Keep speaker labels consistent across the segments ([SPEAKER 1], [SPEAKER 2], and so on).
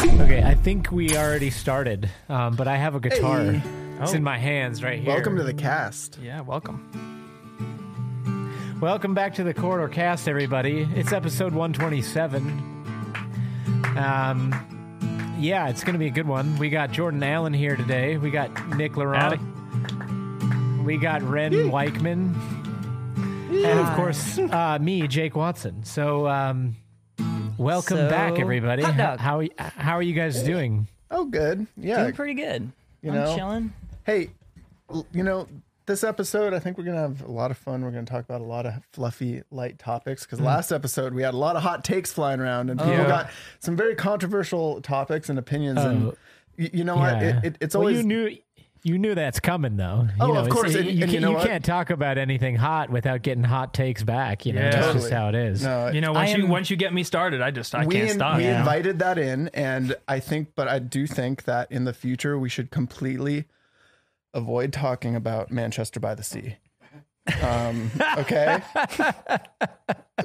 [SPEAKER 1] Okay, I think we already started, um, but I have a guitar.
[SPEAKER 2] Hey.
[SPEAKER 1] It's
[SPEAKER 3] Oh.
[SPEAKER 1] in my hands right here.
[SPEAKER 2] Welcome to the cast.
[SPEAKER 3] Yeah, welcome.
[SPEAKER 1] Welcome back to the Corridor Cast, everybody. It's episode 127. Um, yeah, it's going to be a good one. We got Jordan Allen here today. We got Nick Laurent. We got Ren Weichman. And of course, uh, me, Jake Watson. So, um, welcome
[SPEAKER 3] So,
[SPEAKER 1] back, everybody.
[SPEAKER 3] hot dog.
[SPEAKER 1] How, how, how are you guys doing?
[SPEAKER 2] Oh, good. Yeah.
[SPEAKER 3] Doing pretty good.
[SPEAKER 2] You
[SPEAKER 3] I'm
[SPEAKER 2] know.
[SPEAKER 3] chilling.
[SPEAKER 2] Hey, l- you know, this episode, I think we're going to have a lot of fun. We're going to talk about a lot of fluffy, light topics
[SPEAKER 3] Hmm.
[SPEAKER 2] because last episode we had a lot of hot takes flying around and people
[SPEAKER 3] Oh.
[SPEAKER 1] Yeah.
[SPEAKER 2] got some very controversial topics and opinions. and
[SPEAKER 1] Oh.
[SPEAKER 2] y- you know what?
[SPEAKER 1] Yeah.
[SPEAKER 2] It, it, it's
[SPEAKER 1] Well,
[SPEAKER 2] always.
[SPEAKER 1] you knew you knew that's coming though. You
[SPEAKER 2] Oh,
[SPEAKER 1] know,
[SPEAKER 2] of
[SPEAKER 1] it's-
[SPEAKER 2] course,
[SPEAKER 1] You,
[SPEAKER 2] and- and
[SPEAKER 1] can't,
[SPEAKER 2] you know
[SPEAKER 1] you
[SPEAKER 2] what?
[SPEAKER 1] can't talk about anything hot without getting hot takes back. You know,
[SPEAKER 3] Yeah.
[SPEAKER 1] that's
[SPEAKER 2] Totally.
[SPEAKER 1] just how it is.
[SPEAKER 2] no,
[SPEAKER 4] You know, once
[SPEAKER 3] Uh, I am-
[SPEAKER 4] you once you get me started, I just I
[SPEAKER 2] we,
[SPEAKER 4] can't
[SPEAKER 2] in-
[SPEAKER 4] stop.
[SPEAKER 2] we
[SPEAKER 4] Yeah.
[SPEAKER 2] invited that in, and I think, but I do think that in the future we should completely avoid talking about Manchester by the Sea. Um, okay,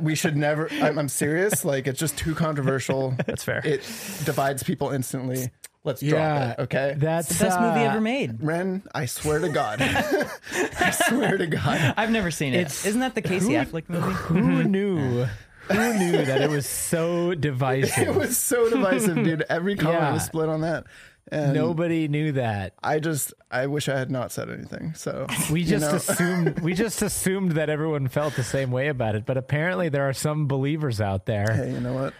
[SPEAKER 2] we should never. I'm, I'm serious. Like, it's just too controversial.
[SPEAKER 4] That's fair.
[SPEAKER 2] It divides people instantly. Let's
[SPEAKER 1] Yeah.
[SPEAKER 2] drop it. Okay,
[SPEAKER 1] That's
[SPEAKER 3] It's the best movie
[SPEAKER 1] uh,
[SPEAKER 3] ever made.
[SPEAKER 2] Ren. I swear to God. I swear to God.
[SPEAKER 3] I've never seen it.
[SPEAKER 1] It's-
[SPEAKER 3] Isn't that the Casey Affleck movie?
[SPEAKER 1] Who knew? Who knew that it was so
[SPEAKER 2] It
[SPEAKER 1] divisive?
[SPEAKER 2] was so divisive, dude. Every comment
[SPEAKER 1] Yeah.
[SPEAKER 2] was split on that. And
[SPEAKER 1] Nobody knew that.
[SPEAKER 2] I just I wish I had not said anything. So
[SPEAKER 1] We
[SPEAKER 2] you
[SPEAKER 1] just
[SPEAKER 2] know,
[SPEAKER 1] assumed we just assumed that everyone felt the same way about it, but apparently there are some believers out there.
[SPEAKER 2] hey, you know what?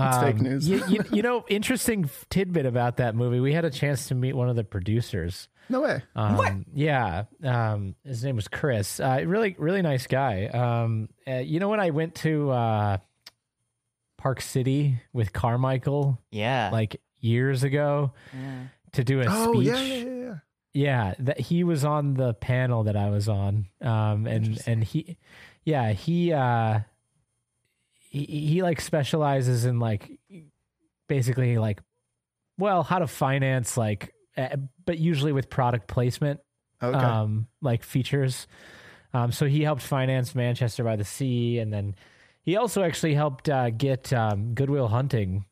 [SPEAKER 2] It's
[SPEAKER 1] Um,
[SPEAKER 2] fake news.
[SPEAKER 1] you, you, you know, interesting tidbit about that movie. We had a chance to meet one of the producers.
[SPEAKER 2] no way.
[SPEAKER 1] Um, Yeah. Um, his name was Chris. Uh, really, really nice guy. Um, uh, you know when I went to uh, Park City with Carmichael
[SPEAKER 3] Yeah.
[SPEAKER 1] like years ago
[SPEAKER 3] yeah.
[SPEAKER 1] to do a
[SPEAKER 2] oh
[SPEAKER 1] speech.
[SPEAKER 2] yeah, yeah, yeah, yeah.
[SPEAKER 1] Yeah, that he was on the panel that I was on. Um and and he yeah, he uh he, he like specializes in like basically like well, how to finance like eh, but usually with product placement
[SPEAKER 2] Okay.
[SPEAKER 1] um, like features. Um, so he helped finance Manchester by the Sea, and then he also actually helped uh, get um, Goodwill Hunting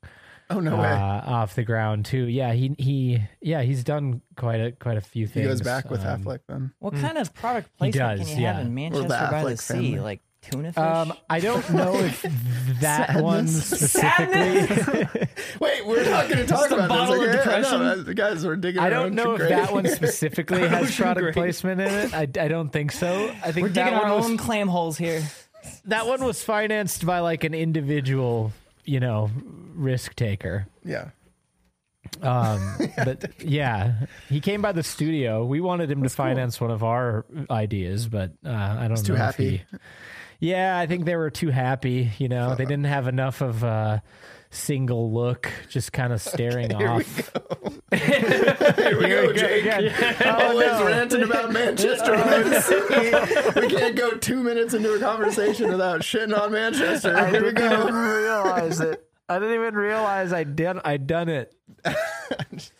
[SPEAKER 2] oh no
[SPEAKER 1] uh,
[SPEAKER 2] way.
[SPEAKER 1] off the ground too. Yeah, he he yeah he's done quite a quite a few
[SPEAKER 2] he
[SPEAKER 1] things.
[SPEAKER 2] goes back with
[SPEAKER 1] Um,
[SPEAKER 2] Affleck then.
[SPEAKER 3] What kind of product placement
[SPEAKER 1] does,
[SPEAKER 3] can you
[SPEAKER 1] yeah.
[SPEAKER 3] have in
[SPEAKER 2] Or the
[SPEAKER 3] Manchester by the
[SPEAKER 2] Affleck
[SPEAKER 3] Sea?
[SPEAKER 2] family.
[SPEAKER 3] Like tuna fish?
[SPEAKER 1] Um, I don't know if that
[SPEAKER 2] Sadness.
[SPEAKER 1] one specifically.
[SPEAKER 2] Wait, we're not going to talk
[SPEAKER 3] a
[SPEAKER 2] about
[SPEAKER 3] bottle
[SPEAKER 2] this. Like,
[SPEAKER 3] of
[SPEAKER 2] yeah, no,
[SPEAKER 3] depression?
[SPEAKER 2] uh, guys, we're digging.
[SPEAKER 1] I
[SPEAKER 2] our
[SPEAKER 1] don't
[SPEAKER 2] own
[SPEAKER 1] know if
[SPEAKER 2] grave.
[SPEAKER 1] that one specifically has product
[SPEAKER 4] grave.
[SPEAKER 1] placement in it. I, I don't think so. I think
[SPEAKER 3] We're digging
[SPEAKER 1] that
[SPEAKER 3] our
[SPEAKER 1] one was
[SPEAKER 3] own clam holes here.
[SPEAKER 1] that one was financed by like an individual, you know, risk taker.
[SPEAKER 2] yeah.
[SPEAKER 1] Um, but yeah, he came by the studio. We wanted him to finance one of our ideas, but uh, I don't know.
[SPEAKER 2] too
[SPEAKER 1] if
[SPEAKER 2] happy.
[SPEAKER 1] he- yeah, I think they were too happy. You know, they didn't have enough of a single look, just kind of staring off.
[SPEAKER 2] Here we go,
[SPEAKER 1] we go
[SPEAKER 2] Jake.
[SPEAKER 1] again.
[SPEAKER 2] Always ranting about Manchester. by the sea. we can't go two minutes into a conversation without shitting on Manchester. Here we go.
[SPEAKER 1] realize it. I didn't even realize I did. I done it.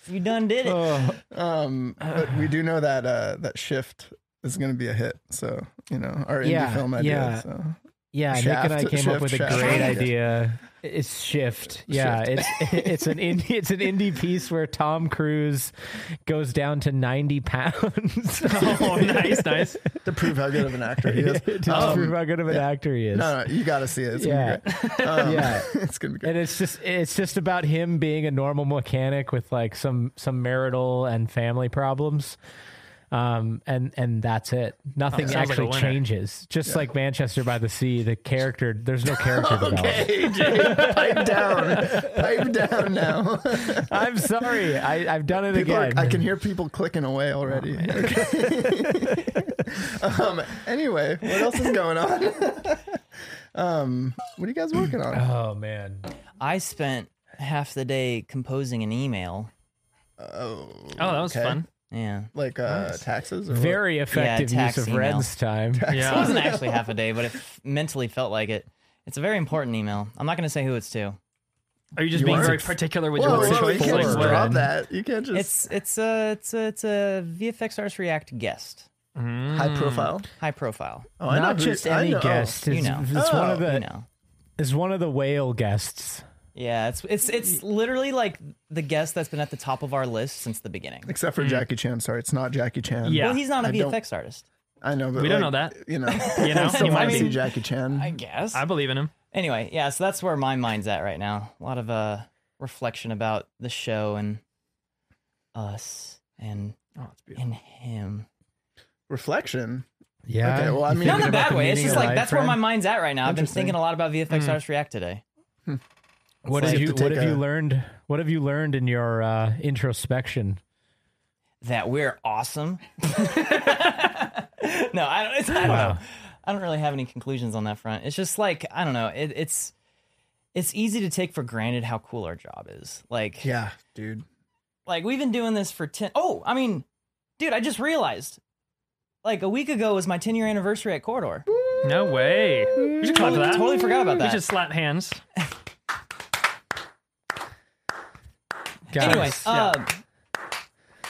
[SPEAKER 3] You done did it.
[SPEAKER 2] Um, but we do know that uh, that shift is going to be a hit. So you know our indie
[SPEAKER 1] Yeah,
[SPEAKER 2] film idea.
[SPEAKER 1] yeah.
[SPEAKER 2] So.
[SPEAKER 1] Yeah, Nick and I
[SPEAKER 2] Shaft,
[SPEAKER 1] came
[SPEAKER 2] Shift,
[SPEAKER 1] up with a
[SPEAKER 2] Shaft.
[SPEAKER 1] great
[SPEAKER 2] Shaft.
[SPEAKER 1] idea. It's shift. Yeah, it's it's an indie it's an indie piece where Tom Cruise goes down to ninety pounds
[SPEAKER 4] oh, nice, nice.
[SPEAKER 2] to prove how good of an actor he is. Um,
[SPEAKER 1] to prove how good of an actor he is.
[SPEAKER 2] No, no, you got to see it. It's
[SPEAKER 1] Yeah.
[SPEAKER 2] gonna be great. Um,
[SPEAKER 1] Yeah.
[SPEAKER 2] it's gonna be great.
[SPEAKER 1] And it's just it's just about him being a normal mechanic with like some some marital and family problems. Um and and that's it. Nothing
[SPEAKER 4] sounds like a
[SPEAKER 1] actually
[SPEAKER 4] winner.
[SPEAKER 1] changes. Just like Manchester by the Sea, the character there's no character development.
[SPEAKER 2] Okay, Jake, pipe down, pipe down now.
[SPEAKER 1] I'm sorry. I, I've done it
[SPEAKER 2] People are-
[SPEAKER 1] again.
[SPEAKER 2] I can hear people clicking away
[SPEAKER 1] Oh,
[SPEAKER 2] already. Okay. um, anyway, what else is going on? um, what are you guys working on?
[SPEAKER 1] Oh man.
[SPEAKER 3] I spent half the day composing an email.
[SPEAKER 2] Oh,
[SPEAKER 4] Oh, that was
[SPEAKER 2] okay.
[SPEAKER 4] fun.
[SPEAKER 3] Yeah.
[SPEAKER 2] Like uh, taxes or what?
[SPEAKER 1] Very effective use
[SPEAKER 3] tax
[SPEAKER 1] of
[SPEAKER 3] email.
[SPEAKER 1] Ren's time.
[SPEAKER 4] Yeah.
[SPEAKER 3] It wasn't actually half a day, but it f- mentally felt like it. It's a very important email. I'm not going to say who it's to.
[SPEAKER 4] Are you just
[SPEAKER 2] You
[SPEAKER 4] being
[SPEAKER 2] are?
[SPEAKER 4] very particular with
[SPEAKER 2] Whoa,
[SPEAKER 4] your
[SPEAKER 2] whoa, you
[SPEAKER 4] choice?
[SPEAKER 2] can't
[SPEAKER 4] Like,
[SPEAKER 2] just
[SPEAKER 1] Four.
[SPEAKER 4] what-
[SPEAKER 2] drop that. You can't just
[SPEAKER 3] It's it's a it's a it's a VFX Arts React guest,
[SPEAKER 2] high profile.
[SPEAKER 3] high profile.
[SPEAKER 2] Oh,
[SPEAKER 1] Not just
[SPEAKER 2] who- I
[SPEAKER 1] any
[SPEAKER 2] know- oh,
[SPEAKER 1] guest.
[SPEAKER 3] you
[SPEAKER 1] It's,
[SPEAKER 3] know.
[SPEAKER 1] it's one of the
[SPEAKER 3] You know,
[SPEAKER 1] it's one of the whale guests.
[SPEAKER 3] Yeah, it's it's it's literally like the guest that's been at the top of our list since the beginning.
[SPEAKER 2] Except for Jackie Chan. Sorry, it's not Jackie Chan.
[SPEAKER 4] Yeah.
[SPEAKER 3] Well, he's not a
[SPEAKER 2] I don't-
[SPEAKER 3] VFX artist.
[SPEAKER 2] I know, but
[SPEAKER 4] We don't
[SPEAKER 2] like,
[SPEAKER 4] know that.
[SPEAKER 2] You know,
[SPEAKER 4] You know?
[SPEAKER 2] so
[SPEAKER 4] He might
[SPEAKER 2] I see
[SPEAKER 4] be.
[SPEAKER 2] Jackie Chan.
[SPEAKER 3] I guess.
[SPEAKER 4] I believe in him.
[SPEAKER 3] Anyway, yeah, so that's where my mind's at right now. A lot of uh reflection about the show and us and
[SPEAKER 4] Oh, it's beautiful.
[SPEAKER 3] and him.
[SPEAKER 2] Reflection.
[SPEAKER 1] Yeah.
[SPEAKER 2] Okay, well, I
[SPEAKER 1] You thinking
[SPEAKER 2] mean-
[SPEAKER 3] Not in a
[SPEAKER 2] about
[SPEAKER 3] bad
[SPEAKER 1] the
[SPEAKER 3] way. It's
[SPEAKER 1] meaning
[SPEAKER 3] just
[SPEAKER 1] of
[SPEAKER 3] like
[SPEAKER 1] life,
[SPEAKER 3] that's where
[SPEAKER 1] friend?
[SPEAKER 3] my mind's at right now. I've been
[SPEAKER 2] Interesting.
[SPEAKER 3] thinking a lot about VFX artist react today.
[SPEAKER 1] What
[SPEAKER 2] It's
[SPEAKER 1] have
[SPEAKER 2] like
[SPEAKER 1] you
[SPEAKER 2] to
[SPEAKER 1] What
[SPEAKER 2] take
[SPEAKER 1] have you
[SPEAKER 2] a-
[SPEAKER 1] learned? What have you learned in your uh, introspection?
[SPEAKER 3] That we're awesome. no, I don't. It's, I don't know. I don't really have any conclusions on that front. It's just like I don't know. It, it's it's easy to take for granted how cool our job is. Like
[SPEAKER 2] Yeah, dude.
[SPEAKER 3] like we've been doing this for 10 oh i mean dude i just realized like a week ago was my 10 year anniversary at corridor
[SPEAKER 4] No way. We should clap for that.
[SPEAKER 3] totally forgot about
[SPEAKER 4] We
[SPEAKER 3] that
[SPEAKER 4] should slap hands.
[SPEAKER 1] Guys,
[SPEAKER 3] anyway um,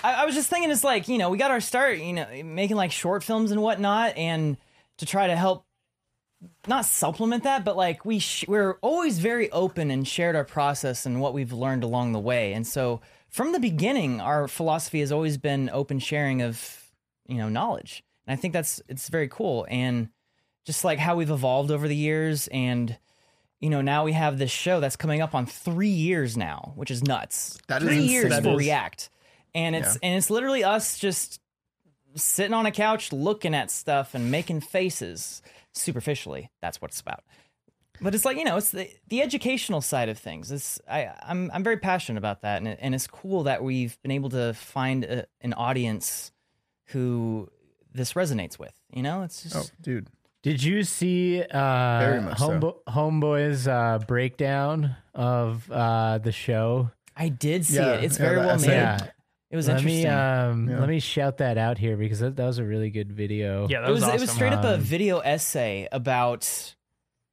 [SPEAKER 3] I, I was just thinking it's like you know we got our start you know making like short films and whatnot and to try to help not supplement that but like we sh- we're always very open and shared our process and what we've learned along the way and so from the beginning our philosophy has always been open sharing of you know knowledge and i think that's it's very cool and just like how we've evolved over the years and you know now we have this show that's coming up on three years now which is nuts
[SPEAKER 2] That is
[SPEAKER 3] three years
[SPEAKER 2] insane.
[SPEAKER 3] for
[SPEAKER 2] That is-
[SPEAKER 3] react and it's and it's literally us just sitting on a couch looking at stuff and making faces superficially that's what it's about but it's like you know it's the, the educational side of things it's I, I'm, I'm very passionate about that and, it, and it's cool that we've been able to find a, an audience who this resonates with you know it's just
[SPEAKER 2] Oh, dude.
[SPEAKER 1] Did you see uh,
[SPEAKER 2] much
[SPEAKER 1] Homebo- Homeboy's uh, breakdown of uh, the show?
[SPEAKER 3] I did see
[SPEAKER 2] Yeah,
[SPEAKER 3] it. It's
[SPEAKER 2] yeah,
[SPEAKER 3] very
[SPEAKER 2] that
[SPEAKER 3] well made.
[SPEAKER 2] essay.
[SPEAKER 1] Yeah.
[SPEAKER 3] It was
[SPEAKER 1] Let
[SPEAKER 3] interesting.
[SPEAKER 1] me um,
[SPEAKER 2] Yeah.
[SPEAKER 1] let me shout that out here because that, that was a really good video.
[SPEAKER 4] Yeah, that
[SPEAKER 3] it was
[SPEAKER 4] awesome.
[SPEAKER 3] it was straight up a
[SPEAKER 1] Um,
[SPEAKER 3] video essay about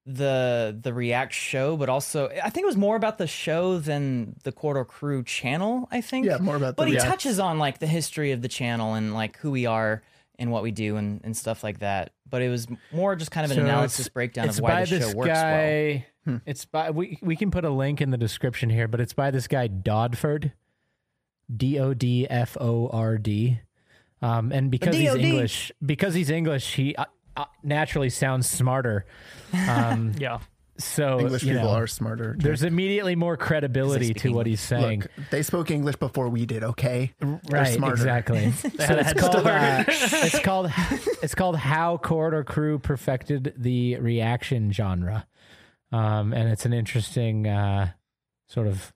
[SPEAKER 3] the the React show, but also I think it was more about the show than the Corridor Crew channel. I think.
[SPEAKER 2] Yeah, more about the
[SPEAKER 3] But he
[SPEAKER 2] React.
[SPEAKER 3] touches on like the history of the channel and like who we are and what we do and, and stuff like that. But it was more just kind of an
[SPEAKER 1] So
[SPEAKER 3] analysis
[SPEAKER 1] it's-
[SPEAKER 3] breakdown
[SPEAKER 1] it's
[SPEAKER 3] of why
[SPEAKER 1] by
[SPEAKER 3] the show
[SPEAKER 1] this
[SPEAKER 3] works well. Hmm.
[SPEAKER 1] guy. It's by we we can put a link in the description here, but it's by this guy Dodford, D O D F O R D, um, and because he's
[SPEAKER 3] DOD.
[SPEAKER 1] English, because he's English, he uh, uh, naturally sounds smarter. Um,
[SPEAKER 4] yeah.
[SPEAKER 1] so
[SPEAKER 2] English
[SPEAKER 1] you
[SPEAKER 2] people
[SPEAKER 1] know,
[SPEAKER 2] are smarter.
[SPEAKER 1] There's immediately more credibility
[SPEAKER 3] speak
[SPEAKER 1] to what he's saying.
[SPEAKER 2] Look, they spoke English before we did, okay? They're
[SPEAKER 1] right,
[SPEAKER 2] smarter.
[SPEAKER 1] exactly. so
[SPEAKER 4] had a
[SPEAKER 1] it's
[SPEAKER 4] head
[SPEAKER 1] called,
[SPEAKER 4] start.
[SPEAKER 1] uh, it's called it's called How Corridor Crew Perfected the Reaction Genre, um, and it's an interesting uh, sort of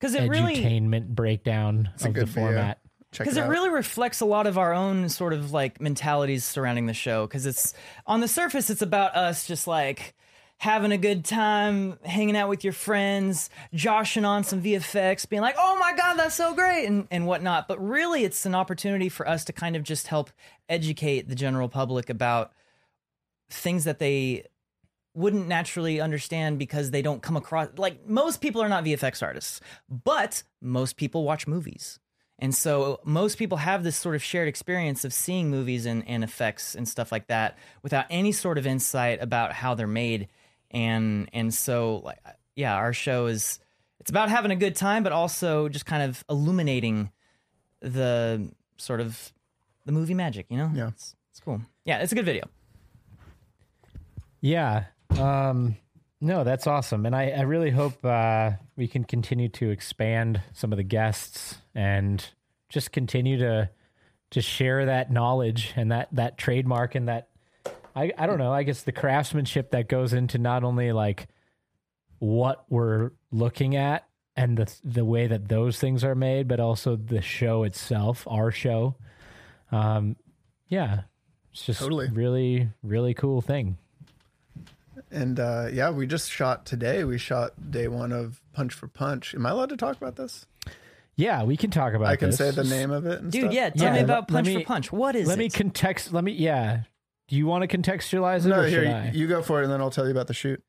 [SPEAKER 3] Because it really
[SPEAKER 1] edutainment breakdown
[SPEAKER 2] a
[SPEAKER 1] of the
[SPEAKER 2] good video.
[SPEAKER 1] format.
[SPEAKER 2] Check
[SPEAKER 3] because
[SPEAKER 2] it
[SPEAKER 3] it
[SPEAKER 2] out.
[SPEAKER 3] really reflects a lot of our own sort of like mentalities surrounding the show because it's on the surface it's about us just like having a good time hanging out with your friends joshing on some vfx being like oh my god that's so great and, and whatnot but really it's an opportunity for us to kind of just help educate the general public about things that they wouldn't naturally understand because they don't come across like most people are not VFX artists, but most people watch movies. And so most people have this sort of shared experience of seeing movies and, and effects and stuff like that without any sort of insight about how they're made. And and so like yeah, our show is it's about having a good time, but also just kind of illuminating the sort of the movie magic, you know?
[SPEAKER 2] Yeah.
[SPEAKER 3] It's, it's cool. Yeah, it's a good video.
[SPEAKER 1] Yeah. Um, no, that's awesome. And I, I really hope uh, we can continue to expand some of the guests and just continue to to share that knowledge and that that trademark and that I, I don't know, I guess the craftsmanship that goes into not only like what we're looking at and the the way that those things are made, but also the show itself, our show. Um yeah. It's just
[SPEAKER 2] Totally.
[SPEAKER 1] really, really cool thing.
[SPEAKER 2] And uh, yeah, we just shot today. We shot day one of Punch for Punch. Am I allowed to talk about this?
[SPEAKER 1] Yeah, we can talk about.
[SPEAKER 2] I can
[SPEAKER 1] this.
[SPEAKER 2] say the name of it. And
[SPEAKER 3] Dude,
[SPEAKER 2] stuff?
[SPEAKER 3] yeah, tell
[SPEAKER 1] Yeah,
[SPEAKER 3] me
[SPEAKER 1] let-
[SPEAKER 3] about
[SPEAKER 1] let
[SPEAKER 3] Punch
[SPEAKER 1] me-
[SPEAKER 3] for Punch. What is
[SPEAKER 1] Let
[SPEAKER 3] it?
[SPEAKER 1] me context. Let me. Yeah. Do you want to contextualize it?
[SPEAKER 2] No,
[SPEAKER 1] or should
[SPEAKER 2] here
[SPEAKER 1] I?
[SPEAKER 2] you, you go for it, and then I'll tell you about the shoot.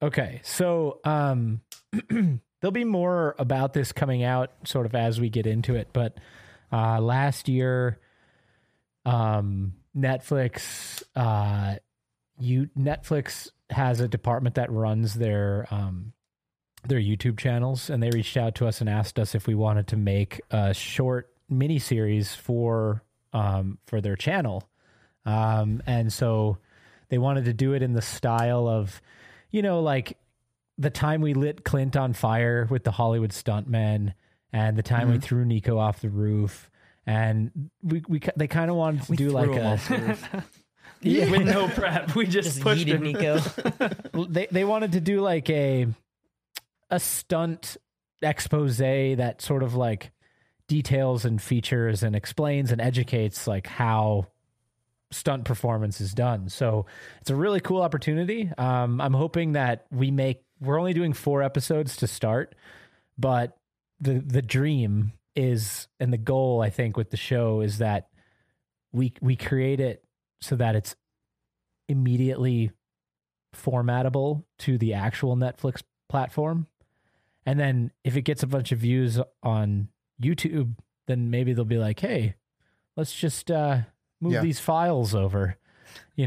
[SPEAKER 1] Okay. So um there'll be more about this coming out sort of as we get into it, but uh last year um Netflix uh you Netflix has a department that runs their um
[SPEAKER 5] their YouTube channels, and they reached out to us and asked us if we wanted to make a short mini series for um, for their channel. Um, and so they wanted to do it in the style of, you know, like the time we lit Clint on fire with the Hollywood stuntmen, and the time we
[SPEAKER 2] Mm-hmm.
[SPEAKER 5] threw Nico off the roof, and we we ki- they kind of wanted to do like
[SPEAKER 2] threw him
[SPEAKER 5] a
[SPEAKER 2] off the roof.
[SPEAKER 4] With no prep, we just,
[SPEAKER 3] Just
[SPEAKER 4] pushed
[SPEAKER 3] yeeted
[SPEAKER 4] him.
[SPEAKER 3] Nico.
[SPEAKER 5] they they wanted to do like a a stunt expose that sort of like details and features and explains and educates like how stunt performance is done. So it's a really cool opportunity. Um, I'm hoping that we make we're only doing four episodes to start, but the the dream is and the goal I think with the show is that we we create it so that it's immediately formatable to the actual Netflix platform. And then if it gets a bunch of views on YouTube, then maybe they'll be like, hey, let's just uh, move
[SPEAKER 2] Yeah.
[SPEAKER 5] these files over. You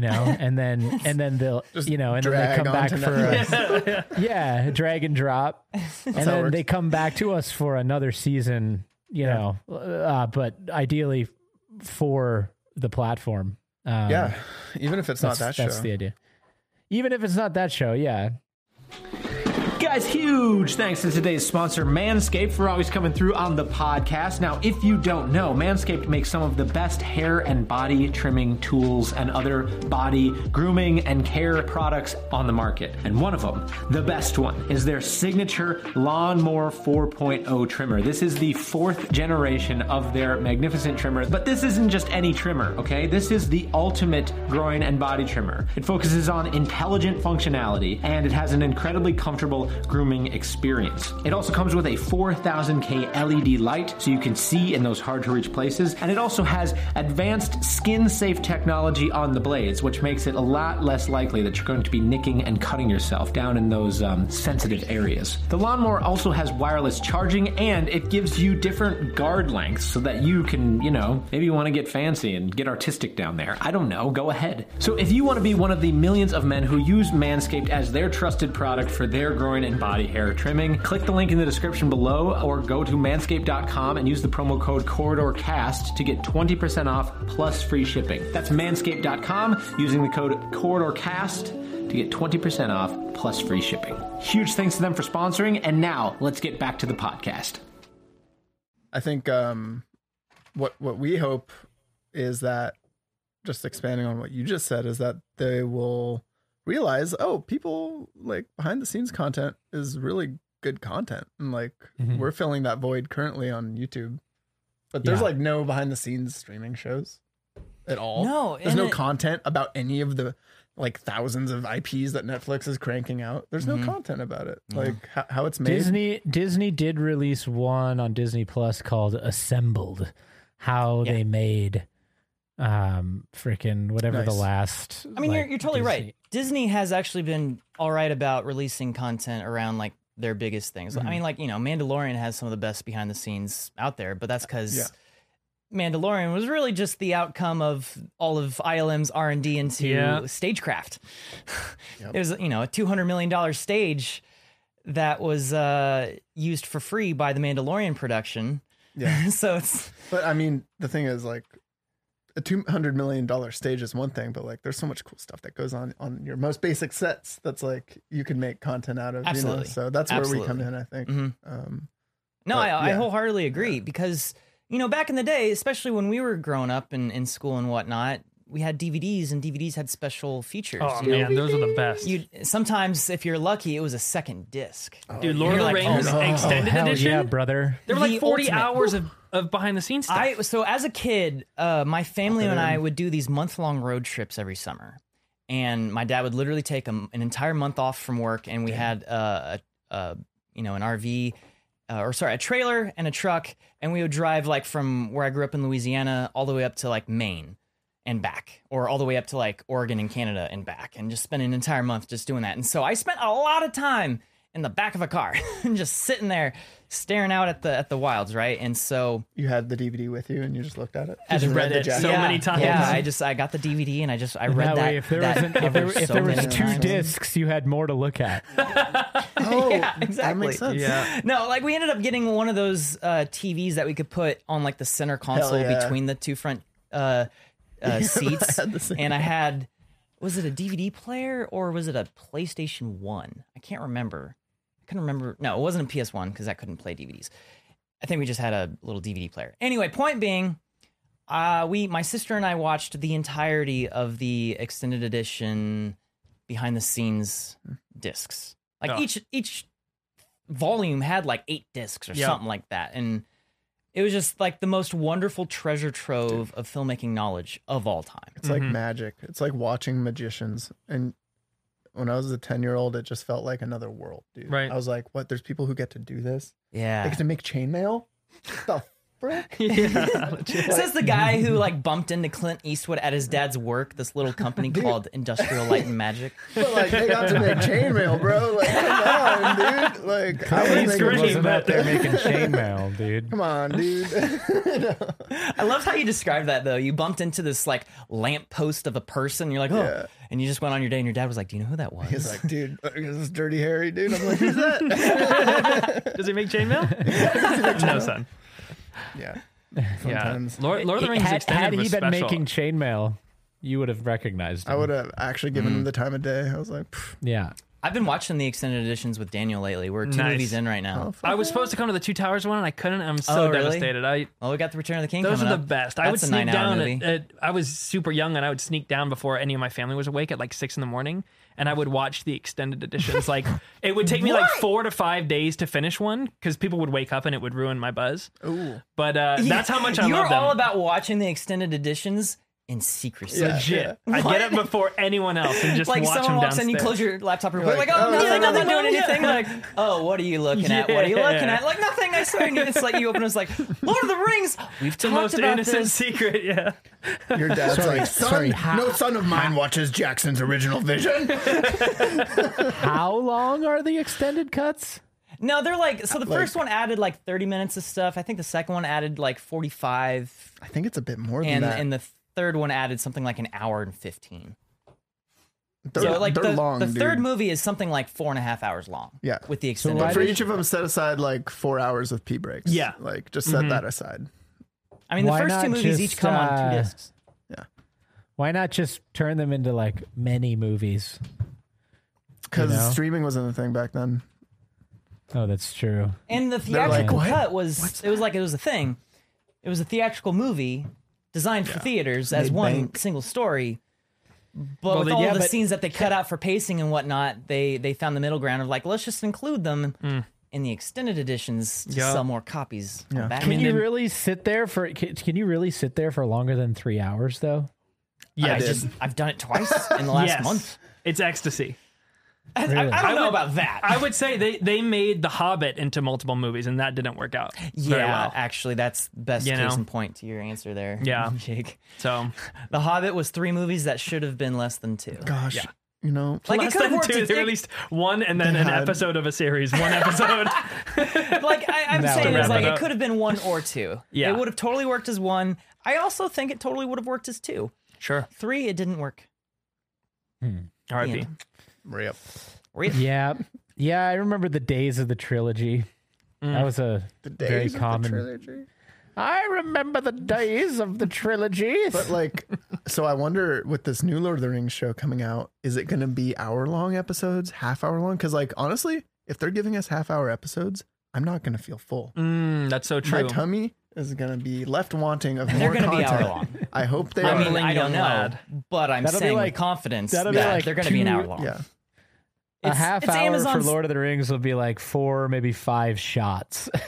[SPEAKER 5] know, and then and then they'll
[SPEAKER 2] Just
[SPEAKER 5] you know, and then they
[SPEAKER 2] drag
[SPEAKER 5] come back
[SPEAKER 2] onto
[SPEAKER 5] for a,
[SPEAKER 2] Netflix.
[SPEAKER 4] Yeah.
[SPEAKER 5] yeah, drag and drop, and
[SPEAKER 2] how it
[SPEAKER 5] then
[SPEAKER 2] works.
[SPEAKER 5] they come back to us for another season. You know, uh, but ideally for the platform. Um,
[SPEAKER 2] yeah, even if it's not
[SPEAKER 5] that's,
[SPEAKER 2] that
[SPEAKER 5] that's
[SPEAKER 2] show.
[SPEAKER 5] the idea. Even if it's not that show, yeah,
[SPEAKER 1] Guys, huge thanks to today's sponsor, Manscaped, for always coming through on the podcast. Now, if you don't know, Manscaped makes some of the best hair and body trimming tools and other body grooming and care products on the market. And one of them, the best one, is their signature Lawnmower 4.0 trimmer. This is the fourth generation of their magnificent trimmer, but this isn't just any trimmer, okay? This is the ultimate groin and body trimmer. It focuses on intelligent functionality and it has an incredibly comfortable grooming experience. It also comes with a 4000K LED E light so you can see in those hard to reach places, and it also has advanced skin safe technology on the blades, which makes it a lot less likely that you're going to be nicking and cutting yourself down in those um, sensitive areas. The lawnmower also has wireless charging and it gives you different guard lengths so that you can, you know, maybe you want to get fancy and get artistic down there. I don't know, go ahead. So if you want to be one of the millions of men who use Manscaped as their trusted product for their groin and body hair trimming, click the link in the description below or go to manscaped.com and use the promo code CorridorCast to get 20% off plus free shipping. That's manscaped.com using the code CorridorCast to get 20% off plus free shipping. Huge thanks to them for sponsoring, and now let's get back to the podcast.
[SPEAKER 2] I think um, what what we hope is that just expanding on what you just said is that they will realize, oh, people like behind the scenes content is really good content, and like
[SPEAKER 5] Mm-hmm.
[SPEAKER 2] we're filling that void currently on YouTube, but there's
[SPEAKER 5] Yeah.
[SPEAKER 2] like no behind the scenes streaming shows at all.
[SPEAKER 3] No,
[SPEAKER 2] there's
[SPEAKER 3] and
[SPEAKER 2] no
[SPEAKER 3] it-
[SPEAKER 2] content about any of the like thousands of IPs that Netflix is cranking out. There's no content about it, like how, how it's made.
[SPEAKER 5] Mm-hmm. Disney Disney did release one on Disney Plus called Assembled, how
[SPEAKER 3] Yeah.
[SPEAKER 5] they made um freaking whatever the
[SPEAKER 2] Nice.
[SPEAKER 5] last
[SPEAKER 3] I mean,
[SPEAKER 5] like,
[SPEAKER 3] you're, you're totally right. Disney has actually been all right about releasing content around like their biggest things. I mean, like, you know, Mandalorian has some of the best behind the scenes out there, but that's because
[SPEAKER 2] Yeah.
[SPEAKER 3] Mandalorian was really just the outcome of all of ILM's R and D into
[SPEAKER 4] Yeah.
[SPEAKER 3] stagecraft. It was, you know, a two hundred million dollar stage that was uh, used for free by the Mandalorian production.
[SPEAKER 2] Yeah.
[SPEAKER 3] so it's
[SPEAKER 2] But I mean, the thing is, like, a two hundred million dollar stage is one thing, but like, there's so much cool stuff that goes on on your most basic sets. That's like you can make content out of. You
[SPEAKER 3] Absolutely.
[SPEAKER 2] know? So that's where we come
[SPEAKER 3] Absolutely. Mm-hmm.
[SPEAKER 2] in, I think. Um,
[SPEAKER 3] No,
[SPEAKER 2] But,
[SPEAKER 3] I, I
[SPEAKER 2] yeah.
[SPEAKER 3] wholeheartedly agree because you know back in the day, especially when we were growing up and in school and whatnot, we had DVDs and DVDs had special features.
[SPEAKER 4] Oh
[SPEAKER 3] you know?
[SPEAKER 4] man, those are the best.
[SPEAKER 3] You sometimes, if you're lucky, it was a second disc.
[SPEAKER 2] Oh,
[SPEAKER 4] Dude, Lord of the
[SPEAKER 3] You're like,
[SPEAKER 4] Rings
[SPEAKER 3] oh,
[SPEAKER 4] extended
[SPEAKER 5] hell
[SPEAKER 4] edition.
[SPEAKER 5] yeah, brother.
[SPEAKER 4] There were
[SPEAKER 3] The
[SPEAKER 4] like 40
[SPEAKER 3] ultimate.
[SPEAKER 4] hours of, of behind the scenes stuff.
[SPEAKER 3] I so as a kid, uh, my family and I would do these month long road trips every summer, and my dad would literally take a m an entire month off from work, and we had uh, a, a you know an RV. Uh, or sorry, a trailer and a truck, and we would drive like from where I grew up in Louisiana all the way up to like Maine and back, or all the way up to like Oregon and Canada and back, and just spend an entire month just doing that. And so I spent a lot of time in the back of a car and just sitting there staring out at the at the wilds, right? And so
[SPEAKER 2] You had the DVD with you, and you just looked at it.
[SPEAKER 4] Just read it.
[SPEAKER 2] jacket.
[SPEAKER 4] So
[SPEAKER 3] yeah,
[SPEAKER 4] many times.
[SPEAKER 3] Yeah, I just I got the DVD and I just I read
[SPEAKER 5] that,
[SPEAKER 3] that.
[SPEAKER 5] way, if there
[SPEAKER 3] that
[SPEAKER 5] was, an, if
[SPEAKER 3] cover
[SPEAKER 5] there, if
[SPEAKER 3] so
[SPEAKER 5] there was
[SPEAKER 3] many
[SPEAKER 5] two
[SPEAKER 3] times.
[SPEAKER 5] discs, you had more to look at.
[SPEAKER 2] Oh,
[SPEAKER 3] Yeah, exactly.
[SPEAKER 2] That makes sense.
[SPEAKER 4] Yeah.
[SPEAKER 3] No, like we ended up getting one of those uh, TVs that we could put on like the center console
[SPEAKER 2] yeah.
[SPEAKER 3] between the two front uh, uh, seats,
[SPEAKER 2] had the same
[SPEAKER 3] and I had was it a DVD player or was it a PlayStation One? I can't remember. I couldn't remember. No, it wasn't a PS One because I couldn't play DVDs. I think we just had a little DVD player. Anyway, point being, uh, we my sister and I watched the entirety of the extended edition behind the scenes discs. Like
[SPEAKER 4] Oh.
[SPEAKER 3] each each volume had like eight discs or
[SPEAKER 4] Yeah.
[SPEAKER 3] something like that, and it was just like the most wonderful treasure trove of filmmaking knowledge of all time.
[SPEAKER 2] It's like magic. It's like watching magicians. And when I was a 10 year old, it just felt like another world, dude.
[SPEAKER 4] Right.
[SPEAKER 2] I was like, what? There's people who get to do this? They
[SPEAKER 3] Yeah,
[SPEAKER 2] get to make chainmail? What the frick?
[SPEAKER 3] says the guy who like bumped into Clint Eastwood at his dad's work, this little company called Industrial Light and Magic.
[SPEAKER 2] But like, they got to make chainmail, bro. Like, come on, dude. Like, I
[SPEAKER 5] Clint
[SPEAKER 2] was
[SPEAKER 4] Eastwood
[SPEAKER 5] Eastwood
[SPEAKER 2] making,
[SPEAKER 5] wasn't out there making chainmail, dude.
[SPEAKER 2] come on, dude.
[SPEAKER 3] I love how you described that though. You bumped into this like lamppost of a person. You're like, oh,
[SPEAKER 2] Yeah.
[SPEAKER 3] and you just went on your day, and your dad was like, "Do you know who that was?"
[SPEAKER 2] He's like, dude, look at this dirty hairy dude. I'm like, who's that?
[SPEAKER 4] Does he make chainmail? no, son.
[SPEAKER 2] yeah.
[SPEAKER 4] Yeah.
[SPEAKER 2] Sometimes.
[SPEAKER 4] Lord, Lord of the Rings
[SPEAKER 5] had,
[SPEAKER 4] extended
[SPEAKER 5] had he been
[SPEAKER 4] was special.
[SPEAKER 5] making chainmail, you would have recognized him.
[SPEAKER 2] I would have actually given him the time of day. I was like, pff,
[SPEAKER 3] Oh.
[SPEAKER 5] Yeah.
[SPEAKER 3] I've been watching the extended editions with Daniel lately. We're two
[SPEAKER 4] Nice.
[SPEAKER 3] movies in right
[SPEAKER 2] Oh,
[SPEAKER 3] now.
[SPEAKER 4] I was supposed to come to the Two Towers one and I couldn't. I'm
[SPEAKER 3] Oh,
[SPEAKER 4] so
[SPEAKER 3] really?
[SPEAKER 4] devastated. I
[SPEAKER 3] Well, we got the Return of the King.
[SPEAKER 4] those are
[SPEAKER 3] coming
[SPEAKER 4] the
[SPEAKER 3] up.
[SPEAKER 4] best. I
[SPEAKER 3] That's
[SPEAKER 4] would
[SPEAKER 3] a
[SPEAKER 4] sneak
[SPEAKER 3] nine-hour
[SPEAKER 4] down.
[SPEAKER 3] movie.
[SPEAKER 4] At, at- I was super young and I would sneak down before any of my family was awake at like six in the morning, and I would watch the extended editions. like it would take me like four to five days to finish one because people would wake up and it would ruin my buzz. Ooh. But uh, that's how much I
[SPEAKER 3] You're
[SPEAKER 4] love them.
[SPEAKER 3] all about watching the extendended editions in secrecy.
[SPEAKER 4] Legit. I get up before anyone else and just
[SPEAKER 3] Like
[SPEAKER 4] watch
[SPEAKER 3] someone
[SPEAKER 4] them
[SPEAKER 3] walks in, you
[SPEAKER 4] downstairs.
[SPEAKER 3] close your laptop real quick, like,
[SPEAKER 2] like,
[SPEAKER 3] oh,
[SPEAKER 2] oh,
[SPEAKER 3] nothing,
[SPEAKER 2] yeah,
[SPEAKER 3] nothing doing
[SPEAKER 4] nothing, yeah.
[SPEAKER 3] anything. Like, oh, what are you looking at? What are you looking
[SPEAKER 4] Yeah.
[SPEAKER 3] at? Like, nothing, I swear. And you- it's like you open it, it's like, Lord of the Rings, we've
[SPEAKER 4] the
[SPEAKER 3] talked
[SPEAKER 4] most
[SPEAKER 3] about
[SPEAKER 4] innocent
[SPEAKER 3] this.
[SPEAKER 4] secret, yeah.
[SPEAKER 2] Your dad's
[SPEAKER 5] Sorry,
[SPEAKER 2] like, son,
[SPEAKER 5] sorry, ha-
[SPEAKER 2] no son of mine watches Jackson's original vision.
[SPEAKER 5] How long are the extended cuts?
[SPEAKER 3] No, they're like, so the first one added like 30 minutes of stuff. I think the second one added like 45
[SPEAKER 2] I think it's a bit more than
[SPEAKER 3] and
[SPEAKER 2] that.
[SPEAKER 3] and the third one added something like an hour and fifteen.
[SPEAKER 2] they're,
[SPEAKER 3] so like
[SPEAKER 2] they're
[SPEAKER 3] the,
[SPEAKER 2] long,
[SPEAKER 3] the third
[SPEAKER 2] dude.
[SPEAKER 3] movie is something like four and a half hours long.
[SPEAKER 2] Yeah.
[SPEAKER 3] with the extended.
[SPEAKER 5] why
[SPEAKER 2] For
[SPEAKER 3] version.
[SPEAKER 2] each of them, set aside like four hours of pee breaks.
[SPEAKER 4] Yeah.
[SPEAKER 2] like just set that aside.
[SPEAKER 3] I mean, the
[SPEAKER 5] why
[SPEAKER 3] first two
[SPEAKER 5] not
[SPEAKER 3] movies
[SPEAKER 5] just,
[SPEAKER 3] each come on
[SPEAKER 5] uh,
[SPEAKER 3] two discs.
[SPEAKER 5] Why not just turn them into like many movies?
[SPEAKER 2] Because
[SPEAKER 5] You know?
[SPEAKER 2] streaming wasn't a thing back then.
[SPEAKER 5] Oh, that's true.
[SPEAKER 3] And the
[SPEAKER 2] They're like,
[SPEAKER 3] theatrical
[SPEAKER 2] "What?
[SPEAKER 3] cut was it was like it was a thing. It was a theatrical movie designed for theaters as
[SPEAKER 2] Made
[SPEAKER 3] one
[SPEAKER 2] bank.
[SPEAKER 3] single story. But with
[SPEAKER 4] they-
[SPEAKER 3] all
[SPEAKER 4] yeah,
[SPEAKER 3] the
[SPEAKER 4] but-
[SPEAKER 3] scenes that they cut out for pacing and whatnot, they they found the middle ground of like let's just include them
[SPEAKER 4] Mm.
[SPEAKER 3] in the extended editions to
[SPEAKER 4] Yeah.
[SPEAKER 3] sell more copies. on back
[SPEAKER 5] Can
[SPEAKER 3] end.
[SPEAKER 5] you really sit there for? Can, can you really sit there for longer than three hours though?
[SPEAKER 4] Yeah,
[SPEAKER 3] I just I've done it twice in the last
[SPEAKER 4] yes.
[SPEAKER 3] month.
[SPEAKER 4] It's ecstasy.
[SPEAKER 3] I, I
[SPEAKER 5] Really?
[SPEAKER 3] don't
[SPEAKER 5] I
[SPEAKER 3] know about that.
[SPEAKER 4] I would say they, they made The Hobbit into multiple movies, and that didn't work out
[SPEAKER 3] Yeah,
[SPEAKER 4] very well.
[SPEAKER 3] actually, that's best
[SPEAKER 4] You
[SPEAKER 3] case
[SPEAKER 4] know?
[SPEAKER 3] in point to your answer there.
[SPEAKER 4] Yeah.
[SPEAKER 3] Jake.
[SPEAKER 4] So
[SPEAKER 3] The Hobbit was three movies that should have been less than two.
[SPEAKER 2] Gosh,
[SPEAKER 4] Yeah.
[SPEAKER 2] you know,
[SPEAKER 3] Like
[SPEAKER 4] less
[SPEAKER 3] it could have
[SPEAKER 4] than
[SPEAKER 3] worked.
[SPEAKER 4] two,
[SPEAKER 3] It,
[SPEAKER 4] they released one and then an
[SPEAKER 2] God.
[SPEAKER 4] episode of a series. One episode.
[SPEAKER 3] like I, I'm
[SPEAKER 5] That
[SPEAKER 3] saying,
[SPEAKER 5] would
[SPEAKER 3] it's
[SPEAKER 4] wrap
[SPEAKER 3] like
[SPEAKER 4] it
[SPEAKER 3] it
[SPEAKER 4] up.
[SPEAKER 3] could have been one or two.
[SPEAKER 4] Yeah.
[SPEAKER 3] it would have totally worked as one. I also think it totally would have worked as two.
[SPEAKER 4] sure.
[SPEAKER 3] Three, it didn't work.
[SPEAKER 4] R.I.P.
[SPEAKER 3] Yeah.
[SPEAKER 2] rip.
[SPEAKER 3] Re-
[SPEAKER 5] Yeah, yeah. I remember the days of the trilogy. That was a
[SPEAKER 2] The days
[SPEAKER 5] very
[SPEAKER 2] of the
[SPEAKER 5] common.
[SPEAKER 2] trilogy.
[SPEAKER 5] Mm. I remember the days of the trilogy.
[SPEAKER 2] But like, so I wonder with this new Lord of the Rings show coming out, is it going to be hour long episodes, half hour long? Because like honestly, if they're giving us half hour episodes, I'm not going to feel full.
[SPEAKER 4] Mm, that's so
[SPEAKER 2] My
[SPEAKER 4] true.
[SPEAKER 2] tummy is going to be left wanting of
[SPEAKER 3] They're
[SPEAKER 2] more
[SPEAKER 3] gonna be
[SPEAKER 2] content.
[SPEAKER 3] hour-long.
[SPEAKER 2] I hope they
[SPEAKER 3] I
[SPEAKER 2] are.
[SPEAKER 3] mean, I don't
[SPEAKER 4] young
[SPEAKER 3] know,
[SPEAKER 4] lad.
[SPEAKER 3] but I'm
[SPEAKER 5] That'll be
[SPEAKER 3] saying
[SPEAKER 5] like-
[SPEAKER 3] with confidence that
[SPEAKER 5] that'll be like
[SPEAKER 3] they're going to be an
[SPEAKER 5] two-
[SPEAKER 3] hour long.
[SPEAKER 2] yeah.
[SPEAKER 5] a half
[SPEAKER 3] it's
[SPEAKER 5] hour
[SPEAKER 3] Amazon's-
[SPEAKER 5] for Lord of the Rings will be like four, maybe five shots.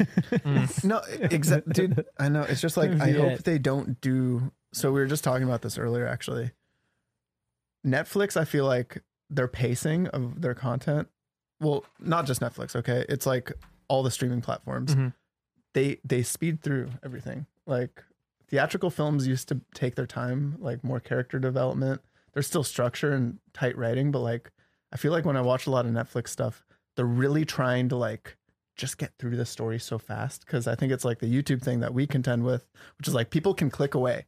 [SPEAKER 2] No, exactly, dude. I know. It's just like I
[SPEAKER 5] Yeah.
[SPEAKER 2] hope they don't do. So we were just talking about this earlier, actually. Netflix, I feel like their pacing of their content. Well, not just Netflix. Okay, it's like all the streaming platforms.
[SPEAKER 4] Mhm.
[SPEAKER 2] They they speed through everything. Like theatrical films used to take their time, like more character development. There's still structure and tight writing, but like I feel like when I watch a lot of Netflix stuff, they're really trying to like just get through this story so fast because I think it's like the YouTube thing that we contend with, which is like people can click away.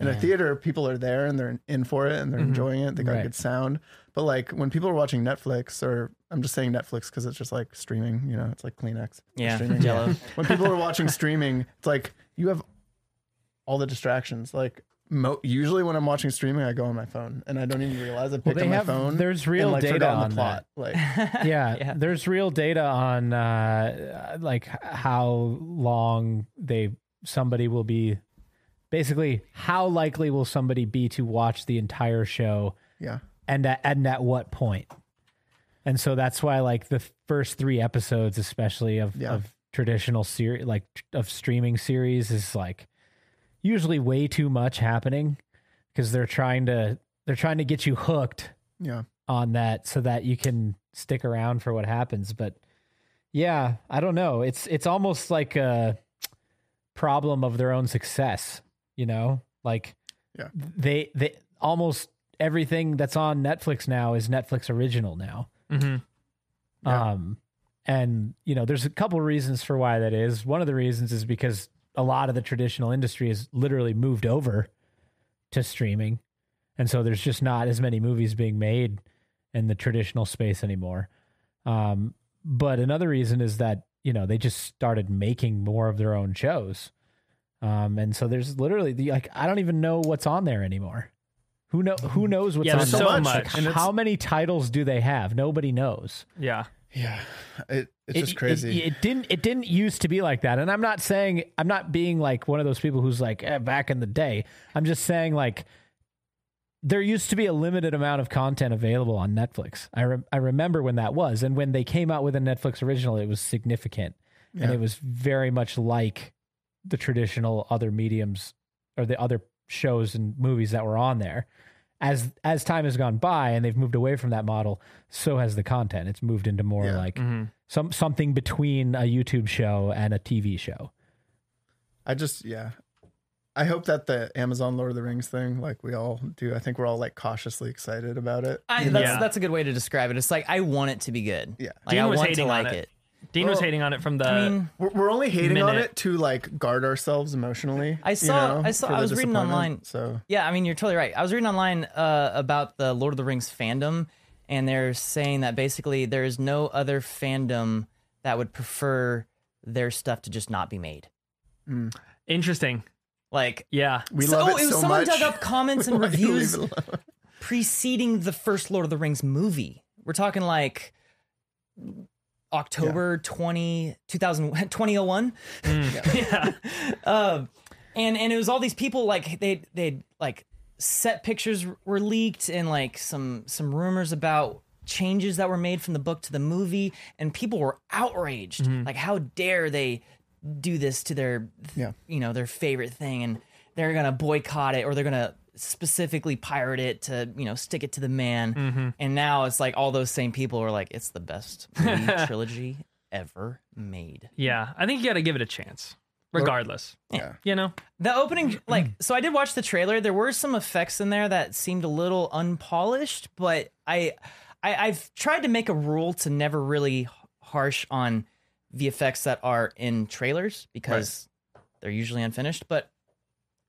[SPEAKER 2] In a theater, people are there and they're in for it and they're
[SPEAKER 3] Mm-hmm.
[SPEAKER 2] enjoying it. They got
[SPEAKER 5] Right.
[SPEAKER 2] good sound. But like when people are watching Netflix, or I'm just saying Netflix because it's just like streaming, you know, it's like Kleenex.
[SPEAKER 3] Yeah,
[SPEAKER 2] Streaming.
[SPEAKER 3] Jell-O.
[SPEAKER 2] when people are watching streaming, it's like you have all the distractions. Like mo- usually when I'm watching streaming, I go on my phone and I don't even realize I picked
[SPEAKER 5] they
[SPEAKER 2] up my
[SPEAKER 5] have-
[SPEAKER 2] phone.
[SPEAKER 5] there's
[SPEAKER 2] and,
[SPEAKER 5] real
[SPEAKER 2] like,
[SPEAKER 5] data
[SPEAKER 2] forgotten
[SPEAKER 5] on
[SPEAKER 2] the
[SPEAKER 5] that.
[SPEAKER 2] plot. Like
[SPEAKER 5] yeah,
[SPEAKER 3] Yeah.
[SPEAKER 5] there's real data on uh, like h- how long they somebody will be basically how likely will somebody be to watch the entire show
[SPEAKER 2] yeah,
[SPEAKER 5] and at, and at what point and so that's why like the first three episodes especially of
[SPEAKER 2] Yeah.
[SPEAKER 5] of traditional series like tr- of streaming series is like usually way too much happening because they're trying to they're trying to get you hooked
[SPEAKER 2] yeah.
[SPEAKER 5] on that so that you can stick around for what happens but yeah i don't know it's it's almost like a problem of their own success you know like
[SPEAKER 2] Yeah.
[SPEAKER 5] they they almost everything that's on netflix now is netflix original now
[SPEAKER 4] Mm-hmm.
[SPEAKER 2] Yeah.
[SPEAKER 5] um and you know there's a couple reasons for why that is one of the reasons is because a lot of the traditional industry has literally moved over to streaming and so there's just not as many movies being made in the traditional space anymore um but another reason is that you know they just started making more of their own shows um and so there's literally the like i don't even know what's on there anymore who know who
[SPEAKER 2] Mm.
[SPEAKER 5] knows what's
[SPEAKER 4] Yeah,
[SPEAKER 5] on
[SPEAKER 4] there's
[SPEAKER 5] there?
[SPEAKER 4] so
[SPEAKER 2] much.
[SPEAKER 4] much.
[SPEAKER 5] Like,
[SPEAKER 2] And it's-
[SPEAKER 5] how many titles do they have nobody knows
[SPEAKER 4] Yeah.
[SPEAKER 2] Yeah, it, it's
[SPEAKER 5] it-
[SPEAKER 2] just crazy.
[SPEAKER 5] It, it didn't. It didn't used to be like that. And I'm not saying I'm not being like one of those people who's like eh, back in the day. I'm just saying like there used to be a limited amount of content available on Netflix. I re- I remember when that was, and when they came out with a Netflix original, it was significant, and
[SPEAKER 2] Yeah.
[SPEAKER 5] it was very much like the traditional other mediums or the other shows and movies that were on there. As as time has gone by and they've moved away from that model, so has the content. It's moved into more
[SPEAKER 2] Yeah.
[SPEAKER 5] like
[SPEAKER 4] Mm-hmm.
[SPEAKER 5] some something between a YouTube show and a TV show.
[SPEAKER 2] I just yeah. I hope that the Amazon Lord of the Rings thing, like we all do, I think we're all like cautiously excited about it.
[SPEAKER 3] I, that's
[SPEAKER 4] Yeah.
[SPEAKER 3] that's a good way to describe it. It's like I want it to be good.
[SPEAKER 2] Yeah.
[SPEAKER 3] like
[SPEAKER 4] Dean
[SPEAKER 3] I
[SPEAKER 4] was
[SPEAKER 3] want to
[SPEAKER 4] hating on
[SPEAKER 3] like
[SPEAKER 4] it.
[SPEAKER 3] it.
[SPEAKER 4] Dean was hating on it from the.
[SPEAKER 3] I mean,
[SPEAKER 2] We're, we're only hating on
[SPEAKER 4] Minute.
[SPEAKER 2] it to like guard ourselves emotionally.
[SPEAKER 3] I
[SPEAKER 2] you
[SPEAKER 3] saw-
[SPEAKER 2] know,
[SPEAKER 3] I saw-
[SPEAKER 2] for
[SPEAKER 3] I
[SPEAKER 2] the
[SPEAKER 3] was reading
[SPEAKER 2] disappointment.
[SPEAKER 3] online-
[SPEAKER 2] So
[SPEAKER 3] Yeah, I mean, you're totally right. I was reading online uh, about the Lord of the Rings fandom, and they're saying that basically there is no other fandom that would prefer their stuff to just not be made.
[SPEAKER 4] interesting.
[SPEAKER 3] Like,
[SPEAKER 4] Yeah.
[SPEAKER 2] we
[SPEAKER 3] so,
[SPEAKER 2] love
[SPEAKER 3] oh,
[SPEAKER 2] it so
[SPEAKER 3] someone
[SPEAKER 2] much.
[SPEAKER 3] dug up comments and
[SPEAKER 2] Why do you leave
[SPEAKER 3] reviews
[SPEAKER 2] it alone?
[SPEAKER 3] preceding the first Lord of the Rings movie. We're talking like October 20, 2000, 2001. yeah. Um, and and it was all these people like they they like set pictures were leaked and like some some rumors about changes that were made from the book to the movie and people were outraged like how dare they do this to their
[SPEAKER 2] Yeah.
[SPEAKER 3] you know their favorite thing and they're gonna boycott it or they're gonna specifically pirate it to you know stick it to the man and now it's like all those same people are like it's the best movie trilogy ever made
[SPEAKER 4] Yeah. I think you got to give it a chance, regardless.
[SPEAKER 2] Yeah.
[SPEAKER 4] You know.
[SPEAKER 3] the opening
[SPEAKER 2] Mm-hmm.
[SPEAKER 3] like so i did watch the trailer there were some effects in there that seemed a little unpolished but i, I i've tried to make a rule to never really h- harsh on the effects that are in trailers because they're usually unfinished but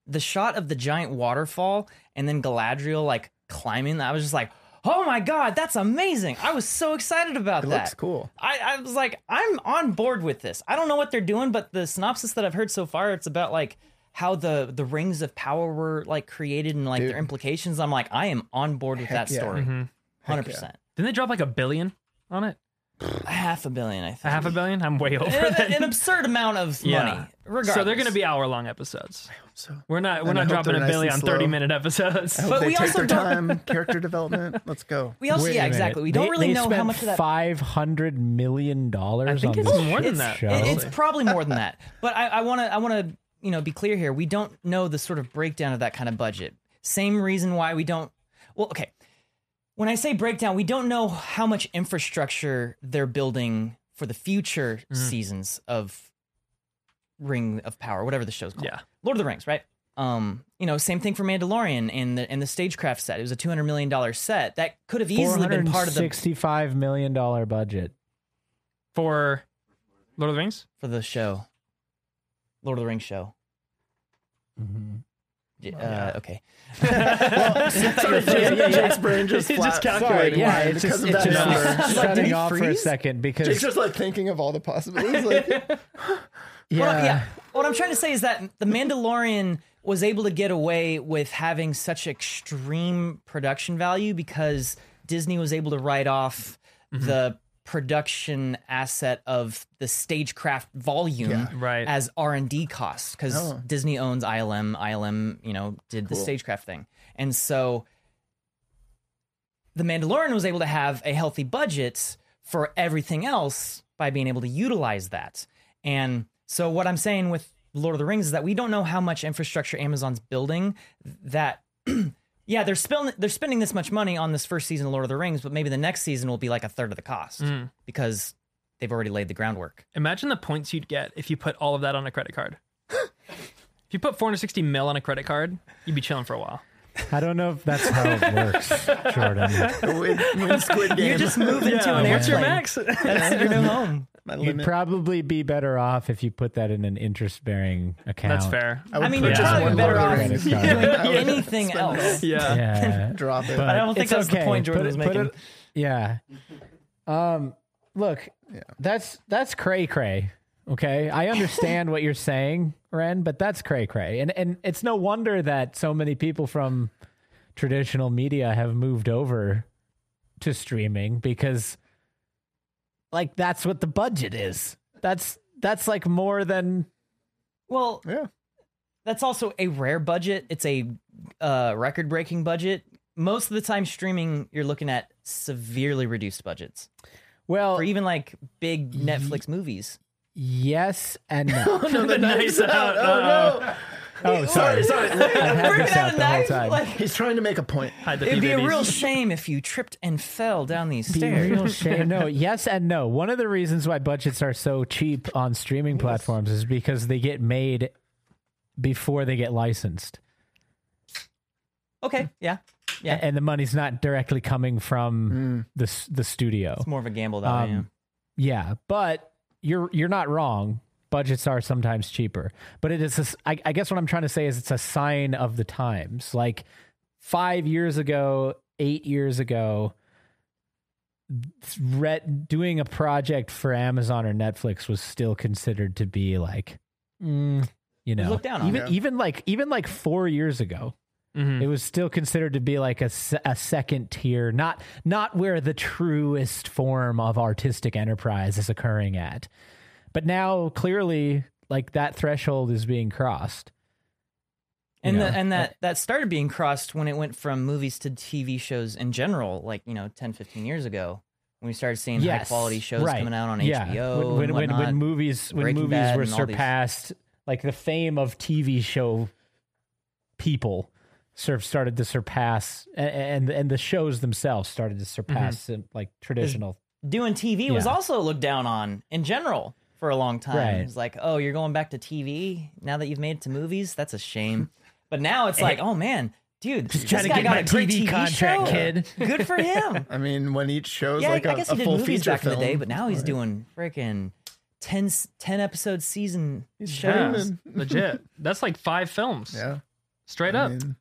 [SPEAKER 3] the shot of the giant waterfall and then galadriel like climbing i was just like oh my god that's amazing i was so excited about
[SPEAKER 2] It
[SPEAKER 3] that
[SPEAKER 2] looks cool.
[SPEAKER 3] I, I was like, I'm on board with this. I don't know what they're doing, but the synopsis that I've heard so far, it's about like how the the rings of power were like created and like
[SPEAKER 2] Dude.
[SPEAKER 3] their implications. I'm like, I am on board with
[SPEAKER 2] Heck
[SPEAKER 3] that
[SPEAKER 2] yeah.
[SPEAKER 3] story,
[SPEAKER 4] Mhm.
[SPEAKER 3] hundred
[SPEAKER 2] yeah.
[SPEAKER 3] percent.
[SPEAKER 4] Didn't they drop like a billion on it?
[SPEAKER 3] Half a billion, I
[SPEAKER 4] A
[SPEAKER 3] think.
[SPEAKER 4] half a billion? I'm way over that.
[SPEAKER 3] An, an absurd amount of
[SPEAKER 4] Yeah.
[SPEAKER 3] money. Regardless.
[SPEAKER 4] So they're going to be hour long episodes.
[SPEAKER 2] So
[SPEAKER 4] We're not. We're
[SPEAKER 2] And I
[SPEAKER 4] not
[SPEAKER 2] hope
[SPEAKER 4] dropping a
[SPEAKER 2] they're nice
[SPEAKER 4] billion on
[SPEAKER 2] and
[SPEAKER 4] thirty
[SPEAKER 2] slow.
[SPEAKER 4] minute episodes.
[SPEAKER 2] I hope
[SPEAKER 3] But
[SPEAKER 2] they
[SPEAKER 3] we
[SPEAKER 2] take
[SPEAKER 3] also
[SPEAKER 2] their
[SPEAKER 3] don't-
[SPEAKER 2] time, character development. Let's go.
[SPEAKER 3] We also, yeah, exactly. We don't really know how much of that.
[SPEAKER 5] Five hundred million dollars.
[SPEAKER 4] think
[SPEAKER 5] on
[SPEAKER 4] it's
[SPEAKER 5] this
[SPEAKER 4] more than
[SPEAKER 5] shit
[SPEAKER 4] that.
[SPEAKER 5] Show.
[SPEAKER 3] It- it's probably more than that. But I want to I want to you know be clear here. We don't know the sort of breakdown of that kind of budget. Same reason why we don't. Well, okay. When I say breakdown, we don't know how much infrastructure they're building for the future seasons of Ring of Power, whatever the show's called.
[SPEAKER 4] Yeah.
[SPEAKER 3] Lord of the Rings, right? Um, you know, same thing for Mandalorian and the and the stagecraft set. It was a two hundred million dollar set that could have easily been part of the
[SPEAKER 5] sixty-five million dollar budget.
[SPEAKER 4] for Lord of the Rings?
[SPEAKER 3] for the show, Lord of the Rings show. Yeah, uh, okay.
[SPEAKER 2] Jake's brain just,
[SPEAKER 4] Just
[SPEAKER 2] flat-
[SPEAKER 4] calculating.
[SPEAKER 2] flatlined
[SPEAKER 4] Yeah,
[SPEAKER 5] it's
[SPEAKER 2] because of
[SPEAKER 5] just, it's
[SPEAKER 2] that
[SPEAKER 5] just
[SPEAKER 2] number.
[SPEAKER 5] shutting
[SPEAKER 3] Like, did he
[SPEAKER 5] off for a
[SPEAKER 3] freeze?
[SPEAKER 5] second
[SPEAKER 2] Jake's
[SPEAKER 5] because
[SPEAKER 2] just like thinking of all the possibilities. Like,
[SPEAKER 5] yeah,
[SPEAKER 3] Well, yeah. What I'm trying to say is that the Mandalorian was able to get away with having such extreme production value because Disney was able to write off the production asset of the stagecraft volume
[SPEAKER 4] Right.
[SPEAKER 3] as R&D costs cuz Disney owns ILM ILM you know did the stagecraft thing and so the Mandalorian was able to have a healthy budget for everything else by being able to utilize that. And so what I'm saying with Lord of the Rings is that we don't know how much infrastructure Amazon's building that yeah, they're spilling they're spending this much money on this first season of Lord of the Rings, but maybe the next season will be like a third of the cost
[SPEAKER 4] Mm.
[SPEAKER 3] because they've already laid the groundwork.
[SPEAKER 4] Imagine the points you'd get if you put all of that on a credit card. if you put 460 mil on a credit card, you'd be chilling for a while.
[SPEAKER 5] I don't know if that's how it works, Jordan.
[SPEAKER 2] win, win Squid Game.
[SPEAKER 3] You just move into an airplane.
[SPEAKER 4] What's your max?
[SPEAKER 3] That's your new home.
[SPEAKER 2] My
[SPEAKER 5] You'd
[SPEAKER 2] limit.
[SPEAKER 5] probably be better off if you put that in an interest-bearing account.
[SPEAKER 4] That's fair.
[SPEAKER 2] would
[SPEAKER 3] I mean, you're
[SPEAKER 2] purchase
[SPEAKER 3] probably
[SPEAKER 2] one
[SPEAKER 3] better
[SPEAKER 2] Lord
[SPEAKER 3] off
[SPEAKER 2] of the
[SPEAKER 3] doing
[SPEAKER 5] Rings card.
[SPEAKER 3] anything
[SPEAKER 2] Spend it all.
[SPEAKER 3] else.
[SPEAKER 4] Yeah.
[SPEAKER 5] Yeah,
[SPEAKER 2] Drop it.
[SPEAKER 5] But
[SPEAKER 3] I don't think
[SPEAKER 5] it's
[SPEAKER 3] that's the
[SPEAKER 5] okay.
[SPEAKER 3] point Jordan
[SPEAKER 5] Put it-
[SPEAKER 3] was
[SPEAKER 5] put
[SPEAKER 3] making.
[SPEAKER 5] it- yeah. Um. Look, that's that's cray cray. Okay, I understand what you're saying, Ren, but that's cray cray, and and it's no wonder that so many people from traditional media have moved over to streaming because, like, that's what the budget is. That's that's like more than
[SPEAKER 3] Well,
[SPEAKER 2] Yeah.
[SPEAKER 3] that's also a rare budget. It's a uh, record breaking budget. Most of the time, streaming, you're looking at severely reduced budgets
[SPEAKER 5] well,
[SPEAKER 3] for even like big Netflix movies.
[SPEAKER 5] yes and no.
[SPEAKER 4] No, the nice out. Uh,
[SPEAKER 2] Oh no!
[SPEAKER 5] oh, sorry, I've had
[SPEAKER 3] Bringing
[SPEAKER 5] this
[SPEAKER 3] out a
[SPEAKER 5] out the whole
[SPEAKER 3] knife,
[SPEAKER 5] time.
[SPEAKER 3] like,
[SPEAKER 2] He's trying to make a point.
[SPEAKER 4] Hide the
[SPEAKER 3] it'd be a
[SPEAKER 4] PBBs.
[SPEAKER 3] real shame if you tripped and fell down these
[SPEAKER 5] Be
[SPEAKER 3] stairs.
[SPEAKER 5] real shame. No, yes and no. One of the reasons why budgets are so cheap on streaming platforms is because they get made before they get licensed,
[SPEAKER 3] Okay, yeah, yeah.
[SPEAKER 5] and the money's not directly coming from the s- the studio.
[SPEAKER 3] Mm. It's more of a gamble, though.
[SPEAKER 5] Um,
[SPEAKER 3] yeah.
[SPEAKER 5] Yeah, but you're you're not wrong. Budgets are sometimes cheaper, but it is. a s I I guess what I'm trying to say is it's a sign of the times. Like five years ago, eight years ago, th- re- doing a project for Amazon or Netflix was still considered to be like, mm, you know,
[SPEAKER 3] looked down on. Mm-hmm.
[SPEAKER 5] even
[SPEAKER 2] Yeah.
[SPEAKER 5] even like even like four years ago,
[SPEAKER 4] Mhm.
[SPEAKER 5] it was still considered to be like a, se- a second tier not not where the truest form of artistic enterprise is occurring at but now clearly like that threshold is being crossed You
[SPEAKER 3] and the,
[SPEAKER 5] know,
[SPEAKER 3] and that that started being crossed when it went from movies to TV shows in general, like you know, 10, 15 years ago, when we started seeing high
[SPEAKER 5] Yes,
[SPEAKER 3] quality shows
[SPEAKER 5] right.
[SPEAKER 3] coming out on
[SPEAKER 5] Yeah.
[SPEAKER 3] HBO.
[SPEAKER 5] when
[SPEAKER 3] and
[SPEAKER 5] when, when,
[SPEAKER 3] whatnot.
[SPEAKER 5] when movies when
[SPEAKER 3] Breaking
[SPEAKER 5] movies
[SPEAKER 3] Bad
[SPEAKER 5] were
[SPEAKER 3] and all these-
[SPEAKER 5] surpassed like the fame of tv show people sort of started to surpass a- and and the shows themselves started to surpass
[SPEAKER 3] Mm-hmm.
[SPEAKER 5] uh, like traditional
[SPEAKER 3] doing TV was
[SPEAKER 5] Yeah.
[SPEAKER 3] also looked down on in general for a long time.
[SPEAKER 5] Right.
[SPEAKER 3] It's like, oh, you're going back to TV now that you've made it to movies. That's a shame. But now it's like, oh man, dude, just
[SPEAKER 5] trying to get my TV contract, kid.
[SPEAKER 3] Good for him.
[SPEAKER 2] I mean, when each show's
[SPEAKER 3] yeah,
[SPEAKER 2] like
[SPEAKER 3] I
[SPEAKER 2] a,
[SPEAKER 3] guess
[SPEAKER 2] a
[SPEAKER 3] he did
[SPEAKER 2] full
[SPEAKER 3] movies
[SPEAKER 2] feature
[SPEAKER 3] back
[SPEAKER 2] film.
[SPEAKER 3] in the day, but now he's doing freaking 10, 10 episode season
[SPEAKER 4] Yeah,
[SPEAKER 3] shows.
[SPEAKER 4] legit. That's like five films.
[SPEAKER 2] yeah,
[SPEAKER 4] Straight
[SPEAKER 2] I
[SPEAKER 4] up.
[SPEAKER 2] mean,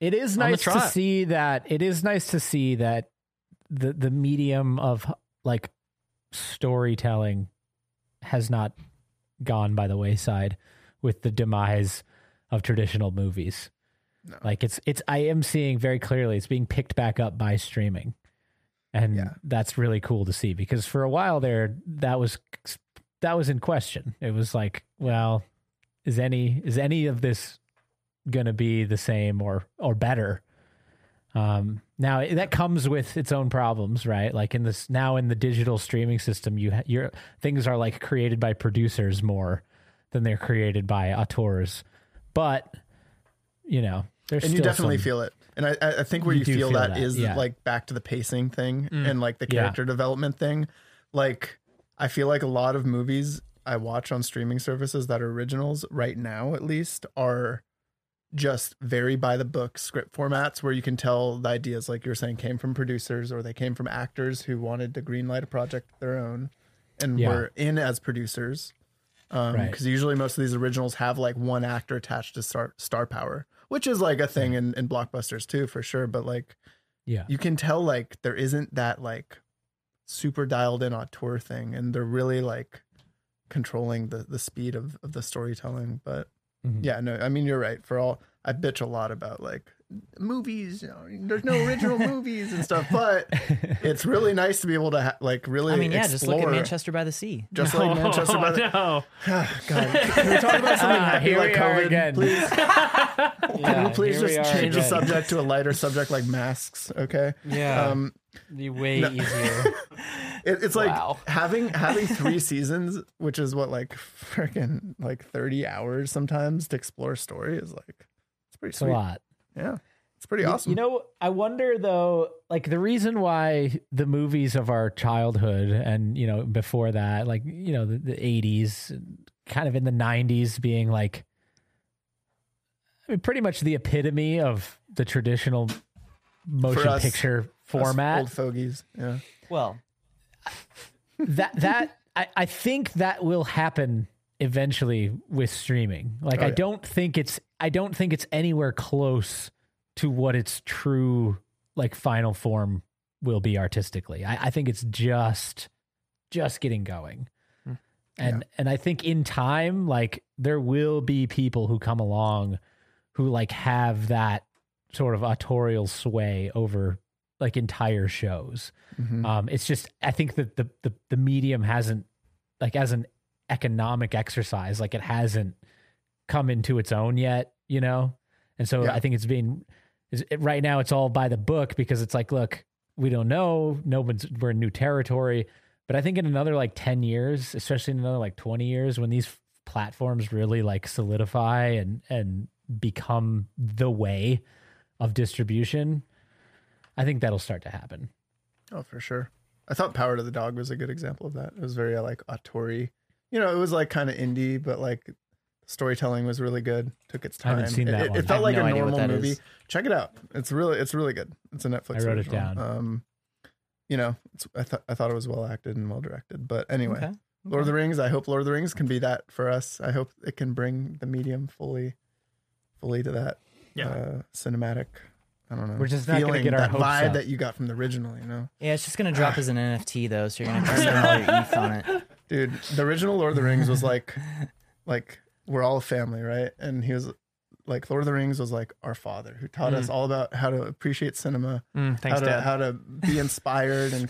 [SPEAKER 5] It is
[SPEAKER 4] On the
[SPEAKER 5] nice to
[SPEAKER 4] trot.
[SPEAKER 5] see that. It is nice to see that the the medium of like storytelling has not gone by the wayside with the demise of traditional movies. Like it's it's I am seeing very clearly it's being picked back up by streaming. And
[SPEAKER 2] Yeah.
[SPEAKER 5] that's really cool to see because for a while there that was that was in question. It was like, well, is any is any of this going to be the same or or better. Um, now that comes with its own problems, right? Like in this now in the digital streaming system, you ha- your things are like created by producers more than they're created by auteurs, but you know, there's
[SPEAKER 2] and you
[SPEAKER 5] still
[SPEAKER 2] definitely
[SPEAKER 5] some-
[SPEAKER 2] feel it. And I, I I think where
[SPEAKER 5] You
[SPEAKER 2] you,
[SPEAKER 5] do
[SPEAKER 2] feel,
[SPEAKER 5] feel
[SPEAKER 2] that
[SPEAKER 5] that,
[SPEAKER 2] is
[SPEAKER 5] yeah.
[SPEAKER 2] like back to the pacing thing and like the
[SPEAKER 5] Yeah.
[SPEAKER 2] character development thing. Like, I feel like a lot of movies I watch on streaming services that are originals right now, at least, are just very by the book script formats where you can tell the ideas, like you're saying, came from producers or they came from actors who wanted to greenlight a project of their own and
[SPEAKER 5] Yeah.
[SPEAKER 2] were in as producers. Because
[SPEAKER 5] Right.
[SPEAKER 2] Um, usually most of these originals have like one actor attached to star star power, which is like a
[SPEAKER 3] Hmm.
[SPEAKER 2] thing in, in blockbusters too for sure. But like
[SPEAKER 5] Yeah.
[SPEAKER 2] you can tell like there isn't that like super dialed in auteur thing, and they're really like controlling the the speed of, of the storytelling. But
[SPEAKER 3] Mm-hmm.
[SPEAKER 5] Mhm.
[SPEAKER 2] yeah, no, I mean you're right. For all I bitch a lot about like movies, you know, there's no original movies and stuff, but it's really nice to be able to ha- like really.
[SPEAKER 3] I mean, yeah,
[SPEAKER 2] explore,
[SPEAKER 3] just look at Manchester by the Sea.
[SPEAKER 2] Just like Manchester by the.
[SPEAKER 4] Oh, no.
[SPEAKER 2] God, can we talk about something happy
[SPEAKER 5] here
[SPEAKER 2] like
[SPEAKER 5] we are
[SPEAKER 2] COVID,
[SPEAKER 5] again.
[SPEAKER 2] please? Can
[SPEAKER 5] Yeah,
[SPEAKER 2] you please
[SPEAKER 5] here we
[SPEAKER 2] just
[SPEAKER 5] are
[SPEAKER 2] change the
[SPEAKER 5] again.
[SPEAKER 2] subject to a lighter subject like masks? Okay.
[SPEAKER 5] Yeah.
[SPEAKER 2] Um,
[SPEAKER 5] be way easier.
[SPEAKER 2] it, it's like
[SPEAKER 3] Wow.
[SPEAKER 2] having having three seasons, which is what like freaking like thirty hours sometimes to explore a story is like it's pretty
[SPEAKER 5] It's a
[SPEAKER 2] sweet.
[SPEAKER 5] lot.
[SPEAKER 2] Yeah, it's pretty awesome.
[SPEAKER 5] You know, I wonder though, like the reason why the movies of our childhood and, you know, before that, like, you know, the, the 80s, kind of in the 90s being like, I mean, pretty much the epitome of the traditional motion
[SPEAKER 2] us,
[SPEAKER 5] picture
[SPEAKER 2] Us
[SPEAKER 5] format.
[SPEAKER 2] old fogies. Yeah.
[SPEAKER 3] Well,
[SPEAKER 5] that that I, I think that will happen eventually with streaming. Like
[SPEAKER 2] Oh,
[SPEAKER 5] I
[SPEAKER 2] yeah.
[SPEAKER 5] don't think it's I don't think it's anywhere close to what its true like final form will be artistically. I, I think it's just just getting going.
[SPEAKER 2] Hmm.
[SPEAKER 5] And and I think in time, like there will be people who come along who like have that sort of autorial sway over like entire shows. Um, it's just I think that the, the the medium hasn't like as an economic exercise, like it hasn't come into its own yet, you know. And so
[SPEAKER 2] Yeah.
[SPEAKER 5] I think it's being is it, right now it's all by the book because it's like, look, we don't know, no one's we're in new territory. But I think in another like ten years, especially in another like twenty years, when these platforms really like solidify and and become the way of distribution, I think that'll start to happen.
[SPEAKER 2] Oh, for sure. I thought Power to the Dog was a good example of that. It was very uh, like auteur-y. You know, it was like kind of indie, but like storytelling was really good. Took its
[SPEAKER 5] I
[SPEAKER 2] time.
[SPEAKER 5] haven't seen
[SPEAKER 2] It-
[SPEAKER 5] that
[SPEAKER 2] it,
[SPEAKER 5] one.
[SPEAKER 2] It
[SPEAKER 5] I
[SPEAKER 2] felt
[SPEAKER 5] have
[SPEAKER 2] like
[SPEAKER 3] no
[SPEAKER 2] a
[SPEAKER 3] idea what
[SPEAKER 2] normal
[SPEAKER 3] that
[SPEAKER 2] movie.
[SPEAKER 3] is.
[SPEAKER 2] Check it out. It's really, it's really good. It's a Netflix.
[SPEAKER 5] I wrote it
[SPEAKER 2] original.
[SPEAKER 5] down.
[SPEAKER 2] Um, you know, it's, I thought I thought it was well acted and well directed. But anyway,
[SPEAKER 3] Okay.
[SPEAKER 2] Lord of the Rings. I hope Lord of the Rings can be that for us. I hope it can bring the medium fully, fully to that
[SPEAKER 4] Yeah.
[SPEAKER 2] uh, cinematic. I don't know.
[SPEAKER 5] We're just not gonna
[SPEAKER 2] feeling,
[SPEAKER 5] get our
[SPEAKER 2] that
[SPEAKER 5] hopes
[SPEAKER 2] vibe
[SPEAKER 5] up.
[SPEAKER 2] that you got from the original. You know.
[SPEAKER 3] yeah, it's just gonna drop as an NFT though, so you're gonna have to spend all your ETH on it.
[SPEAKER 2] Dude, the original Lord of the Rings was like, like we're all family, right? And he was like, Lord of the Rings was like our father who taught us all about how to appreciate cinema,
[SPEAKER 4] Mm, thanks,
[SPEAKER 2] how to
[SPEAKER 4] Dad.
[SPEAKER 2] how to be inspired and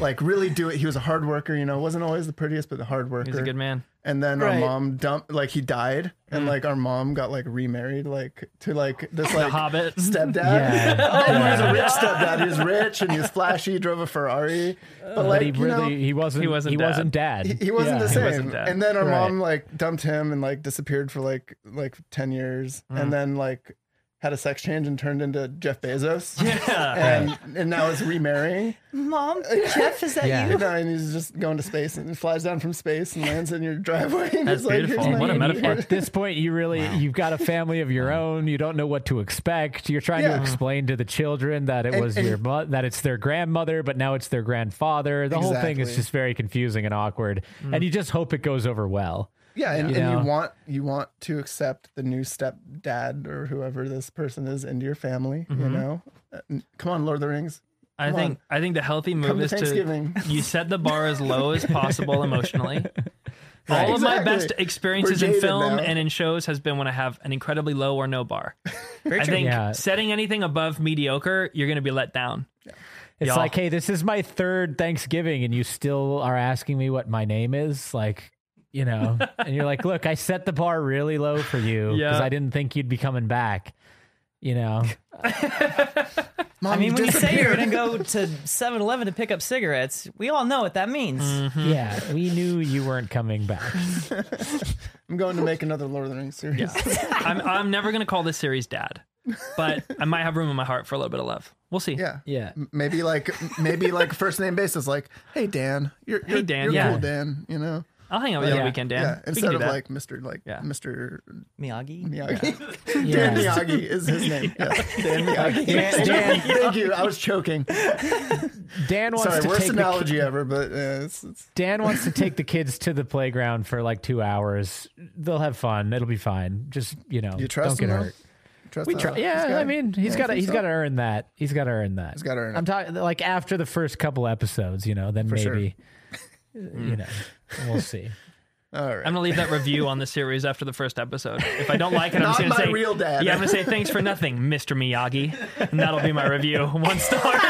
[SPEAKER 2] like really do it. He was a hard worker, you know, wasn't always the prettiest, but a hard worker.
[SPEAKER 4] He's a good man. Mm.
[SPEAKER 2] And then
[SPEAKER 3] Right.
[SPEAKER 2] our mom dumped, like he died, and like our mom got like remarried, like to like this like
[SPEAKER 4] Hobbit.
[SPEAKER 2] stepdad. Oh, He was a rich stepdad. He was rich and he was flashy. He drove a Ferrari, but like
[SPEAKER 5] but he
[SPEAKER 2] you know,
[SPEAKER 5] really he wasn't he wasn't
[SPEAKER 4] wasn't
[SPEAKER 5] he
[SPEAKER 4] dad.
[SPEAKER 5] wasn't dad.
[SPEAKER 2] he wasn't
[SPEAKER 5] Yeah.
[SPEAKER 2] the same.
[SPEAKER 4] wasn't dead.
[SPEAKER 2] and then our
[SPEAKER 5] Right.
[SPEAKER 2] mom like dumped him and like disappeared for like like ten years, and then like had a sex change and turned into Jeff Bezos. and and now is remarrying.
[SPEAKER 3] Mom, Jeff, is that
[SPEAKER 5] Yeah.
[SPEAKER 3] you?
[SPEAKER 2] You know, and he's just going to space and flies down from space and lands in your driveway. And
[SPEAKER 4] That's
[SPEAKER 2] he's like,
[SPEAKER 4] beautiful.
[SPEAKER 2] "Here's my
[SPEAKER 4] What a
[SPEAKER 2] new
[SPEAKER 4] metaphor.
[SPEAKER 2] year."
[SPEAKER 5] At this point, you really you've got a family of your own. You don't know what to expect. You're trying to
[SPEAKER 2] Yeah.
[SPEAKER 5] explain to the children that it
[SPEAKER 2] And-
[SPEAKER 5] was
[SPEAKER 2] and-
[SPEAKER 5] your mo- that it's their grandmother, but now it's their grandfather. The whole thing is
[SPEAKER 2] Exactly. Mm.
[SPEAKER 5] just very confusing and awkward. And you just hope it goes over well.
[SPEAKER 2] Yeah, and,
[SPEAKER 5] You
[SPEAKER 2] and
[SPEAKER 5] know?
[SPEAKER 2] you want you want to accept the new stepdad or whoever this person is into your family. You know, Uh, n- come on, Lord of the Rings.
[SPEAKER 4] I
[SPEAKER 2] Come
[SPEAKER 4] think I think the healthy move
[SPEAKER 2] Come to
[SPEAKER 4] is to
[SPEAKER 2] Thanksgiving.
[SPEAKER 4] you set the bar as low as possible emotionally. All of my
[SPEAKER 2] Exactly.
[SPEAKER 4] best experiences
[SPEAKER 2] We're
[SPEAKER 4] in
[SPEAKER 2] jaded
[SPEAKER 4] film
[SPEAKER 2] now.
[SPEAKER 4] and in shows has been when I have an incredibly low or no bar. I think
[SPEAKER 5] Yeah.
[SPEAKER 4] setting anything above mediocre, you're going to be let down.
[SPEAKER 5] It's
[SPEAKER 4] Yeah.
[SPEAKER 5] like, hey, this is my third Thanksgiving, and you still are asking me what my name is. Like, you know, and you're like, look, I set the bar really low for you because
[SPEAKER 4] Yeah.
[SPEAKER 5] I didn't think you'd be coming back. You know,
[SPEAKER 2] Mom,
[SPEAKER 3] I mean,
[SPEAKER 2] you
[SPEAKER 3] when you say you're
[SPEAKER 2] disappeared.
[SPEAKER 3] gonna go to 7-Eleven to pick up cigarettes, we all know what that means.
[SPEAKER 5] Mm-hmm.
[SPEAKER 2] Hmm?
[SPEAKER 5] yeah, we knew you weren't coming back.
[SPEAKER 2] I'm going to make another Lord of the Rings series.
[SPEAKER 4] I'm I'm never going to call this series dad, but I might have room in my heart for a little bit of love. We'll see.
[SPEAKER 2] Yeah.
[SPEAKER 5] Yeah.
[SPEAKER 2] M- Maybe like maybe like first name basis, like, hey Dan, you're, you're
[SPEAKER 4] Dan,
[SPEAKER 2] you're
[SPEAKER 4] yeah.
[SPEAKER 2] cool Dan, you know.
[SPEAKER 4] I'll hang out with you
[SPEAKER 2] Yeah.
[SPEAKER 4] on the weekend, Dan.
[SPEAKER 2] yeah,
[SPEAKER 4] we
[SPEAKER 2] instead
[SPEAKER 4] can do
[SPEAKER 2] of
[SPEAKER 4] that.
[SPEAKER 2] like Mr. like
[SPEAKER 4] Yeah.
[SPEAKER 2] Mr.
[SPEAKER 3] Miyagi.
[SPEAKER 2] Miyagi. Dan Miyagi is his name. Yeah. Dan Miyagi.
[SPEAKER 5] Dan- Dan-
[SPEAKER 2] Thank you. I was choking.
[SPEAKER 5] Dan wants
[SPEAKER 2] Sorry,
[SPEAKER 5] to
[SPEAKER 2] worst
[SPEAKER 5] take the ki-
[SPEAKER 2] analogy ever, but uh, it's, it's
[SPEAKER 5] Dan wants to take the kids to the playground for like two hours. They'll have fun. It'll be fine. Just you know,
[SPEAKER 2] you trust him.
[SPEAKER 5] don't get
[SPEAKER 2] though?
[SPEAKER 5] hurt.
[SPEAKER 2] Trust
[SPEAKER 5] We
[SPEAKER 2] the-
[SPEAKER 5] try.
[SPEAKER 2] he's
[SPEAKER 5] Yeah,
[SPEAKER 2] got-
[SPEAKER 5] I mean, he's
[SPEAKER 2] yeah,
[SPEAKER 5] got to
[SPEAKER 2] think
[SPEAKER 5] he's
[SPEAKER 2] so?
[SPEAKER 5] got to earn that. He's got to earn that. He's
[SPEAKER 2] gotta earn it.
[SPEAKER 5] I'm talking like after the first couple episodes, you know, then
[SPEAKER 2] sure.
[SPEAKER 5] maybe, you know, we'll see.
[SPEAKER 2] All right.
[SPEAKER 4] I'm gonna leave that review on the series after the first episode. If I don't like it, I'm
[SPEAKER 2] Not
[SPEAKER 4] just gonna
[SPEAKER 2] my
[SPEAKER 4] say
[SPEAKER 2] real dad.
[SPEAKER 4] Yeah, I'm gonna say thanks for nothing, Mr. Miyagi, and that'll be my review. One star.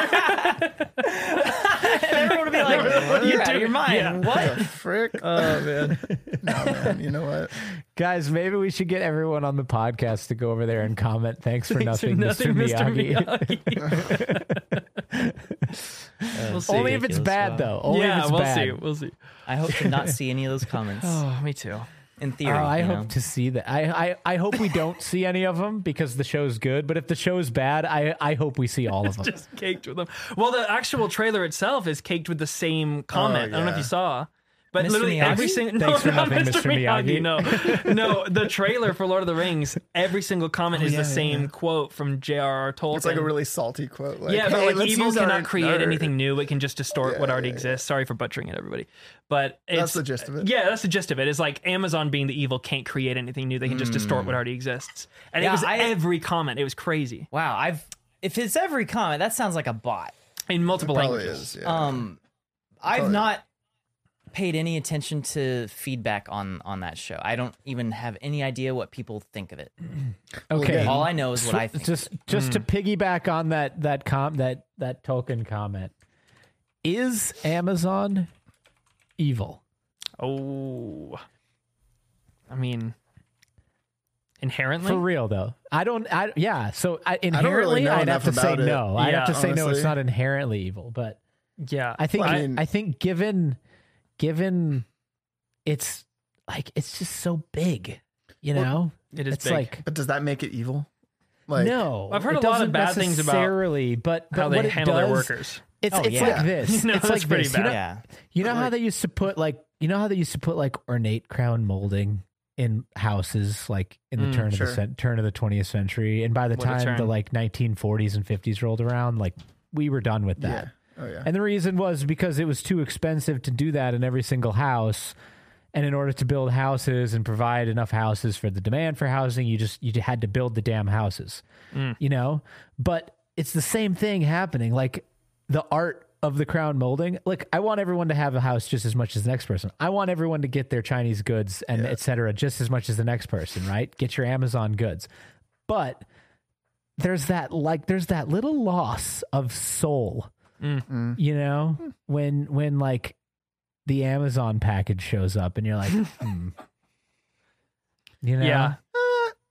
[SPEAKER 3] Everyone would be like, "You're out of your mind."
[SPEAKER 4] Yeah.
[SPEAKER 3] What?
[SPEAKER 2] The frick. Oh man. no man. You know what?
[SPEAKER 5] Guys, maybe we should get everyone on the podcast to go over there and comment. Thanks for nothing, Mr. Miyagi.
[SPEAKER 4] we'll see.
[SPEAKER 5] Only if it's bad, though. Only
[SPEAKER 4] yeah,
[SPEAKER 5] if it's
[SPEAKER 4] we'll
[SPEAKER 5] bad.
[SPEAKER 4] see. We'll see.
[SPEAKER 3] I hope to not see any of those comments.
[SPEAKER 4] Oh, me too.
[SPEAKER 3] In theory,
[SPEAKER 5] Oh, I
[SPEAKER 3] you
[SPEAKER 5] hope
[SPEAKER 3] know?
[SPEAKER 5] to see that. I, I, I hope we don't see any of them because the show's good. But if the show's bad, I, I hope we see all of them.
[SPEAKER 4] Just caked with them. Well, the actual trailer itself is caked with the same comment. I don't know if
[SPEAKER 2] Oh, yeah.
[SPEAKER 4] you saw. But
[SPEAKER 3] Mr.
[SPEAKER 4] literally
[SPEAKER 3] Miyagi?
[SPEAKER 4] every single no,
[SPEAKER 5] Thanks for
[SPEAKER 4] not
[SPEAKER 5] nothing, Mr. Miyagi.
[SPEAKER 4] No, no. The trailer for Lord of the Rings, every single comment is
[SPEAKER 2] Oh, yeah,
[SPEAKER 4] the
[SPEAKER 2] yeah,
[SPEAKER 4] same quote from J.R.R. Tolkien.
[SPEAKER 2] It's like a really salty quote. Like,
[SPEAKER 4] yeah, but
[SPEAKER 2] hey,
[SPEAKER 4] like
[SPEAKER 2] let's
[SPEAKER 4] evil
[SPEAKER 2] use our-
[SPEAKER 4] cannot create
[SPEAKER 2] our-
[SPEAKER 4] anything new. It can just distort what already exists. Sorry for butchering it, everybody. But it's,
[SPEAKER 2] the gist of it.
[SPEAKER 4] Yeah, that's the gist of it. It's like Amazon being the evil can't create anything new. They can just distort
[SPEAKER 2] Mm.
[SPEAKER 4] what already exists. And it
[SPEAKER 3] Yeah,
[SPEAKER 4] was
[SPEAKER 3] I-
[SPEAKER 4] every comment. It was crazy
[SPEAKER 3] Wow, I've if it's every comment, that sounds like a bot.
[SPEAKER 4] in multiple
[SPEAKER 2] Probably
[SPEAKER 4] languages.
[SPEAKER 2] is. Yeah.
[SPEAKER 3] Um, I've
[SPEAKER 2] Probably.
[SPEAKER 3] not paid any attention to feedback on on that show. I don't even have any idea what people think of it.
[SPEAKER 5] Okay.
[SPEAKER 3] All I know is what I think.
[SPEAKER 5] just just
[SPEAKER 2] Hmm.
[SPEAKER 5] to piggyback on that that com that that Tolkien comment. Is Amazon evil?
[SPEAKER 4] Oh, I mean, inherently,
[SPEAKER 5] For real though, I don't. I yeah. So I,
[SPEAKER 2] don't really
[SPEAKER 5] inherently,
[SPEAKER 2] know
[SPEAKER 5] I'd have to
[SPEAKER 2] enough
[SPEAKER 5] say
[SPEAKER 2] about it.
[SPEAKER 5] no. I'd have
[SPEAKER 4] Yeah,
[SPEAKER 5] to say no. It's
[SPEAKER 2] honestly.
[SPEAKER 5] not inherently evil, but
[SPEAKER 4] yeah.
[SPEAKER 5] I think
[SPEAKER 2] Well,
[SPEAKER 5] I,
[SPEAKER 2] I mean-
[SPEAKER 5] I think given given it's like it's just so big, you know.
[SPEAKER 4] it is
[SPEAKER 5] it's
[SPEAKER 4] big.
[SPEAKER 5] like
[SPEAKER 2] but does that make it evil? Like,
[SPEAKER 5] no.
[SPEAKER 4] I've heard
[SPEAKER 5] it
[SPEAKER 4] a lot of
[SPEAKER 5] doesn't
[SPEAKER 4] bad things about
[SPEAKER 5] necessarily, but, but
[SPEAKER 4] how they
[SPEAKER 5] what it
[SPEAKER 4] handle their
[SPEAKER 5] does-
[SPEAKER 4] workers.
[SPEAKER 5] It's,
[SPEAKER 3] Oh,
[SPEAKER 5] it's
[SPEAKER 3] yeah.
[SPEAKER 5] like this.
[SPEAKER 4] No,
[SPEAKER 5] it's
[SPEAKER 4] that's
[SPEAKER 5] like
[SPEAKER 4] pretty
[SPEAKER 5] this.
[SPEAKER 4] bad.
[SPEAKER 5] You know,
[SPEAKER 3] yeah,
[SPEAKER 5] you know how they used to put like you know how they used to put like ornate crown molding in houses like in the
[SPEAKER 4] Mm,
[SPEAKER 5] turn of
[SPEAKER 2] sure.
[SPEAKER 5] the cen- turn of the 20th century and by the
[SPEAKER 4] What a
[SPEAKER 5] time the
[SPEAKER 4] turn.
[SPEAKER 5] like 1940s and 50s rolled around like we were done with that.
[SPEAKER 2] Yeah. Oh yeah.
[SPEAKER 5] And the reason was because it was too expensive to do that in every single house. And in order to build houses and provide enough houses for the demand for housing, you just you had to build the damn houses. You know? But it's the same thing happening. Like the art of the crown molding. Look, I want everyone to have a house just as much as the next person. I want everyone to get their Chinese goods and et cetera just as much as the next person, right? Get your Amazon goods. But there's that like there's that little loss of soul
[SPEAKER 2] Mm-hmm.
[SPEAKER 5] you know when when like the amazon package shows up and you're like hmm. you know
[SPEAKER 4] Yeah.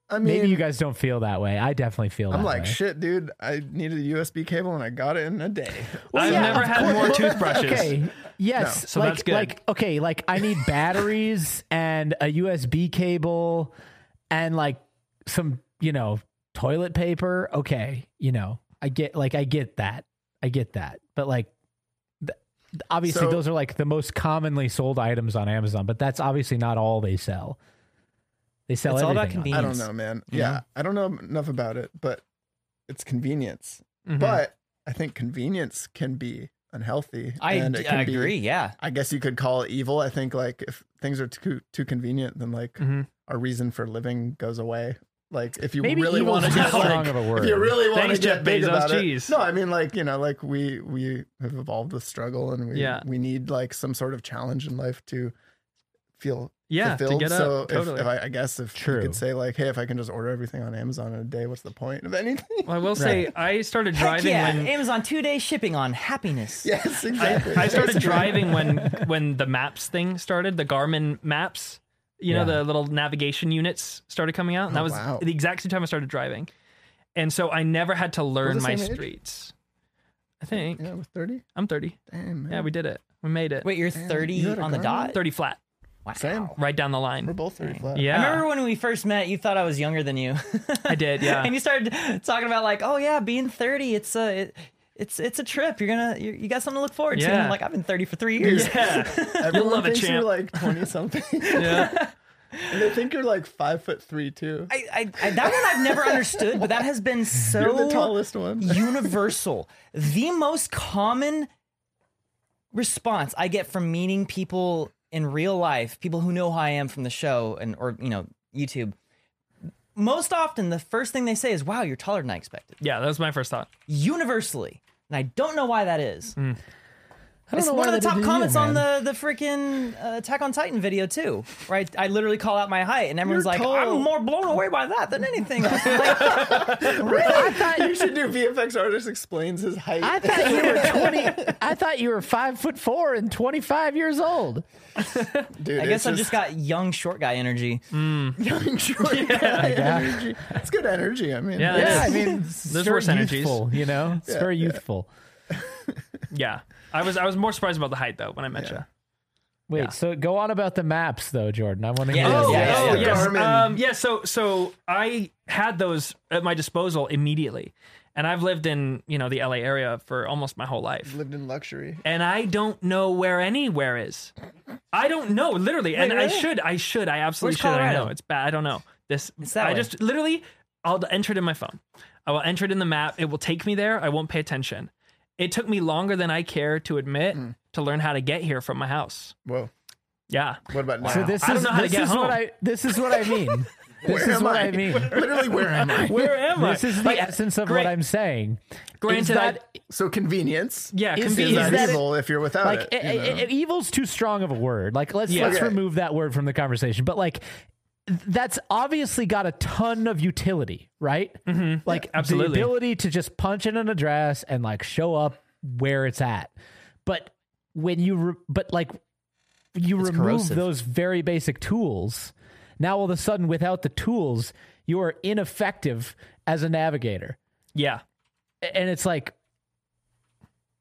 [SPEAKER 2] I mean,
[SPEAKER 5] maybe you guys don't feel that way i definitely feel
[SPEAKER 2] I'm
[SPEAKER 5] that
[SPEAKER 2] like,
[SPEAKER 5] way.
[SPEAKER 2] shit, dude. I needed a USB cable and I got it in a day.
[SPEAKER 5] Well,
[SPEAKER 4] I've
[SPEAKER 5] yeah,
[SPEAKER 4] never
[SPEAKER 5] of
[SPEAKER 4] had
[SPEAKER 5] course.
[SPEAKER 4] more toothbrushes.
[SPEAKER 5] okay yes
[SPEAKER 4] So
[SPEAKER 5] like,
[SPEAKER 4] that's good.
[SPEAKER 5] like okay like i need batteries and a usb cable and like some you know toilet paper okay you know i get like i get that i get that but like th- obviously
[SPEAKER 2] So-
[SPEAKER 5] those are like the most commonly sold items on amazon but that's obviously not all they sell they sell
[SPEAKER 3] It's all
[SPEAKER 5] everything
[SPEAKER 3] about
[SPEAKER 5] on-
[SPEAKER 2] I
[SPEAKER 3] convenience.
[SPEAKER 2] don't know, man. Yeah, I don't know enough about it, but it's convenience.
[SPEAKER 5] Mm-hmm.
[SPEAKER 4] Mhm.
[SPEAKER 2] But I think convenience can be unhealthy.
[SPEAKER 3] I,
[SPEAKER 2] and it
[SPEAKER 3] I
[SPEAKER 2] can be-
[SPEAKER 3] agree. Yeah,
[SPEAKER 2] I guess you could call it evil. I think like if things are too too convenient, then like
[SPEAKER 4] Mhm.
[SPEAKER 2] our reason for living goes away. Like if you
[SPEAKER 5] Maybe
[SPEAKER 2] really
[SPEAKER 5] evil's
[SPEAKER 2] want to
[SPEAKER 5] too
[SPEAKER 2] get
[SPEAKER 5] strong
[SPEAKER 2] like,
[SPEAKER 5] of a word.
[SPEAKER 2] if you really want
[SPEAKER 4] Thanks,
[SPEAKER 2] to get
[SPEAKER 4] Jeff
[SPEAKER 2] big
[SPEAKER 4] Bezos,
[SPEAKER 2] about it.
[SPEAKER 4] jeez.
[SPEAKER 2] No, I mean like you know like we we have evolved with struggle and we
[SPEAKER 4] Yeah.
[SPEAKER 2] we need like some sort of challenge in life to feel
[SPEAKER 4] Yeah, to
[SPEAKER 2] fulfilled.
[SPEAKER 4] get up,
[SPEAKER 2] so if-
[SPEAKER 4] totally.
[SPEAKER 2] if, I, I guess if
[SPEAKER 5] True.
[SPEAKER 2] you could say like hey if I can just order everything on Amazon in a day, what's the point of anything?
[SPEAKER 4] Well, I will say I started
[SPEAKER 3] Heck
[SPEAKER 4] driving
[SPEAKER 3] yeah.
[SPEAKER 4] when
[SPEAKER 3] Amazon two day shipping on happiness.
[SPEAKER 2] yes, exactly.
[SPEAKER 4] I, I started driving when when the maps thing started, the Garmin maps. You know,
[SPEAKER 5] Yeah.
[SPEAKER 4] the little navigation units started coming out, and that was
[SPEAKER 2] Oh, wow.
[SPEAKER 4] the exact same time I started driving. And so I never had to learn
[SPEAKER 2] the
[SPEAKER 4] my
[SPEAKER 2] same age?
[SPEAKER 4] streets. I think
[SPEAKER 2] yeah, with thirty.
[SPEAKER 4] I'm 30.
[SPEAKER 2] Damn, man.
[SPEAKER 4] Yeah, we did it. We made it.
[SPEAKER 3] Wait, you're thirty
[SPEAKER 2] you had a
[SPEAKER 3] on the
[SPEAKER 2] Garmin?
[SPEAKER 3] dot.
[SPEAKER 4] 30 flat,
[SPEAKER 3] Wow.
[SPEAKER 2] Same.
[SPEAKER 4] right down the line.
[SPEAKER 2] We're both thirty flat.
[SPEAKER 4] Yeah,
[SPEAKER 3] I remember when we first met, you thought I was younger than you.
[SPEAKER 4] I did. Yeah,
[SPEAKER 3] and you started talking about like, oh yeah, being thirty, it's uh, it, it's it's a trip. You're gonna you you got something to look forward to.
[SPEAKER 4] Yeah.
[SPEAKER 3] And I'm like I've been 30 for three years.
[SPEAKER 4] Yeah.
[SPEAKER 2] Everyone
[SPEAKER 4] love it,
[SPEAKER 2] thinks you're
[SPEAKER 4] champ.
[SPEAKER 2] like twenty something,
[SPEAKER 4] yeah.
[SPEAKER 2] and they think you're like five foot three too.
[SPEAKER 3] I, I, I that one I've never understood, but that has been so
[SPEAKER 2] You're the tallest one.
[SPEAKER 3] universal. The most common response I get from meeting people in real life, people who know how I am from the show and or you know YouTube. Most often, the first thing they say is, "Wow, you're taller than I expected."
[SPEAKER 4] Yeah, that was my first thought.
[SPEAKER 3] Universally, and I don't know why that is.
[SPEAKER 2] Hmm. I don't
[SPEAKER 3] It's
[SPEAKER 2] know
[SPEAKER 3] one
[SPEAKER 2] why
[SPEAKER 3] of the
[SPEAKER 2] they
[SPEAKER 3] top
[SPEAKER 2] did
[SPEAKER 3] comments
[SPEAKER 2] you,
[SPEAKER 3] on
[SPEAKER 2] man.
[SPEAKER 3] the the freaking uh, Attack on Titan video too, where I, I literally call out my height, and everyone's
[SPEAKER 2] You're
[SPEAKER 3] like,
[SPEAKER 2] tall.
[SPEAKER 3] "I'm more blown away by that than anything." else." Like,
[SPEAKER 2] I thought you should do VFX artist explains his height.
[SPEAKER 5] I thought you were twenty. I thought you were five foot four and twenty five years old.
[SPEAKER 2] Dude,
[SPEAKER 3] I
[SPEAKER 2] it's
[SPEAKER 3] guess I've just got young short guy energy.
[SPEAKER 2] Hmm. young short guy
[SPEAKER 3] uh,
[SPEAKER 2] energy. It's good energy. I mean,
[SPEAKER 4] Yeah,
[SPEAKER 5] Yeah,
[SPEAKER 4] Yes.
[SPEAKER 5] I mean,
[SPEAKER 4] There's
[SPEAKER 5] there's
[SPEAKER 4] worse energies.
[SPEAKER 5] Youthful, you know, it's very youthful.
[SPEAKER 4] Yeah. I was I was more surprised about the height though when I met you.
[SPEAKER 5] Wait, so go on about the maps though, Jordan. I want to hear.
[SPEAKER 3] Yeah,
[SPEAKER 5] this.
[SPEAKER 4] Oh,
[SPEAKER 3] yeah, yeah,
[SPEAKER 4] oh
[SPEAKER 3] yeah.
[SPEAKER 4] yes.
[SPEAKER 2] Garmin.
[SPEAKER 4] Um, yeah, so so I had those at my disposal immediately. And I've lived in, you know, the LA area for almost my whole life.
[SPEAKER 2] lived in luxury.
[SPEAKER 4] And I don't know where anywhere is. I don't know, literally. and I
[SPEAKER 3] really?
[SPEAKER 4] should, I should, I absolutely
[SPEAKER 3] Where's
[SPEAKER 4] should. I
[SPEAKER 3] Colorado?
[SPEAKER 4] know it's bad. I don't know. This
[SPEAKER 3] that
[SPEAKER 4] I
[SPEAKER 3] way.
[SPEAKER 4] just literally I'll enter it in my phone. I will enter it in the map. It will take me there. I won't pay attention. It took me longer than I care to admit
[SPEAKER 5] Hmm.
[SPEAKER 4] to learn how to get here from my house.
[SPEAKER 2] Whoa.
[SPEAKER 4] Yeah.
[SPEAKER 2] What about now?
[SPEAKER 5] So this
[SPEAKER 4] I don't
[SPEAKER 5] is
[SPEAKER 4] know how to
[SPEAKER 5] this
[SPEAKER 4] get
[SPEAKER 5] is
[SPEAKER 4] home.
[SPEAKER 5] what I this is what I mean. this is
[SPEAKER 2] am
[SPEAKER 5] what
[SPEAKER 2] I?
[SPEAKER 5] I mean.
[SPEAKER 2] Literally, where am I?
[SPEAKER 4] Where am I?
[SPEAKER 5] This is the
[SPEAKER 4] Like,
[SPEAKER 5] essence of
[SPEAKER 4] great-
[SPEAKER 5] what I'm saying.
[SPEAKER 4] Granted,
[SPEAKER 5] is that
[SPEAKER 4] I-
[SPEAKER 2] So convenience.
[SPEAKER 4] yeah,
[SPEAKER 5] is-
[SPEAKER 2] Is
[SPEAKER 4] convenience.
[SPEAKER 5] is
[SPEAKER 2] that,
[SPEAKER 5] that
[SPEAKER 2] evil if you're without
[SPEAKER 5] like
[SPEAKER 2] it? you
[SPEAKER 5] e-
[SPEAKER 2] know?
[SPEAKER 5] e- evil's too strong of a word. Like let's
[SPEAKER 4] Yeah.
[SPEAKER 5] let's
[SPEAKER 2] Okay.
[SPEAKER 5] remove that word from the conversation. But like th- that's obviously got a ton of utility, right? Mm-hmm. Like
[SPEAKER 4] absolutely.
[SPEAKER 5] the ability to just punch in an address and like show up where it's at. But when you re- but like you remove
[SPEAKER 2] corrosive.
[SPEAKER 5] those very basic tools, now all of a sudden without the tools, you are ineffective as a navigator
[SPEAKER 4] yeah.
[SPEAKER 5] and it's like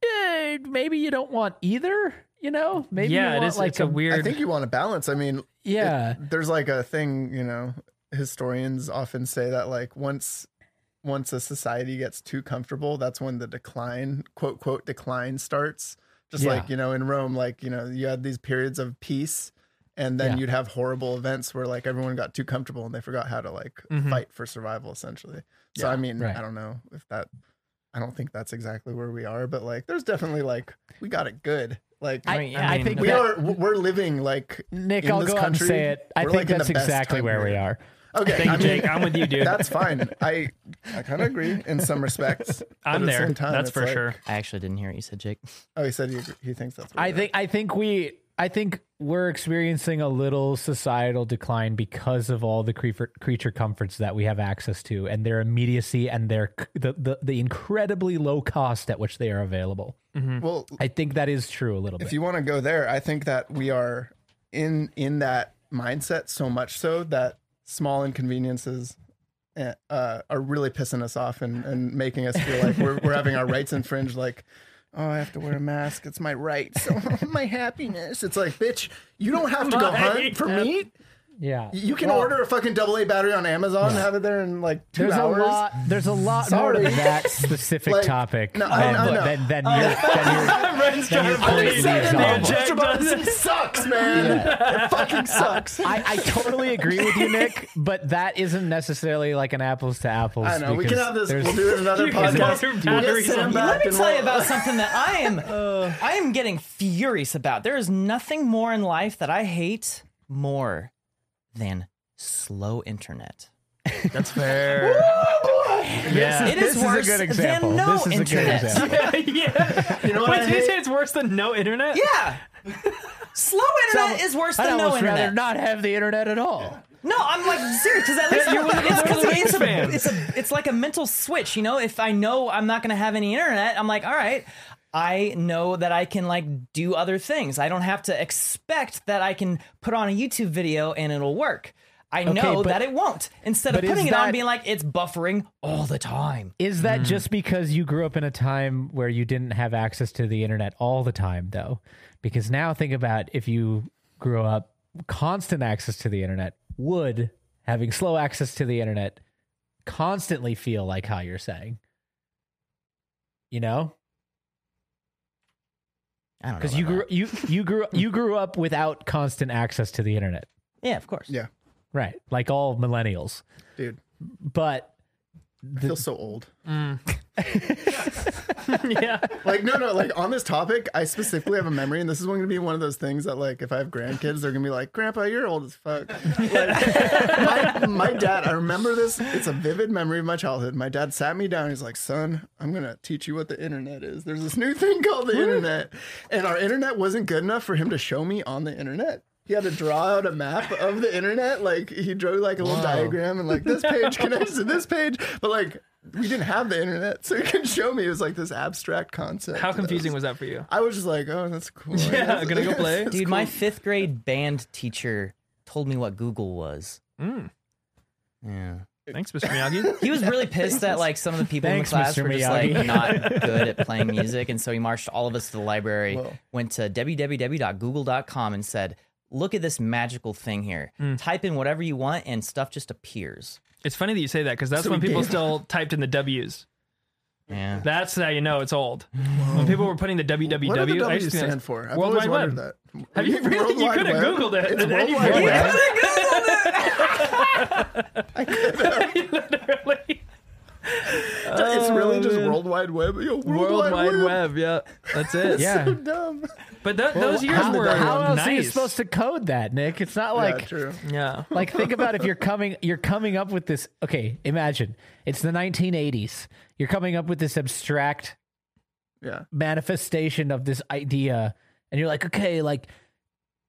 [SPEAKER 5] eh, maybe you don't want either you know maybe
[SPEAKER 4] yeah,
[SPEAKER 5] you
[SPEAKER 4] it
[SPEAKER 5] want
[SPEAKER 4] is
[SPEAKER 5] like
[SPEAKER 4] it's a, weird
[SPEAKER 2] I think you want to balance. I mean,
[SPEAKER 5] yeah
[SPEAKER 2] there's like a thing, you know, historians often say that like once once a society gets too comfortable, that's when the decline, quote quote decline starts. Just
[SPEAKER 5] Yeah.
[SPEAKER 2] like, you know, in Rome, like, you know, you had these periods of peace and then
[SPEAKER 5] Yeah.
[SPEAKER 2] you'd have horrible events where like everyone got too comfortable and they forgot how to like fight for survival essentially. So I mean,
[SPEAKER 5] Mm-hmm. Right.
[SPEAKER 2] I don't know if that I don't think that's exactly where we are, but like there's definitely like we got it good. Like
[SPEAKER 5] I,
[SPEAKER 3] mean,
[SPEAKER 5] I think
[SPEAKER 2] we
[SPEAKER 5] that-
[SPEAKER 2] are we're living like
[SPEAKER 5] nick
[SPEAKER 2] in
[SPEAKER 5] i'll
[SPEAKER 2] this
[SPEAKER 5] go out and
[SPEAKER 2] country,
[SPEAKER 5] say it i
[SPEAKER 2] we're,
[SPEAKER 5] think
[SPEAKER 2] like, in
[SPEAKER 5] that's
[SPEAKER 2] the best
[SPEAKER 5] exactly
[SPEAKER 2] time
[SPEAKER 5] where we
[SPEAKER 2] period.
[SPEAKER 5] are
[SPEAKER 2] Okay,
[SPEAKER 4] Thank
[SPEAKER 2] I
[SPEAKER 4] you,
[SPEAKER 2] mean,
[SPEAKER 4] Jake. I'm with you, dude.
[SPEAKER 2] That's fine. I I kind of agree in some respects. But at
[SPEAKER 4] I'm
[SPEAKER 2] the
[SPEAKER 4] there.
[SPEAKER 2] same time,
[SPEAKER 4] That's
[SPEAKER 2] it's
[SPEAKER 4] for
[SPEAKER 2] like-
[SPEAKER 4] sure.
[SPEAKER 3] I actually didn't hear what you said, Jake.
[SPEAKER 2] Oh, he said he, agree- he thinks that's. Where
[SPEAKER 5] i
[SPEAKER 2] we
[SPEAKER 5] think i think we i think we're experiencing a little societal decline because of all the creature, creature comforts that we have access to and their immediacy and their c- the, the, the incredibly low cost at which they are available
[SPEAKER 2] are. Well,
[SPEAKER 5] i think that is true a little bit
[SPEAKER 2] if you want to go there, I think that we are in in that mindset so much so that small inconveniences eh, uh, are really pissing us off and, and making us feel like we're, we're having our rights infringed. Like, oh, I have to wear a mask. It's my rights, Oh, my happiness. It's like, bitch, you don't have to go
[SPEAKER 4] My
[SPEAKER 2] hunt for meat.
[SPEAKER 5] yeah
[SPEAKER 2] You can order a fucking double A battery on Amazon and have it there in like two
[SPEAKER 5] There's
[SPEAKER 2] hours.
[SPEAKER 5] a lot. There's a lot more to
[SPEAKER 2] Sorry.
[SPEAKER 5] that specific
[SPEAKER 2] Like,
[SPEAKER 5] topic
[SPEAKER 2] no, I-
[SPEAKER 5] than,
[SPEAKER 2] I know.
[SPEAKER 5] than, than, your, than your.
[SPEAKER 4] Ren's trying to
[SPEAKER 5] you're
[SPEAKER 4] bully
[SPEAKER 5] pulling
[SPEAKER 4] me.
[SPEAKER 5] these
[SPEAKER 4] Jack
[SPEAKER 5] off.
[SPEAKER 4] does
[SPEAKER 2] It
[SPEAKER 4] it.
[SPEAKER 2] sucks, man. It fucking sucks.
[SPEAKER 5] I, I totally agree with you, Nick. But that isn't necessarily like an apples to apples.
[SPEAKER 2] I know. We can
[SPEAKER 5] because
[SPEAKER 2] have this.
[SPEAKER 5] there's-
[SPEAKER 2] We'll do it another
[SPEAKER 4] You can
[SPEAKER 2] podcast.
[SPEAKER 4] go through
[SPEAKER 2] We'll get
[SPEAKER 4] batteries
[SPEAKER 2] Sam
[SPEAKER 4] on-
[SPEAKER 2] back
[SPEAKER 3] Let me
[SPEAKER 2] and
[SPEAKER 3] tell you
[SPEAKER 2] we'll-
[SPEAKER 3] about something that I am I am getting furious about. There is nothing more in life that I hate more than slow internet.
[SPEAKER 4] That's fair.
[SPEAKER 5] this
[SPEAKER 4] Yeah.
[SPEAKER 3] It is
[SPEAKER 5] this
[SPEAKER 3] worse
[SPEAKER 5] a good
[SPEAKER 3] than
[SPEAKER 5] example.
[SPEAKER 3] no
[SPEAKER 5] this is a
[SPEAKER 3] internet.
[SPEAKER 5] good example.
[SPEAKER 4] yeah. You know
[SPEAKER 2] what
[SPEAKER 4] Wait,
[SPEAKER 2] I
[SPEAKER 4] did you
[SPEAKER 2] hate?
[SPEAKER 4] say it's worse than no internet?
[SPEAKER 3] Yeah. slow internet is worse
[SPEAKER 5] I'd
[SPEAKER 3] than no
[SPEAKER 5] almost rather
[SPEAKER 3] internet.
[SPEAKER 5] not have the internet at all.
[SPEAKER 3] No, I'm like serious because at least
[SPEAKER 4] you're one of those
[SPEAKER 3] it's, 'cause
[SPEAKER 4] little
[SPEAKER 3] it's, a,
[SPEAKER 4] fans.
[SPEAKER 3] it's a it's like a mental switch, you know. If I know I'm not going to have any internet, I'm like, all right, I know that I can like do other things. I don't have to expect that I can put on a YouTube video and it'll work. I know
[SPEAKER 5] but-
[SPEAKER 3] that it won't. Instead of
[SPEAKER 5] but is
[SPEAKER 3] putting it on,
[SPEAKER 5] that-
[SPEAKER 3] being like it's buffering all the time.
[SPEAKER 5] Is that just because you grew up in a time where you didn't have access to the internet all the time, though? Because now think about if you grew up constant access to the internet, would having slow access to the internet constantly feel like how you're saying? You know?
[SPEAKER 3] I don't know.
[SPEAKER 5] Because
[SPEAKER 3] about
[SPEAKER 5] you grew
[SPEAKER 3] that.
[SPEAKER 5] you you grew you grew up without constant access to the internet,
[SPEAKER 3] Yeah, of course.
[SPEAKER 2] Yeah,
[SPEAKER 5] right? Like all millennials.
[SPEAKER 2] dude,
[SPEAKER 5] But
[SPEAKER 2] I feel so old.
[SPEAKER 4] Mm. yeah.
[SPEAKER 2] Like no, no. Like on this topic, I specifically have a memory, and this is going to be one of those things that, like, if I have grandkids, they're gonna be like, "Grandpa, you're old as fuck." Like, my, my dad, I remember this. It's a vivid memory of my childhood. My dad sat me down. He's like, "Son, I'm gonna teach you what the internet is. There's this new thing called the internet, and our internet wasn't good enough for him to show me on the internet." He had to draw out a map of the internet. Like he drew like a little diagram and like this page connects to this page. But like we didn't have the internet, so he couldn't show me. It was like this abstract concept.
[SPEAKER 4] How
[SPEAKER 2] that was-
[SPEAKER 4] confusing was that for you?
[SPEAKER 2] I was just like, oh, that's cool.
[SPEAKER 4] Yeah, I'm gonna go play.
[SPEAKER 3] Dude, my fifth grade band teacher told me what Google was. Yeah.
[SPEAKER 4] Thanks, Mr. Miyagi.
[SPEAKER 3] He was really pissed that like some of the people
[SPEAKER 5] Thanks,
[SPEAKER 3] in the class
[SPEAKER 5] Mr.
[SPEAKER 3] were just
[SPEAKER 5] Miyagi.
[SPEAKER 3] like not good at playing music, and so he marched all of us to the library, went to www.google.com, and said, "Look at this magical thing here.
[SPEAKER 2] Hmm.
[SPEAKER 3] Type in whatever you want, and stuff just appears."
[SPEAKER 4] It's funny that you say that because that's
[SPEAKER 2] So
[SPEAKER 4] when
[SPEAKER 2] we
[SPEAKER 4] people
[SPEAKER 2] gave-
[SPEAKER 4] still typed in the W's.
[SPEAKER 3] Yeah.
[SPEAKER 4] That's how you know it's old. When people were putting the WWW,
[SPEAKER 2] What do the
[SPEAKER 4] I
[SPEAKER 2] W
[SPEAKER 4] used to be
[SPEAKER 2] stand
[SPEAKER 4] like,
[SPEAKER 2] for? I've
[SPEAKER 4] World
[SPEAKER 2] always
[SPEAKER 4] Wide
[SPEAKER 2] wondered
[SPEAKER 4] Web.
[SPEAKER 2] that.
[SPEAKER 4] Have you really-
[SPEAKER 2] World
[SPEAKER 4] you
[SPEAKER 2] Wide
[SPEAKER 4] could've
[SPEAKER 2] Web?
[SPEAKER 4] Googled it.
[SPEAKER 2] It's
[SPEAKER 4] And
[SPEAKER 2] World
[SPEAKER 4] you
[SPEAKER 2] Wide
[SPEAKER 4] could've
[SPEAKER 2] Web.
[SPEAKER 4] Literally.
[SPEAKER 2] It's really just World Wide Web. Yo, World, Wide, Web.
[SPEAKER 4] yeah, that's it.
[SPEAKER 5] yeah,
[SPEAKER 2] So dumb.
[SPEAKER 4] but tho- those years
[SPEAKER 5] how,
[SPEAKER 4] were
[SPEAKER 5] how else
[SPEAKER 4] nice.
[SPEAKER 5] are you supposed to code that, Nick? It's not like
[SPEAKER 2] yeah, true.
[SPEAKER 4] Yeah,
[SPEAKER 5] like think about if you're coming you're coming up with this okay imagine it's the 1980s you're coming up with this abstract
[SPEAKER 2] Yeah.
[SPEAKER 5] manifestation of this idea and you're like okay like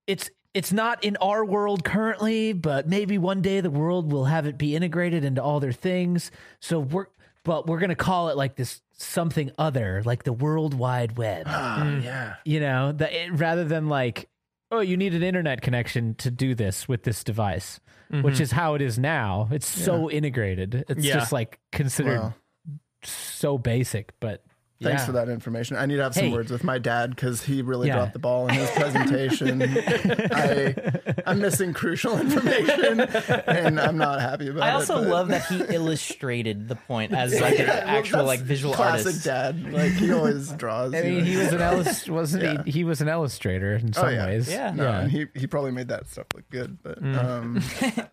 [SPEAKER 5] it's it's not in our world currently but maybe one day the world will have it be integrated into all their things so we're but we're gonna call it like this something other like the world wide web
[SPEAKER 2] Ah, Yeah.
[SPEAKER 5] you know that it, rather than like oh you need an internet connection to do this with this device which is how it is now it's so integrated it's
[SPEAKER 4] Yeah.
[SPEAKER 5] just like considered
[SPEAKER 2] Wow.
[SPEAKER 5] so basic but
[SPEAKER 2] Thanks
[SPEAKER 5] yeah.
[SPEAKER 2] for that information. I need to have some
[SPEAKER 5] Hey.
[SPEAKER 2] words with my dad because he really
[SPEAKER 5] Yeah.
[SPEAKER 2] dropped the ball in his presentation. I, I'm missing crucial information, and I'm not happy about it.
[SPEAKER 3] I also
[SPEAKER 2] but-
[SPEAKER 3] love that he illustrated the point as like an
[SPEAKER 2] Yeah, well,
[SPEAKER 3] actual
[SPEAKER 2] that's
[SPEAKER 3] like visual
[SPEAKER 2] classic
[SPEAKER 3] artist.
[SPEAKER 2] dad. Like he always draws.
[SPEAKER 5] I mean, he was an illust- wasn't he? He was an illustrator in some
[SPEAKER 2] Oh, yeah.
[SPEAKER 5] ways.
[SPEAKER 3] Oh, Yeah.
[SPEAKER 2] No, and he he probably made that stuff look good, but
[SPEAKER 4] Mm.
[SPEAKER 2] um,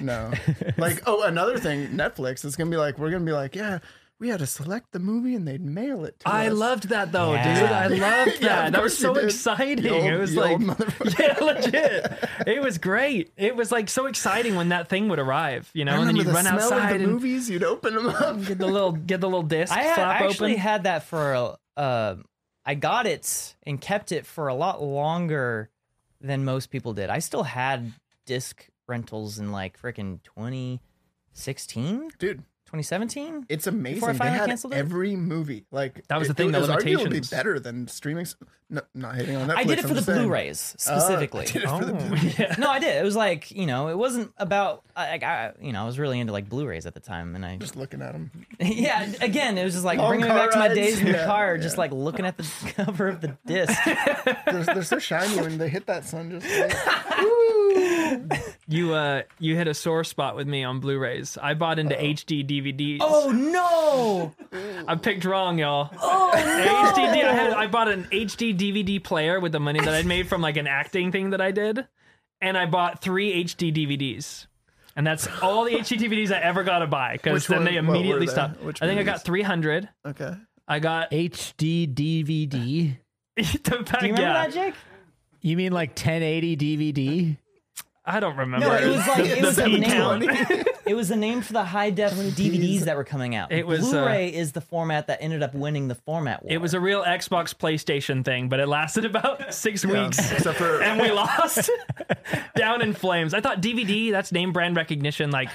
[SPEAKER 2] no. Like, oh, another thing, Netflix is gonna be like, we're gonna be like, yeah, we had to select the movie and they'd mail it. to
[SPEAKER 4] I
[SPEAKER 2] us.
[SPEAKER 4] loved that though,
[SPEAKER 3] Yeah.
[SPEAKER 4] dude. I loved that.
[SPEAKER 2] Yeah, of
[SPEAKER 4] that was
[SPEAKER 2] course you
[SPEAKER 4] so
[SPEAKER 2] did.
[SPEAKER 4] exciting.
[SPEAKER 2] You old-
[SPEAKER 4] it was
[SPEAKER 2] you
[SPEAKER 4] like,
[SPEAKER 2] old motherfucker.
[SPEAKER 4] yeah, legit. It was great. It was like so exciting when that thing would arrive, you know,
[SPEAKER 2] I
[SPEAKER 4] and then
[SPEAKER 2] remember
[SPEAKER 4] you'd
[SPEAKER 2] the
[SPEAKER 4] run
[SPEAKER 2] smell
[SPEAKER 4] outside
[SPEAKER 2] of the
[SPEAKER 4] and
[SPEAKER 2] movies. You'd open them up.
[SPEAKER 4] get the little get the little disc
[SPEAKER 3] I,
[SPEAKER 4] flap
[SPEAKER 3] had, I actually
[SPEAKER 4] open.
[SPEAKER 3] had that for a. Uh, I got it and kept it for a lot longer than most people did. I still had disc rentals in like freaking 2016,
[SPEAKER 2] Dude,
[SPEAKER 3] 2017.
[SPEAKER 2] it's amazing.
[SPEAKER 3] I
[SPEAKER 2] They
[SPEAKER 3] finally
[SPEAKER 2] had
[SPEAKER 3] canceled it?
[SPEAKER 2] every movie. Like
[SPEAKER 4] That was the
[SPEAKER 2] it-
[SPEAKER 4] thing,
[SPEAKER 2] It
[SPEAKER 4] the
[SPEAKER 2] was
[SPEAKER 4] limitations.
[SPEAKER 2] arguably better than streaming. s- No, not hitting on Netflix.
[SPEAKER 3] I did it
[SPEAKER 2] I'm
[SPEAKER 3] for the
[SPEAKER 2] just saying.
[SPEAKER 3] Blu-rays specifically.
[SPEAKER 2] Uh, Did it for the
[SPEAKER 4] Oh,
[SPEAKER 2] Blu-ray.
[SPEAKER 4] yeah.
[SPEAKER 3] no, I did. It was like you know, it wasn't about like I, you know, I was really into like Blu-rays at the time, and I
[SPEAKER 2] Just looking at them.
[SPEAKER 3] yeah, again, it was just like
[SPEAKER 2] Long
[SPEAKER 3] bringing me
[SPEAKER 2] car
[SPEAKER 3] back to my
[SPEAKER 2] rides.
[SPEAKER 3] days in the
[SPEAKER 2] Yeah,
[SPEAKER 3] car, just
[SPEAKER 2] yeah.
[SPEAKER 3] like looking at the cover of the disc.
[SPEAKER 2] They're, they're so shiny when they hit that sun. Just like,
[SPEAKER 4] You uh you hit a sore spot with me on Blu-rays. I bought into HD DVDs.
[SPEAKER 2] Oh,
[SPEAKER 3] no!
[SPEAKER 4] I picked wrong, y'all. Oh HD I had I bought an HD DVD player with the money that I'd made from like an acting thing that I did, and I bought three HD DVDs. And that's all the HD DVDs I ever got to buy because
[SPEAKER 2] Which
[SPEAKER 4] then
[SPEAKER 2] one-
[SPEAKER 4] they
[SPEAKER 2] what were
[SPEAKER 4] immediately
[SPEAKER 2] they?
[SPEAKER 4] stopped.
[SPEAKER 2] Which
[SPEAKER 4] I think I
[SPEAKER 2] movies?
[SPEAKER 4] got 300.
[SPEAKER 2] okay.
[SPEAKER 4] I got
[SPEAKER 5] HD DVD.
[SPEAKER 4] the back,
[SPEAKER 3] Do you remember
[SPEAKER 4] yeah.
[SPEAKER 3] that, Jake?
[SPEAKER 5] You mean like 1080 DVD?
[SPEAKER 4] I don't remember.
[SPEAKER 3] No, it was like it was
[SPEAKER 4] the
[SPEAKER 3] a
[SPEAKER 4] P count.
[SPEAKER 3] name. It was a name for the high def DVDs that were coming out.
[SPEAKER 4] It was, uh,
[SPEAKER 3] Blu-ray is the format that ended up winning the format war.
[SPEAKER 4] It was a real Xbox PlayStation thing, but it lasted about six weeks.
[SPEAKER 2] Except for
[SPEAKER 4] and we lost down in flames. I thought DVD, that's name brand recognition. Like,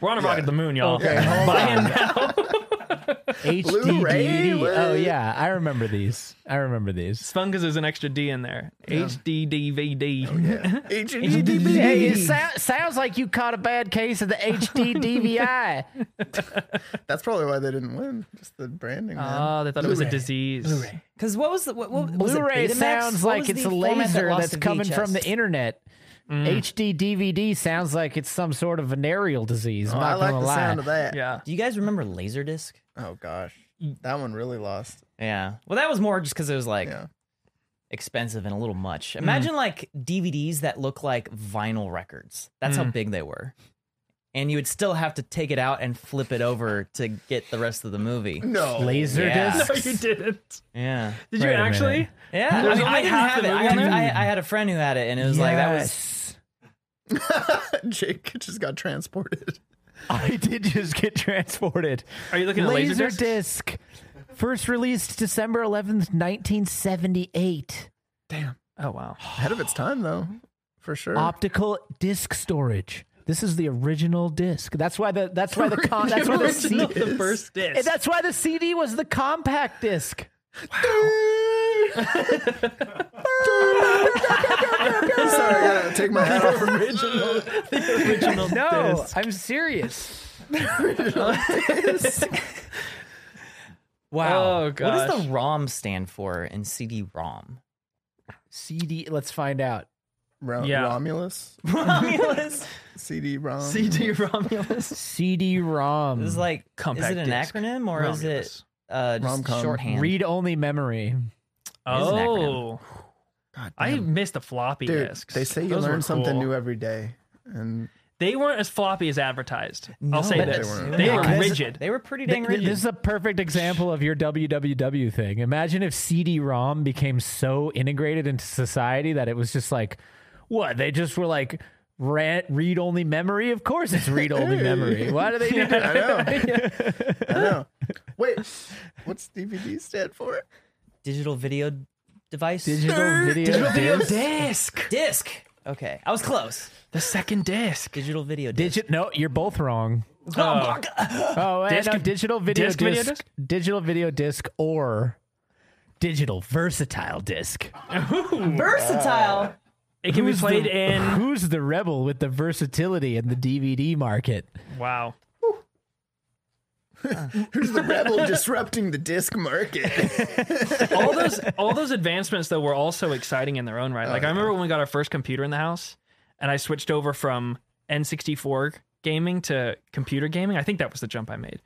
[SPEAKER 4] we're on a rocket to the moon, y'all.
[SPEAKER 2] hold
[SPEAKER 4] Buy in now.
[SPEAKER 5] HD
[SPEAKER 2] Blu-ray?
[SPEAKER 5] DVD. Oh yeah, I remember these. I remember these.
[SPEAKER 4] It's fun because there's an extra D in there. HD DVD.
[SPEAKER 2] Oh, E
[SPEAKER 4] E
[SPEAKER 2] HDDB.
[SPEAKER 5] Hey, it sou- sounds like you caught a bad case of the HD DVI.
[SPEAKER 2] That's probably why they didn't win. Just the branding. man.
[SPEAKER 4] Oh, they thought it was a disease.
[SPEAKER 3] because what was the what, what was it,
[SPEAKER 5] Blu-ray
[SPEAKER 3] Betamax?
[SPEAKER 5] sounds
[SPEAKER 3] What
[SPEAKER 5] like
[SPEAKER 3] was
[SPEAKER 5] it's
[SPEAKER 3] the
[SPEAKER 5] a
[SPEAKER 3] format that
[SPEAKER 5] laser
[SPEAKER 3] lost
[SPEAKER 5] that's
[SPEAKER 3] to
[SPEAKER 5] coming from the
[SPEAKER 3] VHS?
[SPEAKER 5] internet.
[SPEAKER 3] Mm.
[SPEAKER 5] HD DVD sounds like it's some sort of venereal disease.
[SPEAKER 2] Oh,
[SPEAKER 5] I'm
[SPEAKER 2] I
[SPEAKER 5] not
[SPEAKER 2] like
[SPEAKER 5] gonna
[SPEAKER 2] the
[SPEAKER 5] lie.
[SPEAKER 2] sound of that.
[SPEAKER 4] Yeah.
[SPEAKER 3] Do you guys remember Laserdisc?
[SPEAKER 2] Oh gosh, that one really lost.
[SPEAKER 3] Yeah. Well, that was more just because it was like
[SPEAKER 2] Yeah.
[SPEAKER 3] expensive and a little much. Imagine like DVDs that look like vinyl records. That's how big they were. And you would still have to take it out and flip it over to get the rest of the movie.
[SPEAKER 2] No.
[SPEAKER 5] Laser
[SPEAKER 3] Yeah.
[SPEAKER 5] discs?
[SPEAKER 4] No, you didn't.
[SPEAKER 3] Yeah.
[SPEAKER 4] Did
[SPEAKER 5] Wait
[SPEAKER 4] you
[SPEAKER 5] a
[SPEAKER 4] actually?
[SPEAKER 5] minute.
[SPEAKER 3] Yeah. I,
[SPEAKER 4] There's
[SPEAKER 3] mean, I
[SPEAKER 4] only
[SPEAKER 3] didn't
[SPEAKER 4] half
[SPEAKER 3] have
[SPEAKER 4] the
[SPEAKER 3] it. I
[SPEAKER 4] movie
[SPEAKER 3] had,
[SPEAKER 4] on
[SPEAKER 3] I, I had a friend who had it, and it was like, that was.
[SPEAKER 5] Yes.
[SPEAKER 2] Jake just got transported.
[SPEAKER 5] I did just get transported.
[SPEAKER 4] Are you looking at
[SPEAKER 5] laser
[SPEAKER 4] Laserdisc?
[SPEAKER 5] disc? First released December 11th, 1978.
[SPEAKER 2] Damn.
[SPEAKER 4] Oh wow.
[SPEAKER 2] Ahead of its time though, for sure.
[SPEAKER 5] Optical disc storage. This is the original disc. That's why the that's why the com, that's why the
[SPEAKER 4] Original,
[SPEAKER 5] CD,
[SPEAKER 4] the first disc.
[SPEAKER 5] that's why the CD was the compact disc.
[SPEAKER 2] Sorry, I gotta take my hat off.
[SPEAKER 5] No, I'm serious.
[SPEAKER 3] Wow.
[SPEAKER 4] Oh,
[SPEAKER 3] What does
[SPEAKER 4] gosh.
[SPEAKER 3] the ROM stand for in CD ROM?
[SPEAKER 5] CD. Let's find out.
[SPEAKER 2] Ro-
[SPEAKER 4] Yeah.
[SPEAKER 2] Romulus,
[SPEAKER 3] Romulus.
[SPEAKER 2] CD ROM.
[SPEAKER 4] CD Romulus.
[SPEAKER 5] CD-ROM.
[SPEAKER 3] This is like, is
[SPEAKER 4] Compact
[SPEAKER 3] it an
[SPEAKER 4] disc.
[SPEAKER 3] acronym or is it
[SPEAKER 4] Romulus.
[SPEAKER 3] uh, just
[SPEAKER 2] Rom-com.
[SPEAKER 3] shorthand?
[SPEAKER 5] Read-only memory.
[SPEAKER 3] is an
[SPEAKER 4] Oh,
[SPEAKER 2] God
[SPEAKER 4] I
[SPEAKER 2] damn.
[SPEAKER 4] missed the floppy
[SPEAKER 2] Dude,
[SPEAKER 4] discs.
[SPEAKER 2] they say you
[SPEAKER 4] Those were
[SPEAKER 2] learn something
[SPEAKER 4] cool.
[SPEAKER 2] new every day, and
[SPEAKER 4] They weren't as floppy as advertised. I'll
[SPEAKER 3] No,
[SPEAKER 4] say
[SPEAKER 3] but
[SPEAKER 4] this:
[SPEAKER 2] they
[SPEAKER 4] they,
[SPEAKER 2] weren't.
[SPEAKER 4] were
[SPEAKER 3] Guys,
[SPEAKER 4] rigid.
[SPEAKER 3] They were pretty dang
[SPEAKER 5] Th- th-
[SPEAKER 3] rigid.
[SPEAKER 5] This is a perfect example of your WWW thing. Imagine if CD-ROM became so integrated into society that it was just like, what? They just were like, rant, read-only memory. Of course, it's read-only memory. Why do they do
[SPEAKER 2] I
[SPEAKER 5] that?
[SPEAKER 2] know, I know. Wait, what's DVD stand for?
[SPEAKER 3] Digital video device?
[SPEAKER 5] Digital video. disc.
[SPEAKER 4] disc.
[SPEAKER 3] disc. Okay. I was close.
[SPEAKER 4] The second disc.
[SPEAKER 3] Digital video disc.
[SPEAKER 5] Digi- no, you're both wrong. Oh, wait,
[SPEAKER 4] Disc-
[SPEAKER 5] no, digital video
[SPEAKER 4] disc
[SPEAKER 5] disc,
[SPEAKER 4] video disc?
[SPEAKER 5] digital video disc, or digital versatile disc.
[SPEAKER 4] Uh,
[SPEAKER 3] Versatile.
[SPEAKER 4] It can be
[SPEAKER 5] Who's
[SPEAKER 4] played
[SPEAKER 5] the-
[SPEAKER 4] in.
[SPEAKER 5] Who's the rebel with the versatility in the DVD market?
[SPEAKER 4] Wow.
[SPEAKER 2] Who's the rebel disrupting the disc market?
[SPEAKER 4] all those all those advancements though were also exciting in their own
[SPEAKER 2] Oh,
[SPEAKER 4] right. Like I remember when we got our first computer in the house, and I switched over from N64 gaming to computer gaming. I think that was the jump I made,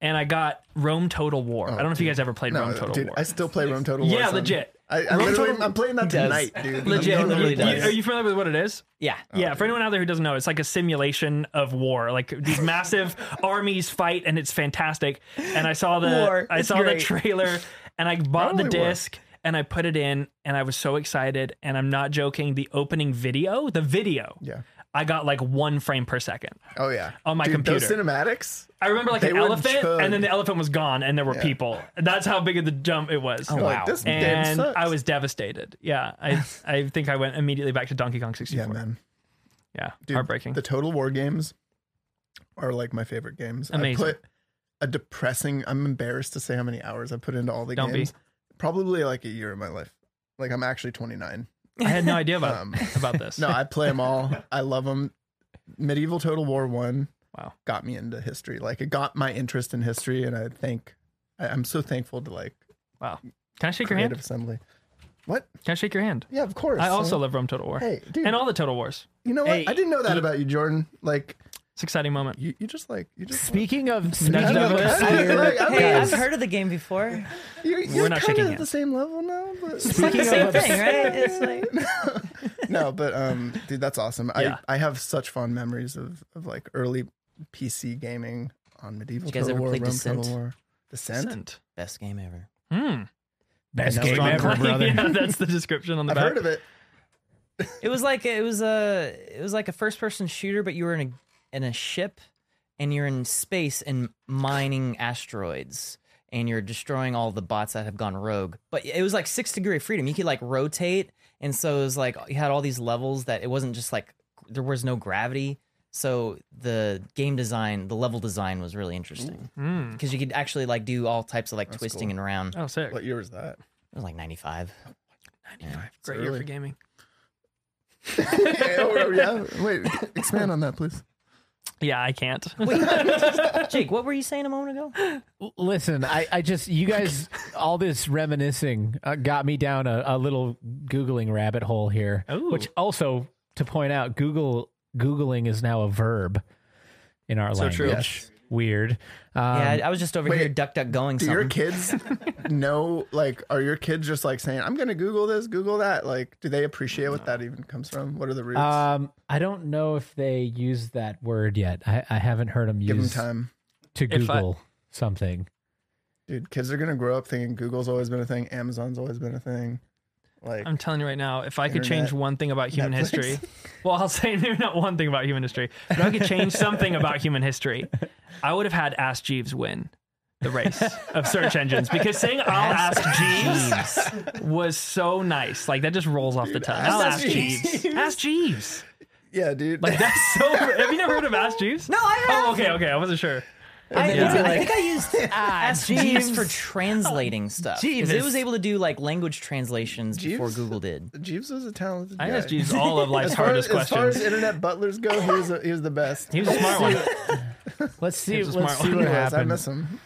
[SPEAKER 4] and I got Rome Total War. I don't know if you guys ever played Rome Total
[SPEAKER 2] Oh, dude,
[SPEAKER 4] War.
[SPEAKER 2] I still play Rome Total War.
[SPEAKER 4] Yeah,
[SPEAKER 2] son.
[SPEAKER 4] legit.
[SPEAKER 2] I, I
[SPEAKER 4] Rome
[SPEAKER 2] literally,
[SPEAKER 4] Total-
[SPEAKER 2] I'm playing that
[SPEAKER 3] does.
[SPEAKER 2] tonight, dude. I'm
[SPEAKER 3] Legit, he
[SPEAKER 2] totally
[SPEAKER 3] literally
[SPEAKER 2] playing
[SPEAKER 3] does.
[SPEAKER 4] Are you familiar with what it is?
[SPEAKER 3] Yeah.
[SPEAKER 4] yeah, for anyone out there who doesn't know, it's like a simulation of war. Like these massive armies fight, and it's fantastic. And I saw the
[SPEAKER 3] War.
[SPEAKER 4] I
[SPEAKER 3] It's
[SPEAKER 4] saw
[SPEAKER 3] great.
[SPEAKER 4] the trailer, and I bought
[SPEAKER 2] Probably
[SPEAKER 4] the
[SPEAKER 2] war.
[SPEAKER 4] disc, and I put it in, and I was so excited. And I'm not joking. The opening video, the video,
[SPEAKER 2] Yeah.
[SPEAKER 4] I got like one frame per second.
[SPEAKER 2] Oh yeah.
[SPEAKER 4] On my
[SPEAKER 2] Dude, Those
[SPEAKER 4] computer.
[SPEAKER 2] cinematics.
[SPEAKER 4] I remember like
[SPEAKER 2] They
[SPEAKER 4] an
[SPEAKER 2] would
[SPEAKER 4] elephant,
[SPEAKER 2] chug.
[SPEAKER 4] and then the elephant was gone, and there were
[SPEAKER 2] Yeah.
[SPEAKER 4] people. That's how big of the jump it was.
[SPEAKER 3] Oh,
[SPEAKER 2] Like,
[SPEAKER 3] Wow.
[SPEAKER 2] this damn
[SPEAKER 4] And
[SPEAKER 2] sucks.
[SPEAKER 4] I was devastated. Yeah, I I think I went immediately back to Donkey Kong
[SPEAKER 2] Yeah,
[SPEAKER 4] 64.
[SPEAKER 2] man.
[SPEAKER 4] Yeah,
[SPEAKER 2] Dude,
[SPEAKER 4] heartbreaking.
[SPEAKER 2] The Total War games are like my favorite games.
[SPEAKER 4] Amazing.
[SPEAKER 2] I put a depressing. I'm embarrassed to say how many hours I put into all the
[SPEAKER 4] Don't be.
[SPEAKER 2] games. Probably like a year of my life. Like I'm actually 29.
[SPEAKER 4] I had no idea about
[SPEAKER 2] Um,
[SPEAKER 4] about this.
[SPEAKER 2] No, I play them all. I love them. Medieval Total War One.
[SPEAKER 4] Wow.
[SPEAKER 2] Got me into history. Like it got my interest in history, and I think I, I'm so thankful to like
[SPEAKER 4] Wow. Can I shake your
[SPEAKER 2] Creative
[SPEAKER 4] hand?
[SPEAKER 2] Assembly. What?
[SPEAKER 4] Can I shake your hand?
[SPEAKER 2] Yeah, of course.
[SPEAKER 4] I also
[SPEAKER 2] son.
[SPEAKER 4] love Rome Total War.
[SPEAKER 2] Hey, dude.
[SPEAKER 4] And all the Total Wars.
[SPEAKER 2] You know what?
[SPEAKER 5] Hey,
[SPEAKER 2] I didn't know that about you, Jordan. Like
[SPEAKER 4] It's an exciting moment.
[SPEAKER 2] you, you just like you just.
[SPEAKER 5] Speaking of
[SPEAKER 4] None
[SPEAKER 5] speaking
[SPEAKER 4] of
[SPEAKER 5] of
[SPEAKER 4] us.
[SPEAKER 5] obscure,
[SPEAKER 2] Like, I'm
[SPEAKER 3] Hey, I've
[SPEAKER 5] guys,
[SPEAKER 3] heard of the game before.
[SPEAKER 2] You, you're
[SPEAKER 4] not
[SPEAKER 2] kind of
[SPEAKER 4] shaking
[SPEAKER 2] at the
[SPEAKER 4] hands.
[SPEAKER 2] same level now, but
[SPEAKER 3] It's like the
[SPEAKER 5] Speaking
[SPEAKER 3] same
[SPEAKER 5] of-
[SPEAKER 3] thing, right? It's like,
[SPEAKER 2] no, but um, dude, that's awesome.
[SPEAKER 4] Yeah.
[SPEAKER 2] I I have such fond memories of of like early PC gaming on medieval.
[SPEAKER 3] Did you guys
[SPEAKER 2] Total
[SPEAKER 3] ever
[SPEAKER 2] War,
[SPEAKER 3] play
[SPEAKER 2] Rome
[SPEAKER 3] Descent?
[SPEAKER 2] Total War. Descent.
[SPEAKER 4] Descent.
[SPEAKER 3] best game ever.
[SPEAKER 4] Hmm.
[SPEAKER 5] best
[SPEAKER 2] No,
[SPEAKER 5] game
[SPEAKER 2] strong
[SPEAKER 5] ever,
[SPEAKER 2] claim.
[SPEAKER 5] brother.
[SPEAKER 4] yeah, that's the description on the
[SPEAKER 2] I've
[SPEAKER 4] back.
[SPEAKER 2] heard of it.
[SPEAKER 3] It was like it was a it was like a first person shooter, but you were in a in a ship and you're in space and mining asteroids and you're destroying all the bots that have gone rogue. But it was like six degree of freedom. You could like rotate, and so it was like you had all these levels that it wasn't just like there was no gravity. So the game design, the level design was really interesting
[SPEAKER 4] Hmm.
[SPEAKER 3] because you could actually like do all types of like twisting and around.
[SPEAKER 4] Oh, sick.
[SPEAKER 2] What year was that?
[SPEAKER 3] It was like 95.
[SPEAKER 4] Great year
[SPEAKER 2] early.
[SPEAKER 4] for gaming.
[SPEAKER 2] yeah, oh, yeah. Wait, expand on that, please.
[SPEAKER 4] Yeah, I can't.
[SPEAKER 3] Jake, what were you saying a moment ago?
[SPEAKER 5] Listen, I, I just you guys all this reminiscing uh, got me down a, a little googling rabbit hole here.
[SPEAKER 4] Ooh.
[SPEAKER 5] Which also to point out, Google googling is now a verb in our
[SPEAKER 4] So
[SPEAKER 5] language.
[SPEAKER 4] true.
[SPEAKER 2] Yes.
[SPEAKER 5] weird. Um,
[SPEAKER 3] yeah, I was just over
[SPEAKER 2] wait,
[SPEAKER 3] here duck duck going
[SPEAKER 2] Do your
[SPEAKER 3] something.
[SPEAKER 2] kids know, like, are your kids just like saying, I'm going to Google this, Google that? Like, do they appreciate what that even comes from? What are the roots?
[SPEAKER 4] Uh,
[SPEAKER 5] um, I don't know if they use that word yet. I, I haven't heard them
[SPEAKER 2] Give them
[SPEAKER 5] use
[SPEAKER 2] time.
[SPEAKER 5] to
[SPEAKER 4] If I-
[SPEAKER 5] Google something.
[SPEAKER 2] Dude, kids are going to grow up thinking Google's always been a thing, Amazon's always been a thing. Like,
[SPEAKER 4] I'm telling you right now, if I could change
[SPEAKER 2] Internet.
[SPEAKER 4] one thing about human
[SPEAKER 2] Netflix.
[SPEAKER 4] history, well, I'll say maybe not one thing about human history, but if I could change something about human history, I would have had Ask Jeeves win the race of search engines because saying I'll ask, Jeeves was so nice. Like that just rolls off the tongue. I'll ask
[SPEAKER 2] Ask
[SPEAKER 4] Jeeves.
[SPEAKER 2] Jeeves.
[SPEAKER 4] Ask Jeeves.
[SPEAKER 2] yeah, dude.
[SPEAKER 4] Like that's so. have you never heard of Ask Jeeves?
[SPEAKER 3] No, I have.
[SPEAKER 4] Oh, okay, okay. I wasn't sure.
[SPEAKER 3] I,
[SPEAKER 2] Yeah.
[SPEAKER 3] I think I used Ask Ah, Jeeves for translating stuff. 'Cause It
[SPEAKER 4] Jeeves.
[SPEAKER 3] was able to do like language translations before
[SPEAKER 2] Jeeves?
[SPEAKER 3] Google did.
[SPEAKER 2] Jeeves was a talented
[SPEAKER 4] I
[SPEAKER 2] guy.
[SPEAKER 4] asked Jeeves all of life's
[SPEAKER 2] As far as,
[SPEAKER 4] hardest
[SPEAKER 2] as far as
[SPEAKER 4] questions.
[SPEAKER 2] internet butlers go, he was, a, he was the best.
[SPEAKER 4] He was a smart one.
[SPEAKER 5] Let's see.
[SPEAKER 4] Here's a
[SPEAKER 5] Let's
[SPEAKER 4] smart
[SPEAKER 5] see
[SPEAKER 4] one.
[SPEAKER 5] what
[SPEAKER 2] Anyways, I
[SPEAKER 5] happened.
[SPEAKER 2] miss him.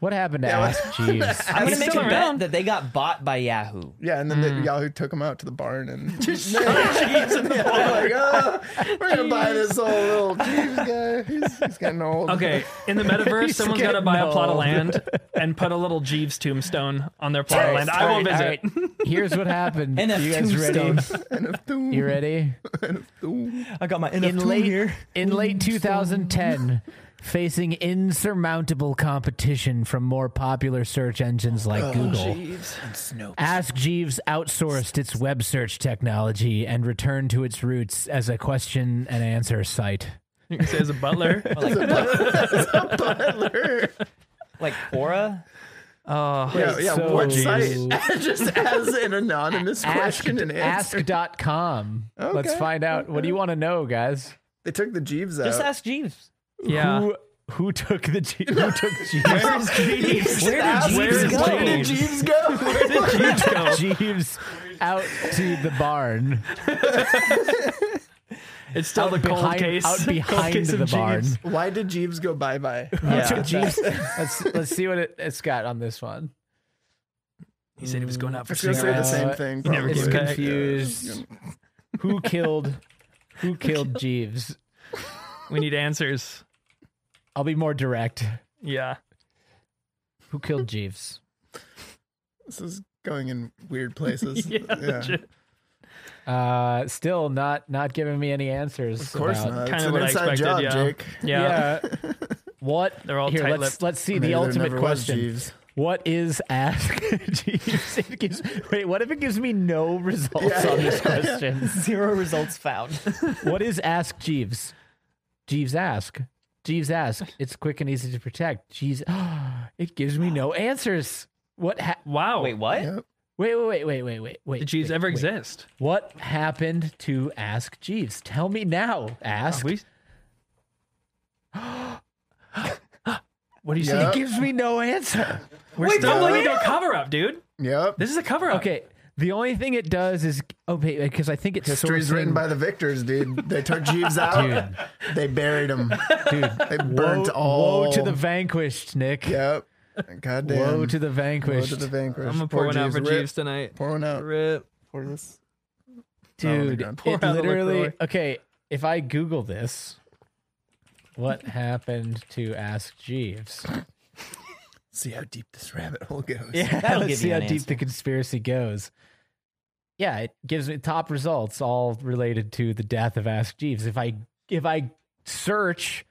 [SPEAKER 5] What happened to Ask Jeeves?
[SPEAKER 3] I'm gonna
[SPEAKER 4] He's
[SPEAKER 3] make a
[SPEAKER 4] still
[SPEAKER 3] bet
[SPEAKER 4] around.
[SPEAKER 3] that they got bought by Yahoo.
[SPEAKER 2] Yeah, and then
[SPEAKER 4] Mm.
[SPEAKER 2] the, Yahoo took him out to the barn and
[SPEAKER 4] Jeeves in the
[SPEAKER 2] They're like, oh, we're gonna buy this old little Jeeves guy. He's, he's getting old.
[SPEAKER 4] Okay, in the metaverse, someone's got to
[SPEAKER 5] getting
[SPEAKER 4] buy a plot of
[SPEAKER 5] old.
[SPEAKER 4] land and put a little Jeeves tombstone on their plot of land. I will visit.
[SPEAKER 3] Alright, alright.
[SPEAKER 5] Here's what happened.
[SPEAKER 3] NF
[SPEAKER 5] you guys ready?
[SPEAKER 3] tombstone.
[SPEAKER 2] NFT.
[SPEAKER 5] You ready?
[SPEAKER 3] I got my
[SPEAKER 5] in
[SPEAKER 3] NFT
[SPEAKER 5] late
[SPEAKER 3] here.
[SPEAKER 5] in late 2010 facing insurmountable competition from more popular search engines like
[SPEAKER 2] Oh,
[SPEAKER 5] Google Ask Jeeves outsourced its web search technology and returned to its roots as a question and answer site
[SPEAKER 4] You can say as a butler.
[SPEAKER 3] Like Quora.
[SPEAKER 4] Oh,
[SPEAKER 2] Yeah, yeah
[SPEAKER 5] So-
[SPEAKER 2] what site? Just as an anonymous
[SPEAKER 5] Ask,
[SPEAKER 2] question and answer.
[SPEAKER 5] ask.com let's
[SPEAKER 2] Okay,
[SPEAKER 5] find out what do you want to know guys
[SPEAKER 2] They took the Jeeves out.
[SPEAKER 5] Uh,
[SPEAKER 3] Just ask Jeeves.
[SPEAKER 4] yeah.
[SPEAKER 5] who who took the Je- who took Jeeves
[SPEAKER 4] Where's Jeeves?
[SPEAKER 3] Where did
[SPEAKER 2] ask
[SPEAKER 3] Jeeves
[SPEAKER 4] Jeeves.
[SPEAKER 3] go?
[SPEAKER 2] Where did Jeeves go?
[SPEAKER 4] Where did Jeeves go?
[SPEAKER 5] Jeeves out to the barn
[SPEAKER 4] It's still
[SPEAKER 5] Out
[SPEAKER 4] the cold
[SPEAKER 5] behind-
[SPEAKER 4] case.
[SPEAKER 5] out
[SPEAKER 4] Cold
[SPEAKER 5] behind
[SPEAKER 4] case of
[SPEAKER 5] the barn.
[SPEAKER 4] Jeeves.
[SPEAKER 2] Why did Jeeves go bye bye?
[SPEAKER 5] Took Jeeves. let's let's see what it, it's got on this one.
[SPEAKER 4] He said he was going out for
[SPEAKER 2] It's gonna say the
[SPEAKER 4] cigarettes.
[SPEAKER 2] same
[SPEAKER 5] Uh,
[SPEAKER 2] thing.
[SPEAKER 4] never
[SPEAKER 2] probably.
[SPEAKER 5] It's
[SPEAKER 4] came back.
[SPEAKER 5] confused. Who killed? Who killed Jeeves?
[SPEAKER 4] We need answers.
[SPEAKER 5] I'll be more direct.
[SPEAKER 4] Yeah.
[SPEAKER 5] Who killed Jeeves?
[SPEAKER 2] This is going in weird places.
[SPEAKER 4] Yeah. legit.
[SPEAKER 5] Uh, still not not giving me any answers.
[SPEAKER 2] Of course
[SPEAKER 5] about-
[SPEAKER 2] not. It's
[SPEAKER 4] Kinda
[SPEAKER 2] an
[SPEAKER 4] what I
[SPEAKER 2] inside
[SPEAKER 4] expected,
[SPEAKER 2] job,
[SPEAKER 4] yeah.
[SPEAKER 2] Jake.
[SPEAKER 4] Yeah.
[SPEAKER 5] Yeah. What?
[SPEAKER 4] They're all
[SPEAKER 5] here. Let's
[SPEAKER 4] tight-lipped.
[SPEAKER 5] let's see
[SPEAKER 2] Maybe
[SPEAKER 5] the
[SPEAKER 2] there
[SPEAKER 5] ultimate
[SPEAKER 2] never was
[SPEAKER 5] question.
[SPEAKER 2] Jeeves.
[SPEAKER 5] What is ask Jeeves? It gives, wait, what if it gives me no results
[SPEAKER 2] Yeah.
[SPEAKER 5] on this question?
[SPEAKER 3] Zero results found.
[SPEAKER 5] What is Ask Jeeves? Jeeves ask. Jeeves ask. It's quick and easy to protect. Jeeves. it gives me no answers. What? Ha-
[SPEAKER 4] Wow.
[SPEAKER 3] Wait, what?
[SPEAKER 2] Yep.
[SPEAKER 5] wait, wait, wait, wait, wait, wait, wait.
[SPEAKER 4] Did Jeeves
[SPEAKER 5] wait,
[SPEAKER 4] ever
[SPEAKER 5] wait.
[SPEAKER 4] exist?
[SPEAKER 5] What happened to Ask Jeeves? Tell me now. Ask.
[SPEAKER 4] We- what do you
[SPEAKER 2] Yeah.
[SPEAKER 5] it gives me no answer.
[SPEAKER 4] say? We're
[SPEAKER 3] Wait,
[SPEAKER 4] still
[SPEAKER 3] but
[SPEAKER 4] looking
[SPEAKER 3] where?
[SPEAKER 4] at a cover up, dude.
[SPEAKER 2] Yep.
[SPEAKER 4] This is a cover up.
[SPEAKER 5] Okay. The only thing it does is oh, okay because I think it's
[SPEAKER 2] History's
[SPEAKER 5] sourcing-
[SPEAKER 2] written by the victors, dude. They took Jeeves out. They buried him.
[SPEAKER 5] dude.
[SPEAKER 2] They
[SPEAKER 5] Woe,
[SPEAKER 2] burnt all.
[SPEAKER 5] woe to the vanquished, Nick.
[SPEAKER 2] Yep. God damn.
[SPEAKER 5] Woe to the
[SPEAKER 2] Woe
[SPEAKER 5] vanquished,
[SPEAKER 2] to the vanquished.
[SPEAKER 4] I'm gonna pour one out for
[SPEAKER 2] Rip.
[SPEAKER 4] Jeeves tonight.
[SPEAKER 2] Pour one out.
[SPEAKER 4] Rip.
[SPEAKER 2] Pour this.
[SPEAKER 5] dude.
[SPEAKER 2] ground.
[SPEAKER 5] It
[SPEAKER 4] out the
[SPEAKER 5] literally
[SPEAKER 4] LaCroix.
[SPEAKER 5] okay. If I Google this, what happened to Ask Jeeves?
[SPEAKER 2] See how deep this rabbit hole goes.
[SPEAKER 3] That'll
[SPEAKER 5] let's
[SPEAKER 3] give
[SPEAKER 5] see
[SPEAKER 3] you
[SPEAKER 5] how
[SPEAKER 3] an
[SPEAKER 5] deep the conspiracy goes. Yeah, it gives me top results, all related to the death of Ask Jeeves. If I if I search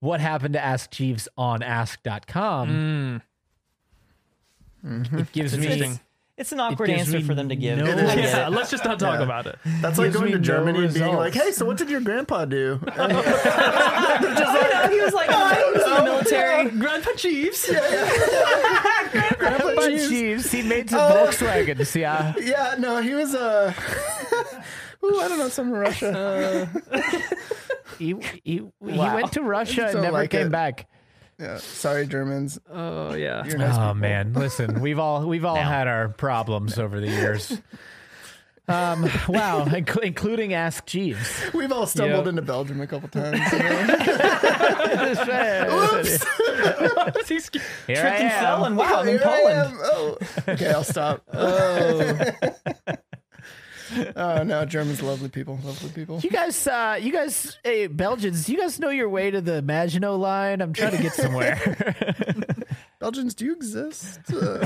[SPEAKER 5] what happened to Ask Jeeves on Ask.com,
[SPEAKER 4] Mm.
[SPEAKER 5] it gives me
[SPEAKER 4] Interesting.
[SPEAKER 3] It's an awkward
[SPEAKER 5] gives
[SPEAKER 3] answer
[SPEAKER 5] me
[SPEAKER 3] for them to give.
[SPEAKER 5] no-
[SPEAKER 3] I get it.
[SPEAKER 4] Yeah, let's just not talk about it.
[SPEAKER 2] That's like
[SPEAKER 5] Gives
[SPEAKER 2] going
[SPEAKER 5] me
[SPEAKER 2] to
[SPEAKER 5] no
[SPEAKER 2] Germany and being like,
[SPEAKER 5] results.
[SPEAKER 2] "Hey, so what did your grandpa do?" Uh, And
[SPEAKER 3] Oh, no, he was like, oh, he was in the military.
[SPEAKER 4] Grandpa Jeeves.
[SPEAKER 5] Grandpa Jeeves. Oh. He made some Volkswagens. Yeah,
[SPEAKER 2] yeah, no, he was uh, ooh, I don't know, some Russia.
[SPEAKER 5] he he, he
[SPEAKER 3] Wow.
[SPEAKER 5] went to Russia
[SPEAKER 2] Just
[SPEAKER 5] and
[SPEAKER 2] don't
[SPEAKER 5] never
[SPEAKER 2] like
[SPEAKER 5] came
[SPEAKER 2] it.
[SPEAKER 5] back.
[SPEAKER 2] yeah, sorry, Germans.
[SPEAKER 4] Oh yeah.
[SPEAKER 2] You're nice
[SPEAKER 5] Oh
[SPEAKER 2] people.
[SPEAKER 5] man, listen, we've all we've all had our problems over the years. Um, wow, inc- including Ask Jeeves.
[SPEAKER 2] We've all stumbled
[SPEAKER 4] Yeah.
[SPEAKER 2] into Belgium a couple times. you know?
[SPEAKER 5] Here I
[SPEAKER 3] Tripped and
[SPEAKER 5] am.
[SPEAKER 3] fell, and wow, I'm in
[SPEAKER 2] Here I
[SPEAKER 3] Poland.
[SPEAKER 2] am. Oh. Okay, I'll stop. Oh no, Germans lovely people, lovely people.
[SPEAKER 6] You guys, uh, you guys, hey, Belgians, you guys know your way to the Maginot Line. I'm trying to get somewhere.
[SPEAKER 2] Belgians, do you exist? Uh,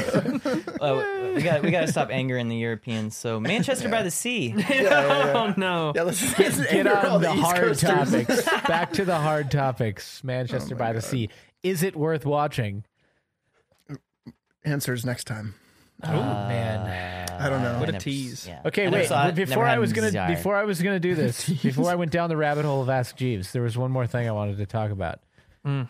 [SPEAKER 3] Oh, we got we got to stop angering the Europeans. So Manchester by the Sea.
[SPEAKER 4] Oh no.
[SPEAKER 2] yeah, let's, let's
[SPEAKER 5] Get
[SPEAKER 2] anger all
[SPEAKER 5] on the,
[SPEAKER 2] East
[SPEAKER 5] hard
[SPEAKER 2] Coasters.
[SPEAKER 5] topics. Back to the hard topics. Manchester by the Sea. Is it worth watching?
[SPEAKER 2] Answers next time.
[SPEAKER 5] Oh man.
[SPEAKER 2] I don't know.
[SPEAKER 4] What a
[SPEAKER 3] never s-
[SPEAKER 4] tease.
[SPEAKER 3] yeah.
[SPEAKER 5] Okay,
[SPEAKER 3] I never
[SPEAKER 5] wait.
[SPEAKER 3] saw it,
[SPEAKER 5] Before
[SPEAKER 3] never had
[SPEAKER 5] I was
[SPEAKER 3] a
[SPEAKER 5] gonna
[SPEAKER 3] desire.
[SPEAKER 5] before I was gonna do this, before I went down the rabbit hole of Ask Jeeves, there was one more thing I wanted to talk about.
[SPEAKER 4] Mm.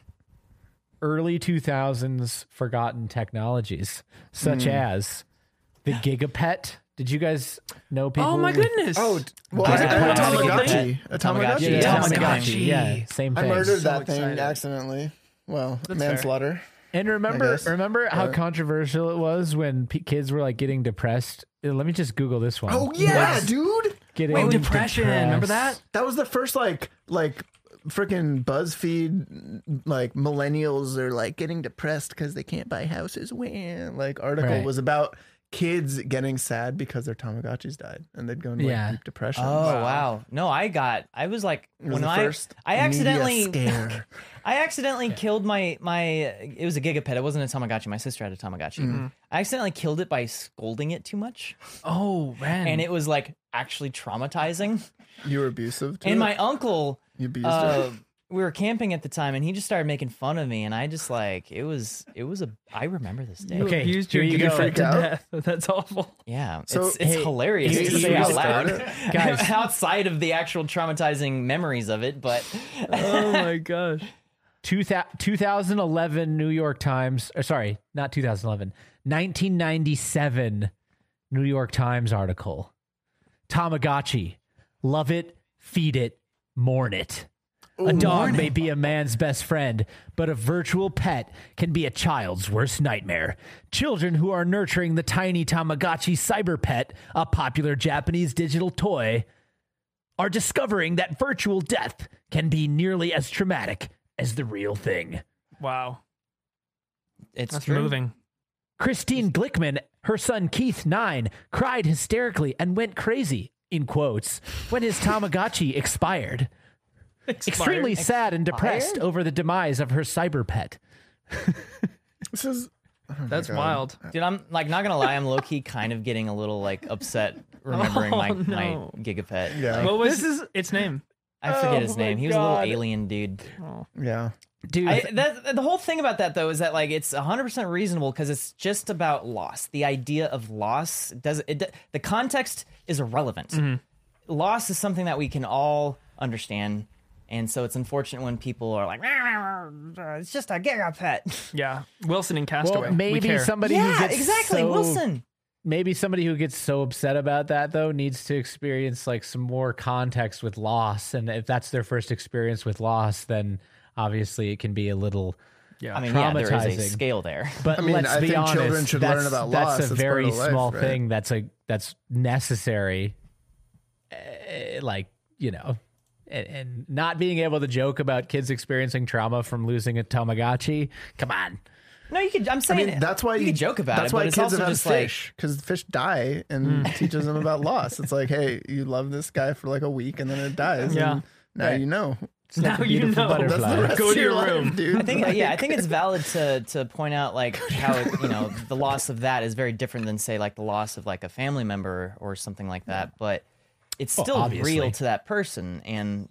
[SPEAKER 5] Early two thousands forgotten technologies, such
[SPEAKER 4] Mm.
[SPEAKER 5] as the gigapet. Did you guys know people?
[SPEAKER 4] Oh my
[SPEAKER 5] who-
[SPEAKER 4] goodness.
[SPEAKER 2] Oh, d- well, I,
[SPEAKER 3] Yeah.
[SPEAKER 2] I had a
[SPEAKER 4] Tamagotchi.
[SPEAKER 2] Tamagotchi. A Tamagotchi.
[SPEAKER 3] Tamagotchi.
[SPEAKER 5] Yeah,
[SPEAKER 3] Yeah,
[SPEAKER 5] Tamagotchi.
[SPEAKER 4] Tamagotchi.
[SPEAKER 5] Yeah, same
[SPEAKER 2] I
[SPEAKER 5] thing.
[SPEAKER 2] murdered
[SPEAKER 1] So
[SPEAKER 2] that thing
[SPEAKER 1] excited.
[SPEAKER 2] accidentally. Well, manslaughter.
[SPEAKER 5] And
[SPEAKER 2] I
[SPEAKER 5] remember,
[SPEAKER 2] guess.
[SPEAKER 5] remember how
[SPEAKER 2] Yeah.
[SPEAKER 5] controversial it was when p- kids were like getting depressed. Uh, Let me just Google this one.
[SPEAKER 2] Oh, yeah, dude.
[SPEAKER 5] getting
[SPEAKER 4] Wait, depression. Remember that?
[SPEAKER 5] depressed.
[SPEAKER 2] That was the first like like freaking BuzzFeed like millennials are like getting depressed because they can't buy houses. When like article
[SPEAKER 5] Right.
[SPEAKER 2] was about kids getting sad because their Tamagotchis died and they'd go into
[SPEAKER 5] Yeah.
[SPEAKER 2] like, deep depression.
[SPEAKER 3] Oh wow. No, I got. I was like
[SPEAKER 2] It was
[SPEAKER 3] when
[SPEAKER 2] the
[SPEAKER 3] I
[SPEAKER 2] first
[SPEAKER 3] I
[SPEAKER 2] media
[SPEAKER 3] accidentally
[SPEAKER 2] scare.
[SPEAKER 3] I accidentally killed my my it was a gigapet. It wasn't a Tamagotchi. My sister had a Tamagotchi.
[SPEAKER 2] Mm-hmm.
[SPEAKER 3] I accidentally killed it by scolding it too much
[SPEAKER 4] Oh man.
[SPEAKER 3] and it was like actually traumatizing.
[SPEAKER 2] you were abusive. To
[SPEAKER 3] And
[SPEAKER 2] it?
[SPEAKER 3] my uncle
[SPEAKER 2] you abused
[SPEAKER 3] uh,
[SPEAKER 2] it.
[SPEAKER 3] we were camping at the time and he just started making fun of me and I just like it was it was a I remember this day.
[SPEAKER 5] Okay,
[SPEAKER 4] used
[SPEAKER 5] here
[SPEAKER 4] your
[SPEAKER 5] you go.
[SPEAKER 4] gigapet to
[SPEAKER 2] out.
[SPEAKER 4] death. That's awful.
[SPEAKER 3] Yeah,
[SPEAKER 2] So-
[SPEAKER 3] it's, it's
[SPEAKER 5] Hey,
[SPEAKER 3] hilarious
[SPEAKER 5] you-
[SPEAKER 3] to
[SPEAKER 5] you
[SPEAKER 3] say out
[SPEAKER 2] restarted
[SPEAKER 3] loud.
[SPEAKER 5] Guys.
[SPEAKER 3] Outside of the actual traumatizing memories of it, but
[SPEAKER 4] Oh my gosh.
[SPEAKER 5] 2000 2011 New York Times, or sorry, not 2011, 1997 New York Times article. Tamagotchi, love it, feed it, mourn it. A dog may be a man's best friend, but a virtual pet can be a child's worst nightmare. Children who are nurturing the tiny Tamagotchi cyber pet, a popular Japanese digital toy, are discovering that virtual death can be nearly as traumatic as the real thing.
[SPEAKER 4] Wow.
[SPEAKER 3] it's
[SPEAKER 4] That's
[SPEAKER 3] true.
[SPEAKER 4] moving.
[SPEAKER 5] Christine Glickman, her son Keith, nine, cried hysterically and went crazy, in quotes, when his Tamagotchi expired. Extremely sad and depressed over the demise of her cyber pet.
[SPEAKER 2] This is
[SPEAKER 4] That's wild.
[SPEAKER 3] Dude, I'm like not gonna lie, I'm low key kind of getting a little like upset remembering my
[SPEAKER 4] Oh, no.
[SPEAKER 3] my gigapet.
[SPEAKER 2] yeah,
[SPEAKER 4] What was its name?
[SPEAKER 3] I forget
[SPEAKER 5] Oh
[SPEAKER 3] his
[SPEAKER 5] my
[SPEAKER 3] name. He was a little
[SPEAKER 5] God.
[SPEAKER 3] alien dude.
[SPEAKER 2] yeah.
[SPEAKER 5] Dude,
[SPEAKER 3] I, that, the whole thing about that though is that like it's 100% reasonable because it's just about loss. The idea of loss does it. do- The context is irrelevant. Loss is something that we can all understand, and so it's unfortunate when people are like, "Rah, rah, rah, "It's just a gigapet."
[SPEAKER 4] Yeah. Wilson and
[SPEAKER 5] well,
[SPEAKER 4] Castaway. We
[SPEAKER 5] maybe
[SPEAKER 4] care.
[SPEAKER 5] somebody who
[SPEAKER 3] yeah,
[SPEAKER 5] gets
[SPEAKER 3] exactly,
[SPEAKER 5] so-
[SPEAKER 3] Wilson.
[SPEAKER 5] Maybe somebody who gets so upset about that though needs to experience like some more context with loss, and if that's their first experience with loss, then obviously it can be a little.
[SPEAKER 4] Yeah.
[SPEAKER 3] I mean, yeah, there is a
[SPEAKER 5] traumatizing.
[SPEAKER 3] scale there.
[SPEAKER 5] But
[SPEAKER 2] I mean,
[SPEAKER 5] let's
[SPEAKER 2] I
[SPEAKER 5] be
[SPEAKER 2] think
[SPEAKER 5] honest,
[SPEAKER 2] children should
[SPEAKER 5] that's,
[SPEAKER 2] learn about
[SPEAKER 5] that's
[SPEAKER 2] loss.
[SPEAKER 5] a
[SPEAKER 2] It's part
[SPEAKER 5] very
[SPEAKER 2] of life,
[SPEAKER 5] small
[SPEAKER 2] right?
[SPEAKER 5] thing. That's a that's necessary. Eh, like you know, and, and not being able to joke about kids experiencing trauma from losing a Tamagotchi. Come on,
[SPEAKER 3] No, you could. I'm
[SPEAKER 2] I
[SPEAKER 3] saying
[SPEAKER 2] mean, that's why
[SPEAKER 3] you, could joke about
[SPEAKER 2] that's
[SPEAKER 3] it.
[SPEAKER 2] why
[SPEAKER 3] but it's
[SPEAKER 2] kids
[SPEAKER 3] also
[SPEAKER 2] have had
[SPEAKER 3] just like Mm.
[SPEAKER 2] fish because fish die and teaches them about loss. It's like, hey, you love this guy for like a week and then it dies.
[SPEAKER 4] Yeah.
[SPEAKER 2] and now you know.
[SPEAKER 4] now you
[SPEAKER 5] beautiful
[SPEAKER 4] know.
[SPEAKER 5] butterfly.
[SPEAKER 2] That's the rest
[SPEAKER 4] Go
[SPEAKER 2] of
[SPEAKER 4] to
[SPEAKER 2] your
[SPEAKER 4] your
[SPEAKER 2] life,
[SPEAKER 4] room.
[SPEAKER 2] dude.
[SPEAKER 3] I think yeah, I think it's valid to to point out like how it, you know the loss of that is very different than say like the loss of like a family member or something like that, but it's still
[SPEAKER 5] obviously.
[SPEAKER 3] real to that person. And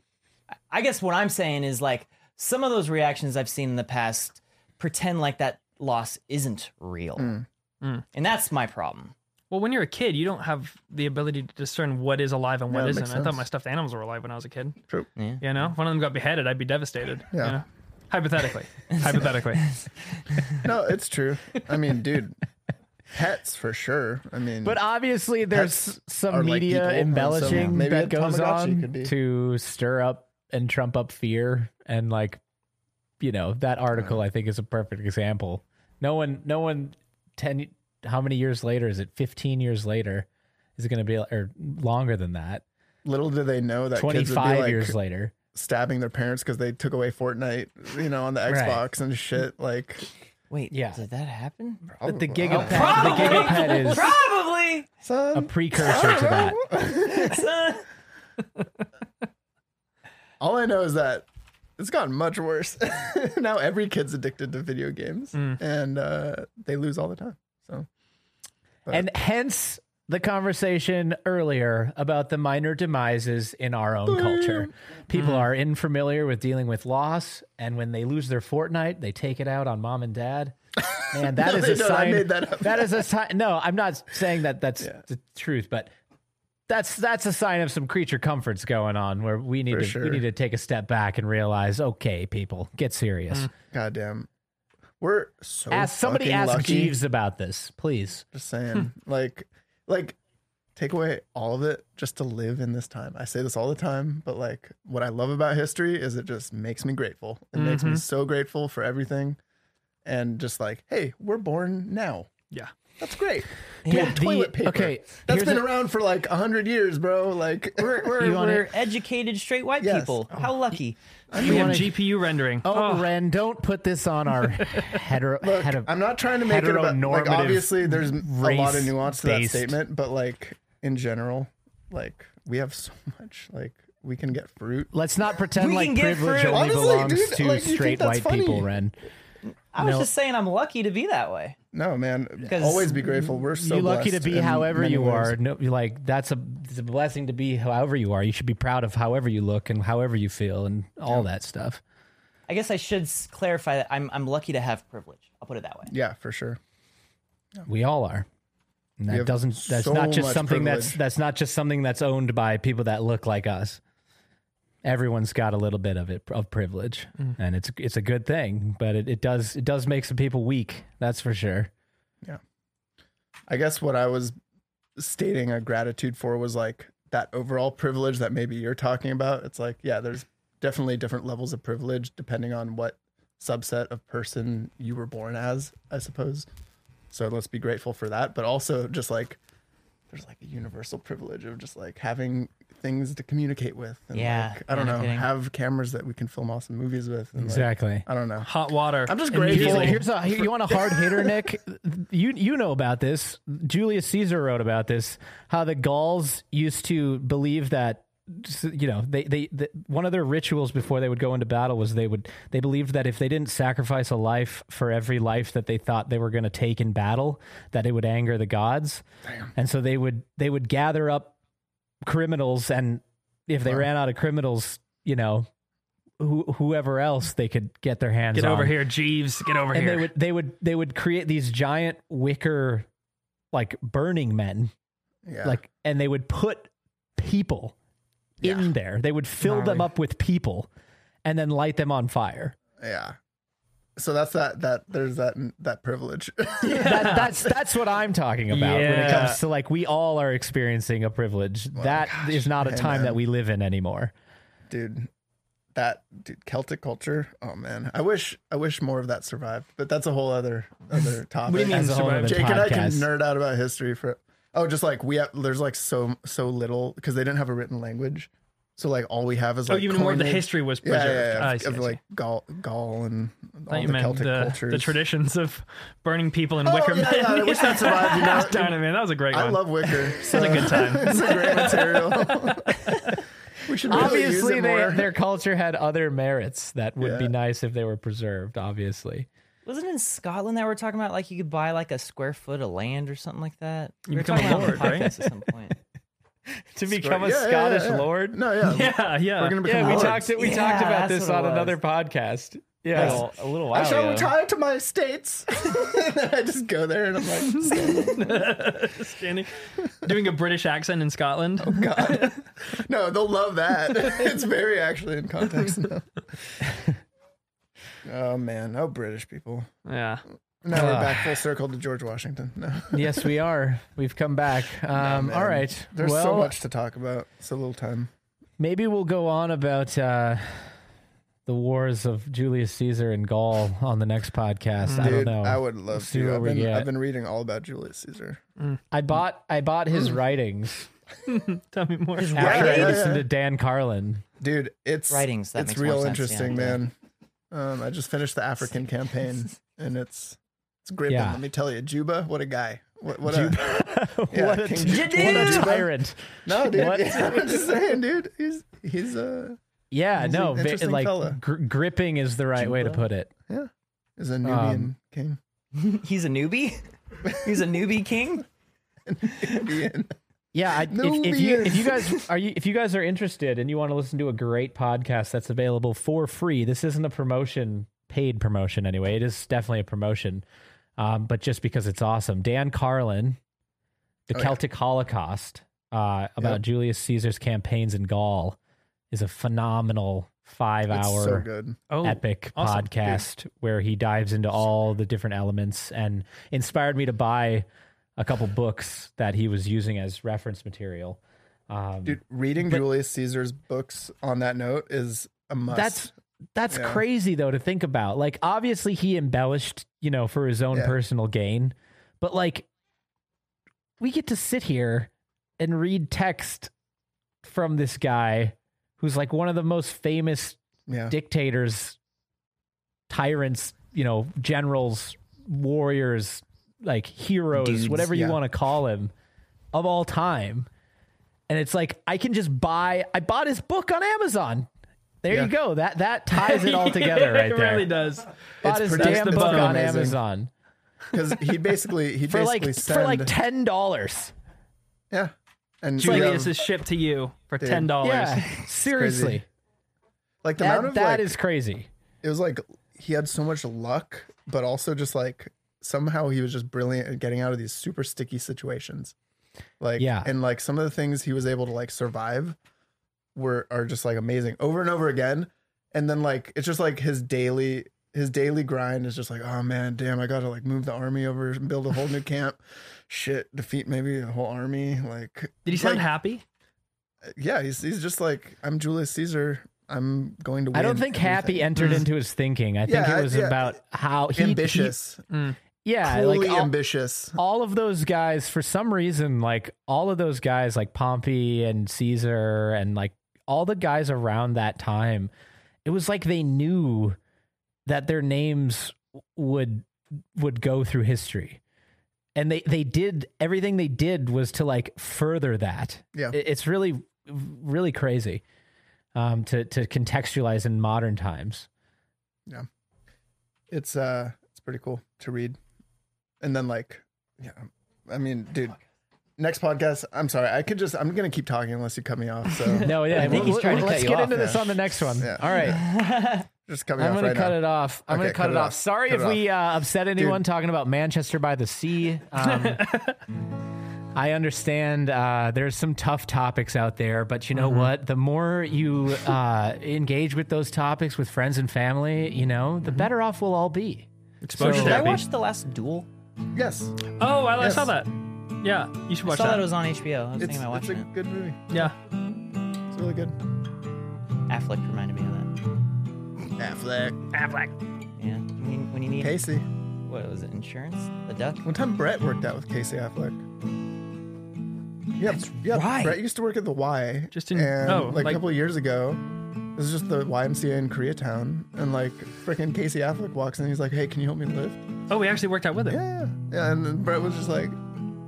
[SPEAKER 3] I- I guess what I'm saying is like some of those reactions I've seen in the past pretend like that loss isn't real, and that's my problem.
[SPEAKER 4] Well, when you're a kid, you don't have the ability to discern what is alive and what
[SPEAKER 2] Yeah, it
[SPEAKER 4] not
[SPEAKER 2] makes
[SPEAKER 4] I thought
[SPEAKER 2] sense.
[SPEAKER 4] my stuffed animals were alive when I was a kid.
[SPEAKER 2] True.
[SPEAKER 4] You know, if one of them got beheaded, I'd be devastated. you
[SPEAKER 2] Yeah.
[SPEAKER 4] know? Hypothetically. Hypothetically.
[SPEAKER 2] No, it's true. I mean, dude, pets for sure. I mean,
[SPEAKER 5] But obviously, there's
[SPEAKER 2] Pets
[SPEAKER 5] some
[SPEAKER 2] are like
[SPEAKER 5] media
[SPEAKER 2] people, and so
[SPEAKER 5] embellishing
[SPEAKER 2] maybe
[SPEAKER 5] that
[SPEAKER 2] a
[SPEAKER 5] goes
[SPEAKER 2] Tamagotchi
[SPEAKER 5] on
[SPEAKER 2] could be.
[SPEAKER 5] to stir up and trump up fear, and like, you know, that article
[SPEAKER 2] Uh-huh.
[SPEAKER 5] I think is a perfect example. No one, no one, ten, how many years later is it? Fifteen years later is it going to be, or longer than that?
[SPEAKER 2] little do they know that
[SPEAKER 5] Twenty
[SPEAKER 2] kids would be
[SPEAKER 5] five
[SPEAKER 2] like
[SPEAKER 5] years later.
[SPEAKER 2] stabbing their parents because they took away Fortnite, you know, on the Xbox and shit. Like,
[SPEAKER 3] Wait,
[SPEAKER 5] Yeah.
[SPEAKER 3] did that happen?
[SPEAKER 5] But the
[SPEAKER 2] Probably.
[SPEAKER 5] gigapad, the gigapad is
[SPEAKER 3] Probably.
[SPEAKER 5] a
[SPEAKER 2] Son,
[SPEAKER 5] precursor to that.
[SPEAKER 2] all I know is that it's gotten much worse. now every kid's addicted to video games,
[SPEAKER 5] Mm.
[SPEAKER 2] and uh, they lose all the time. So
[SPEAKER 5] And hence the conversation earlier about the minor demises in our own culture. People
[SPEAKER 2] Mm-hmm.
[SPEAKER 5] are unfamiliar with dealing with loss, and when they lose their Fortnite, they take it out on mom and dad. Man, that
[SPEAKER 2] No,
[SPEAKER 5] is
[SPEAKER 2] they
[SPEAKER 5] a
[SPEAKER 2] don't. I
[SPEAKER 5] sign.
[SPEAKER 2] made that up.
[SPEAKER 5] that is a sign. No, I'm not saying that that's the truth, but that's that's a sign of some creature comforts going on where we need
[SPEAKER 2] For
[SPEAKER 5] to
[SPEAKER 2] sure.
[SPEAKER 5] we need to take a step back and realize, okay, people, get serious.
[SPEAKER 2] goddamn, Mm. we're so
[SPEAKER 5] Ask somebody
[SPEAKER 2] fucking
[SPEAKER 5] ask
[SPEAKER 2] lucky.
[SPEAKER 5] Jeeves about this, please.
[SPEAKER 2] Just saying,
[SPEAKER 5] Hmm.
[SPEAKER 2] like, like, take away all of it just to live in this time. I say this all the time, but like, what I love about history is it just makes me grateful. It makes
[SPEAKER 5] Mm-hmm.
[SPEAKER 2] me so grateful for everything, and just like, hey, we're born now.
[SPEAKER 4] Yeah.
[SPEAKER 2] That's great.
[SPEAKER 5] Yeah, the-
[SPEAKER 2] Toilet paper.
[SPEAKER 5] okay,
[SPEAKER 2] that's
[SPEAKER 5] here's
[SPEAKER 2] been
[SPEAKER 5] a-
[SPEAKER 2] around for like a hundred years, bro. Like, we're, we're,
[SPEAKER 3] You want
[SPEAKER 2] we're-
[SPEAKER 3] are educated straight white
[SPEAKER 2] Yes.
[SPEAKER 3] people. How lucky.
[SPEAKER 4] We have GPU rendering.
[SPEAKER 5] Oh, Ren, don't put this on our hetero.
[SPEAKER 2] Look,
[SPEAKER 5] hetero-
[SPEAKER 2] I'm not trying to make it about like
[SPEAKER 5] heteronormative
[SPEAKER 2] obviously there's a lot of nuance to that
[SPEAKER 5] race-based-
[SPEAKER 2] statement, but like in general, like we have so much like we can get fruit.
[SPEAKER 5] Let's not pretend
[SPEAKER 3] We
[SPEAKER 5] like
[SPEAKER 3] can get
[SPEAKER 5] privilege
[SPEAKER 3] through-
[SPEAKER 5] only
[SPEAKER 2] Honestly,
[SPEAKER 5] belongs
[SPEAKER 2] dude,
[SPEAKER 5] to
[SPEAKER 2] like, you think
[SPEAKER 5] straight
[SPEAKER 2] that's
[SPEAKER 5] white people,
[SPEAKER 2] funny?
[SPEAKER 5] Ren.
[SPEAKER 3] I was
[SPEAKER 5] No.
[SPEAKER 3] just saying I'm lucky to be that way.
[SPEAKER 2] No, man,
[SPEAKER 3] 'Cause
[SPEAKER 2] always be grateful. We're so
[SPEAKER 5] you're lucky to
[SPEAKER 2] blessed
[SPEAKER 5] be
[SPEAKER 2] in
[SPEAKER 5] however
[SPEAKER 2] many
[SPEAKER 5] you
[SPEAKER 2] ways.
[SPEAKER 5] are. No, you're like that's a, it's a blessing to be however you are. You should be proud of however you look and however you feel and all that stuff.
[SPEAKER 3] I guess I should s- clarify that I'm I'm lucky to have privilege. I'll put it that way.
[SPEAKER 2] Yeah, for sure.
[SPEAKER 5] We all are. And
[SPEAKER 2] have
[SPEAKER 5] that doesn't. That's
[SPEAKER 2] so
[SPEAKER 5] not just
[SPEAKER 2] much
[SPEAKER 5] something that's
[SPEAKER 2] privilege.
[SPEAKER 5] that's not just something that's owned by people that look like us. Everyone's got a little bit of it of privilege,
[SPEAKER 2] Mm.
[SPEAKER 5] and it's it's a good thing. But it, it does it does make some people weak. That's for sure.
[SPEAKER 2] I guess what I was stating a gratitude for was like that overall privilege that maybe you're talking about. It's like, yeah, there's definitely different levels of privilege depending on what subset of person you were born as, I suppose. So let's be grateful for that. But also just like there's like a universal privilege of just like having things to communicate with. And
[SPEAKER 3] Yeah,
[SPEAKER 2] like, I don't
[SPEAKER 3] no
[SPEAKER 2] know,
[SPEAKER 3] kidding.
[SPEAKER 2] have cameras that we can film awesome movies with. And like,
[SPEAKER 5] Exactly.
[SPEAKER 2] I don't know.
[SPEAKER 4] Hot water.
[SPEAKER 2] I'm just
[SPEAKER 5] Here's,
[SPEAKER 2] grateful.
[SPEAKER 5] here's a here- you want a hard hitter, Nick. You you know about this. Julius Caesar wrote about this. How the Gauls used to believe that you know they, they the, one of their rituals before they would go into battle was they would they believed that if they didn't sacrifice a life for every life that they thought they were going to take in battle that it would anger the gods and so they would they would gather up criminals and if they ran out of criminals you know who, whoever else they could get their hands
[SPEAKER 4] Get over
[SPEAKER 5] on
[SPEAKER 4] here, Jeeves. Get over
[SPEAKER 5] and
[SPEAKER 4] here.
[SPEAKER 5] they would they would they would create these giant wicker like burning men
[SPEAKER 2] Yeah.
[SPEAKER 5] like and they would put people in there they would fill them up with people and then light them on fire
[SPEAKER 2] yeah. So that's that that there's that that privilege.
[SPEAKER 5] that, that's that's what i'm talking about when it
[SPEAKER 4] Yeah.
[SPEAKER 5] comes to like we all are experiencing a
[SPEAKER 2] Oh
[SPEAKER 5] privilege That is not a
[SPEAKER 2] Hey,
[SPEAKER 5] time
[SPEAKER 2] man.
[SPEAKER 5] that we live in anymore
[SPEAKER 2] dude that dude, celtic culture oh man i wish i wish more of that survived but that's a whole other other topic
[SPEAKER 4] mean That's a whole survived? other
[SPEAKER 2] jake and i can
[SPEAKER 5] podcast.
[SPEAKER 2] nerd out about history for oh just like we have there's like so so little because they didn't have a written language so like all we have is
[SPEAKER 4] oh,
[SPEAKER 2] like
[SPEAKER 4] even more of the
[SPEAKER 2] coinage-
[SPEAKER 4] history was
[SPEAKER 2] yeah,
[SPEAKER 4] preserved.
[SPEAKER 2] yeah, yeah,
[SPEAKER 4] Ah, I
[SPEAKER 2] of,
[SPEAKER 4] see, I
[SPEAKER 2] of
[SPEAKER 4] see.
[SPEAKER 2] like gaul gaul and
[SPEAKER 4] I thought
[SPEAKER 2] all
[SPEAKER 4] you
[SPEAKER 2] the
[SPEAKER 4] meant
[SPEAKER 2] celtic
[SPEAKER 4] the,
[SPEAKER 2] cultures
[SPEAKER 4] the traditions of burning people in
[SPEAKER 2] oh,
[SPEAKER 4] wicker
[SPEAKER 2] yeah, yeah,
[SPEAKER 4] men.
[SPEAKER 2] i wish that survived uh, you know
[SPEAKER 4] Darn it, man. That was a great
[SPEAKER 2] i
[SPEAKER 4] one.
[SPEAKER 2] love wicker so
[SPEAKER 4] That's a good time.
[SPEAKER 2] it's a great material we should really
[SPEAKER 5] obviously
[SPEAKER 2] use it
[SPEAKER 5] they,
[SPEAKER 2] more.
[SPEAKER 5] their culture had other merits that would be
[SPEAKER 2] Yeah.
[SPEAKER 5] nice if they were preserved obviously
[SPEAKER 3] Wasn't it in Scotland that we're talking about like you could buy like a square foot of land or something like that? We were
[SPEAKER 4] become
[SPEAKER 3] talking
[SPEAKER 4] a
[SPEAKER 3] about it on
[SPEAKER 4] lord,
[SPEAKER 3] the podcast at some point.
[SPEAKER 5] to become
[SPEAKER 2] Yeah,
[SPEAKER 5] a
[SPEAKER 2] yeah, yeah,
[SPEAKER 5] Scottish
[SPEAKER 2] yeah.
[SPEAKER 5] lord.
[SPEAKER 2] no yeah
[SPEAKER 4] yeah, yeah.
[SPEAKER 2] we're gonna become
[SPEAKER 5] yeah, we
[SPEAKER 2] lords.
[SPEAKER 5] talked. We
[SPEAKER 3] Yeah,
[SPEAKER 5] talked about
[SPEAKER 3] that's
[SPEAKER 5] this
[SPEAKER 3] what it
[SPEAKER 5] on
[SPEAKER 3] was.
[SPEAKER 5] another podcast. Yeah,
[SPEAKER 3] Well, a little while
[SPEAKER 2] I shall
[SPEAKER 3] ago.
[SPEAKER 2] retire to my estates. I just go there and I'm like,
[SPEAKER 4] Standing- doing a British accent in Scotland.
[SPEAKER 2] Oh, God. No, they'll love that. It's very actually in context now. Oh man, oh British people.
[SPEAKER 4] Yeah.
[SPEAKER 2] Now we're back full circle to George Washington. No.
[SPEAKER 5] yes, we are. We've come back. Um, all
[SPEAKER 2] Man,
[SPEAKER 5] right.
[SPEAKER 2] There's
[SPEAKER 5] well,
[SPEAKER 2] so much to talk about. It's a little time.
[SPEAKER 5] maybe we'll go on about uh, the wars of Julius Caesar and Gaul on the next podcast. I don't
[SPEAKER 2] Dude,
[SPEAKER 5] know.
[SPEAKER 2] I would love
[SPEAKER 5] see
[SPEAKER 2] to.
[SPEAKER 5] where
[SPEAKER 2] I've
[SPEAKER 5] we
[SPEAKER 2] been,
[SPEAKER 5] get.
[SPEAKER 2] I've been reading all about Julius Caesar.
[SPEAKER 5] I bought. I bought his
[SPEAKER 2] Mm.
[SPEAKER 5] writings
[SPEAKER 4] Tell me more.
[SPEAKER 5] after I
[SPEAKER 2] writings?
[SPEAKER 5] listened to Dan Carlin.
[SPEAKER 2] Dude, it's
[SPEAKER 3] Writings, that
[SPEAKER 2] it's
[SPEAKER 3] makes more
[SPEAKER 2] real
[SPEAKER 3] sense, yeah.
[SPEAKER 2] interesting, man. Um, I just finished the African campaign and it's It's gripping.
[SPEAKER 5] Yeah.
[SPEAKER 2] Let me tell you, Juba, what a guy. What, what a yeah,
[SPEAKER 6] what, a,
[SPEAKER 2] King
[SPEAKER 6] t-
[SPEAKER 2] Ju-
[SPEAKER 6] what
[SPEAKER 2] what a
[SPEAKER 6] a
[SPEAKER 2] Juba.
[SPEAKER 6] tyrant.
[SPEAKER 2] No, dude.
[SPEAKER 6] What?
[SPEAKER 2] Yeah, I'm just saying, dude. He's he's uh
[SPEAKER 5] Yeah,
[SPEAKER 2] He's an
[SPEAKER 5] no, vi-
[SPEAKER 2] interesting fella.
[SPEAKER 5] like gr- gripping is the right way to put it.
[SPEAKER 2] is
[SPEAKER 6] Um,
[SPEAKER 2] a Nubian king.
[SPEAKER 3] He's a newbie. He's a newbie king.
[SPEAKER 2] Nubian.
[SPEAKER 5] Yeah, I, if, if you
[SPEAKER 2] Nubian.
[SPEAKER 5] if you guys are you if you guys are interested and you want to listen to a great podcast that's available for free, this isn't a promotion, paid promotion anyway. It is definitely a promotion, um, but just because it's awesome. Dan Carlin, the
[SPEAKER 2] Oh, yeah.
[SPEAKER 5] Celtic Holocaust, uh, about
[SPEAKER 2] Yep.
[SPEAKER 5] Julius Caesar's campaigns in Gaul, is a phenomenal
[SPEAKER 2] It's
[SPEAKER 5] five-hour
[SPEAKER 2] so good.
[SPEAKER 4] Oh,
[SPEAKER 5] epic
[SPEAKER 4] awesome.
[SPEAKER 5] podcast where he dives into all the different elements and inspired me to buy a couple books that he was using as reference material. Um,
[SPEAKER 2] Dude, reading Julius Caesar's books on that note is a must.
[SPEAKER 5] that's that's
[SPEAKER 2] Yeah.
[SPEAKER 5] crazy though to think about. Like obviously he embellished, you know, for his own
[SPEAKER 2] Yeah.
[SPEAKER 5] personal gain, but like we get to sit here and read text from this guy who's like one of the most famous
[SPEAKER 2] yeah.
[SPEAKER 5] dictators, tyrants, you know, generals, warriors, like heroes,
[SPEAKER 3] Dudes,
[SPEAKER 5] whatever
[SPEAKER 2] yeah.
[SPEAKER 5] you want to call him, of all time. And it's like I can just buy. I bought his book on Amazon. There
[SPEAKER 2] Yeah.
[SPEAKER 5] you go. That that ties it all together right
[SPEAKER 4] it
[SPEAKER 5] there.
[SPEAKER 4] really does.
[SPEAKER 5] Bought his
[SPEAKER 2] pretty-
[SPEAKER 5] damn
[SPEAKER 2] it's
[SPEAKER 5] book
[SPEAKER 2] pretty
[SPEAKER 5] on
[SPEAKER 2] amazing.
[SPEAKER 5] Amazon
[SPEAKER 2] Because he basically he
[SPEAKER 5] for
[SPEAKER 2] basically
[SPEAKER 5] like
[SPEAKER 2] send
[SPEAKER 5] for like ten dollars.
[SPEAKER 2] yeah. And you know,
[SPEAKER 4] Julius is shipped to you for ten dollars.
[SPEAKER 5] Yeah, seriously,
[SPEAKER 2] like Oh, the amount
[SPEAKER 5] that,
[SPEAKER 2] of
[SPEAKER 5] that
[SPEAKER 2] like,
[SPEAKER 5] is crazy.
[SPEAKER 2] it was like he had so much luck, but also just like somehow he was just brilliant at getting out of these super sticky situations. Like
[SPEAKER 5] Yeah.
[SPEAKER 2] and like some of the things he was able to like survive were are just like amazing over and over again. And then like it's just like his daily his daily grind is just like, oh man, damn, I gotta like move the army over and build a whole new camp. Shit, defeat maybe a whole army. Like
[SPEAKER 4] Did he sound
[SPEAKER 2] like,
[SPEAKER 4] happy?
[SPEAKER 2] Yeah, he's he's just like, I'm Julius Caesar. I'm going to win.
[SPEAKER 5] I don't think
[SPEAKER 2] everything."
[SPEAKER 5] happy
[SPEAKER 2] Mm.
[SPEAKER 5] entered into his thinking. I think
[SPEAKER 2] Yeah,
[SPEAKER 5] it was
[SPEAKER 2] yeah.
[SPEAKER 5] about how he he-
[SPEAKER 2] ambitious.
[SPEAKER 5] yeah,
[SPEAKER 2] Truly
[SPEAKER 5] like all-
[SPEAKER 2] ambitious.
[SPEAKER 5] all of those guys for some reason like all of those guys like pompey and caesar and like all the guys around that time it was like they knew that their names would would go through history and they they did everything they did was to like further that
[SPEAKER 2] Yeah.
[SPEAKER 5] It- it's really really crazy um to to contextualize in modern times
[SPEAKER 2] it's uh it's pretty cool to read and then like yeah i mean dude next podcast i'm sorry i could just i'm gonna keep talking unless you cut me off so
[SPEAKER 5] no yeah
[SPEAKER 3] I think he's trying to
[SPEAKER 5] let's
[SPEAKER 3] cut you
[SPEAKER 5] get
[SPEAKER 3] off
[SPEAKER 5] into
[SPEAKER 2] now.
[SPEAKER 5] this on the next one
[SPEAKER 2] Yeah.
[SPEAKER 5] all right
[SPEAKER 2] just cut me
[SPEAKER 5] I'm
[SPEAKER 2] off
[SPEAKER 5] gonna
[SPEAKER 2] right
[SPEAKER 5] cut
[SPEAKER 2] now
[SPEAKER 5] it off. I'm
[SPEAKER 2] Okay,
[SPEAKER 5] gonna cut, it, off. Sorry
[SPEAKER 2] Cut
[SPEAKER 5] if
[SPEAKER 2] it
[SPEAKER 5] we uh, upset anyone
[SPEAKER 2] Dude.
[SPEAKER 5] talking about Manchester by the Sea. Um, I understand uh, there's some tough topics out there, but you know what? The more you uh, engage with those topics with friends and family, you know, the better off we'll all be.
[SPEAKER 4] Exposure
[SPEAKER 5] So-
[SPEAKER 3] Did I
[SPEAKER 4] therapy.
[SPEAKER 3] watch The Last Duel?
[SPEAKER 2] yes
[SPEAKER 4] oh, I, I
[SPEAKER 2] Yes.
[SPEAKER 4] saw that. Yeah, you should
[SPEAKER 3] I
[SPEAKER 4] watch
[SPEAKER 3] saw
[SPEAKER 4] that.
[SPEAKER 3] that it was on HBO. I was
[SPEAKER 2] it's,
[SPEAKER 3] thinking about
[SPEAKER 2] it's a
[SPEAKER 3] watching it.
[SPEAKER 2] good movie
[SPEAKER 4] yeah,
[SPEAKER 2] it's really good
[SPEAKER 3] Affleck reminded me of that.
[SPEAKER 2] affleck
[SPEAKER 3] Yeah. When you, when you need
[SPEAKER 2] casey
[SPEAKER 3] what was it? Insurance? The duck?
[SPEAKER 2] one time brett worked out with casey affleck yeah, yeah.
[SPEAKER 3] right.
[SPEAKER 2] Brett used to work at the Y.
[SPEAKER 4] Just in-
[SPEAKER 2] and,
[SPEAKER 4] oh,
[SPEAKER 2] like,
[SPEAKER 4] like-
[SPEAKER 2] a couple of years ago. This is just the YMCA in Koreatown, and like freaking Casey Affleck walks in, he's like, "Hey, can you help me lift?"
[SPEAKER 4] Oh, we actually worked out with it.
[SPEAKER 2] Yeah. yeah. And then Brett was just like,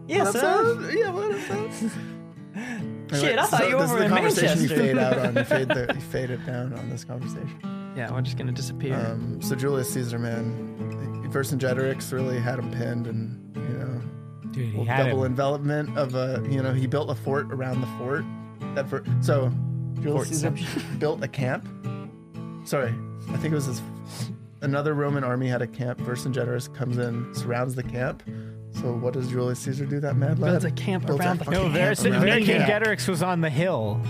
[SPEAKER 3] Yeah,
[SPEAKER 2] "What's
[SPEAKER 3] so
[SPEAKER 2] up? Yeah, what is up?
[SPEAKER 3] Shit, I thought you
[SPEAKER 2] this
[SPEAKER 3] were over
[SPEAKER 2] is the
[SPEAKER 3] in
[SPEAKER 2] conversation
[SPEAKER 3] Manchester.
[SPEAKER 2] you fade out on. You fade, the, you fade it down on this conversation.
[SPEAKER 4] Yeah, we're just gonna disappear.
[SPEAKER 2] Um, so Julius Caesar, man, Vercingetorix really had him pinned, and you know,
[SPEAKER 5] Dude, he
[SPEAKER 2] well,
[SPEAKER 5] had
[SPEAKER 2] double
[SPEAKER 5] it.
[SPEAKER 2] envelopment of a, you know, he built a fort around the fort. That for so Julius Caesar built a camp. Sorry, I think it was his. Another Roman army had a camp. Vercingetorix comes in, surrounds the camp. So what does Julius Caesar do? That mad lad
[SPEAKER 4] Builds a camp
[SPEAKER 2] Built a
[SPEAKER 4] around the
[SPEAKER 2] fucking
[SPEAKER 5] No,
[SPEAKER 2] camp
[SPEAKER 5] Verus-
[SPEAKER 2] around the
[SPEAKER 5] Verus- King
[SPEAKER 2] camp.
[SPEAKER 5] Gedarix was on the hill,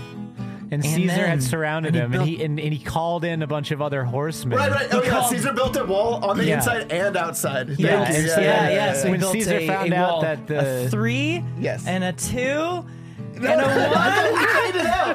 [SPEAKER 5] and, Caesar
[SPEAKER 3] then-
[SPEAKER 5] had surrounded him,
[SPEAKER 4] built-
[SPEAKER 5] and he and, and he called in a bunch of other horsemen.
[SPEAKER 2] Right, right. Oh, yeah.
[SPEAKER 3] called-
[SPEAKER 2] Caesar built a wall on the
[SPEAKER 5] Yeah.
[SPEAKER 2] inside and outside.
[SPEAKER 3] Yeah,
[SPEAKER 2] Thank you.
[SPEAKER 3] and so- yeah, yeah. So he
[SPEAKER 5] When
[SPEAKER 3] built
[SPEAKER 5] Caesar
[SPEAKER 3] a,
[SPEAKER 5] found
[SPEAKER 3] a
[SPEAKER 5] out
[SPEAKER 3] wall,
[SPEAKER 5] that the-
[SPEAKER 3] a three
[SPEAKER 2] Yes.
[SPEAKER 3] and a two
[SPEAKER 2] No, no, no, I thought we faded out.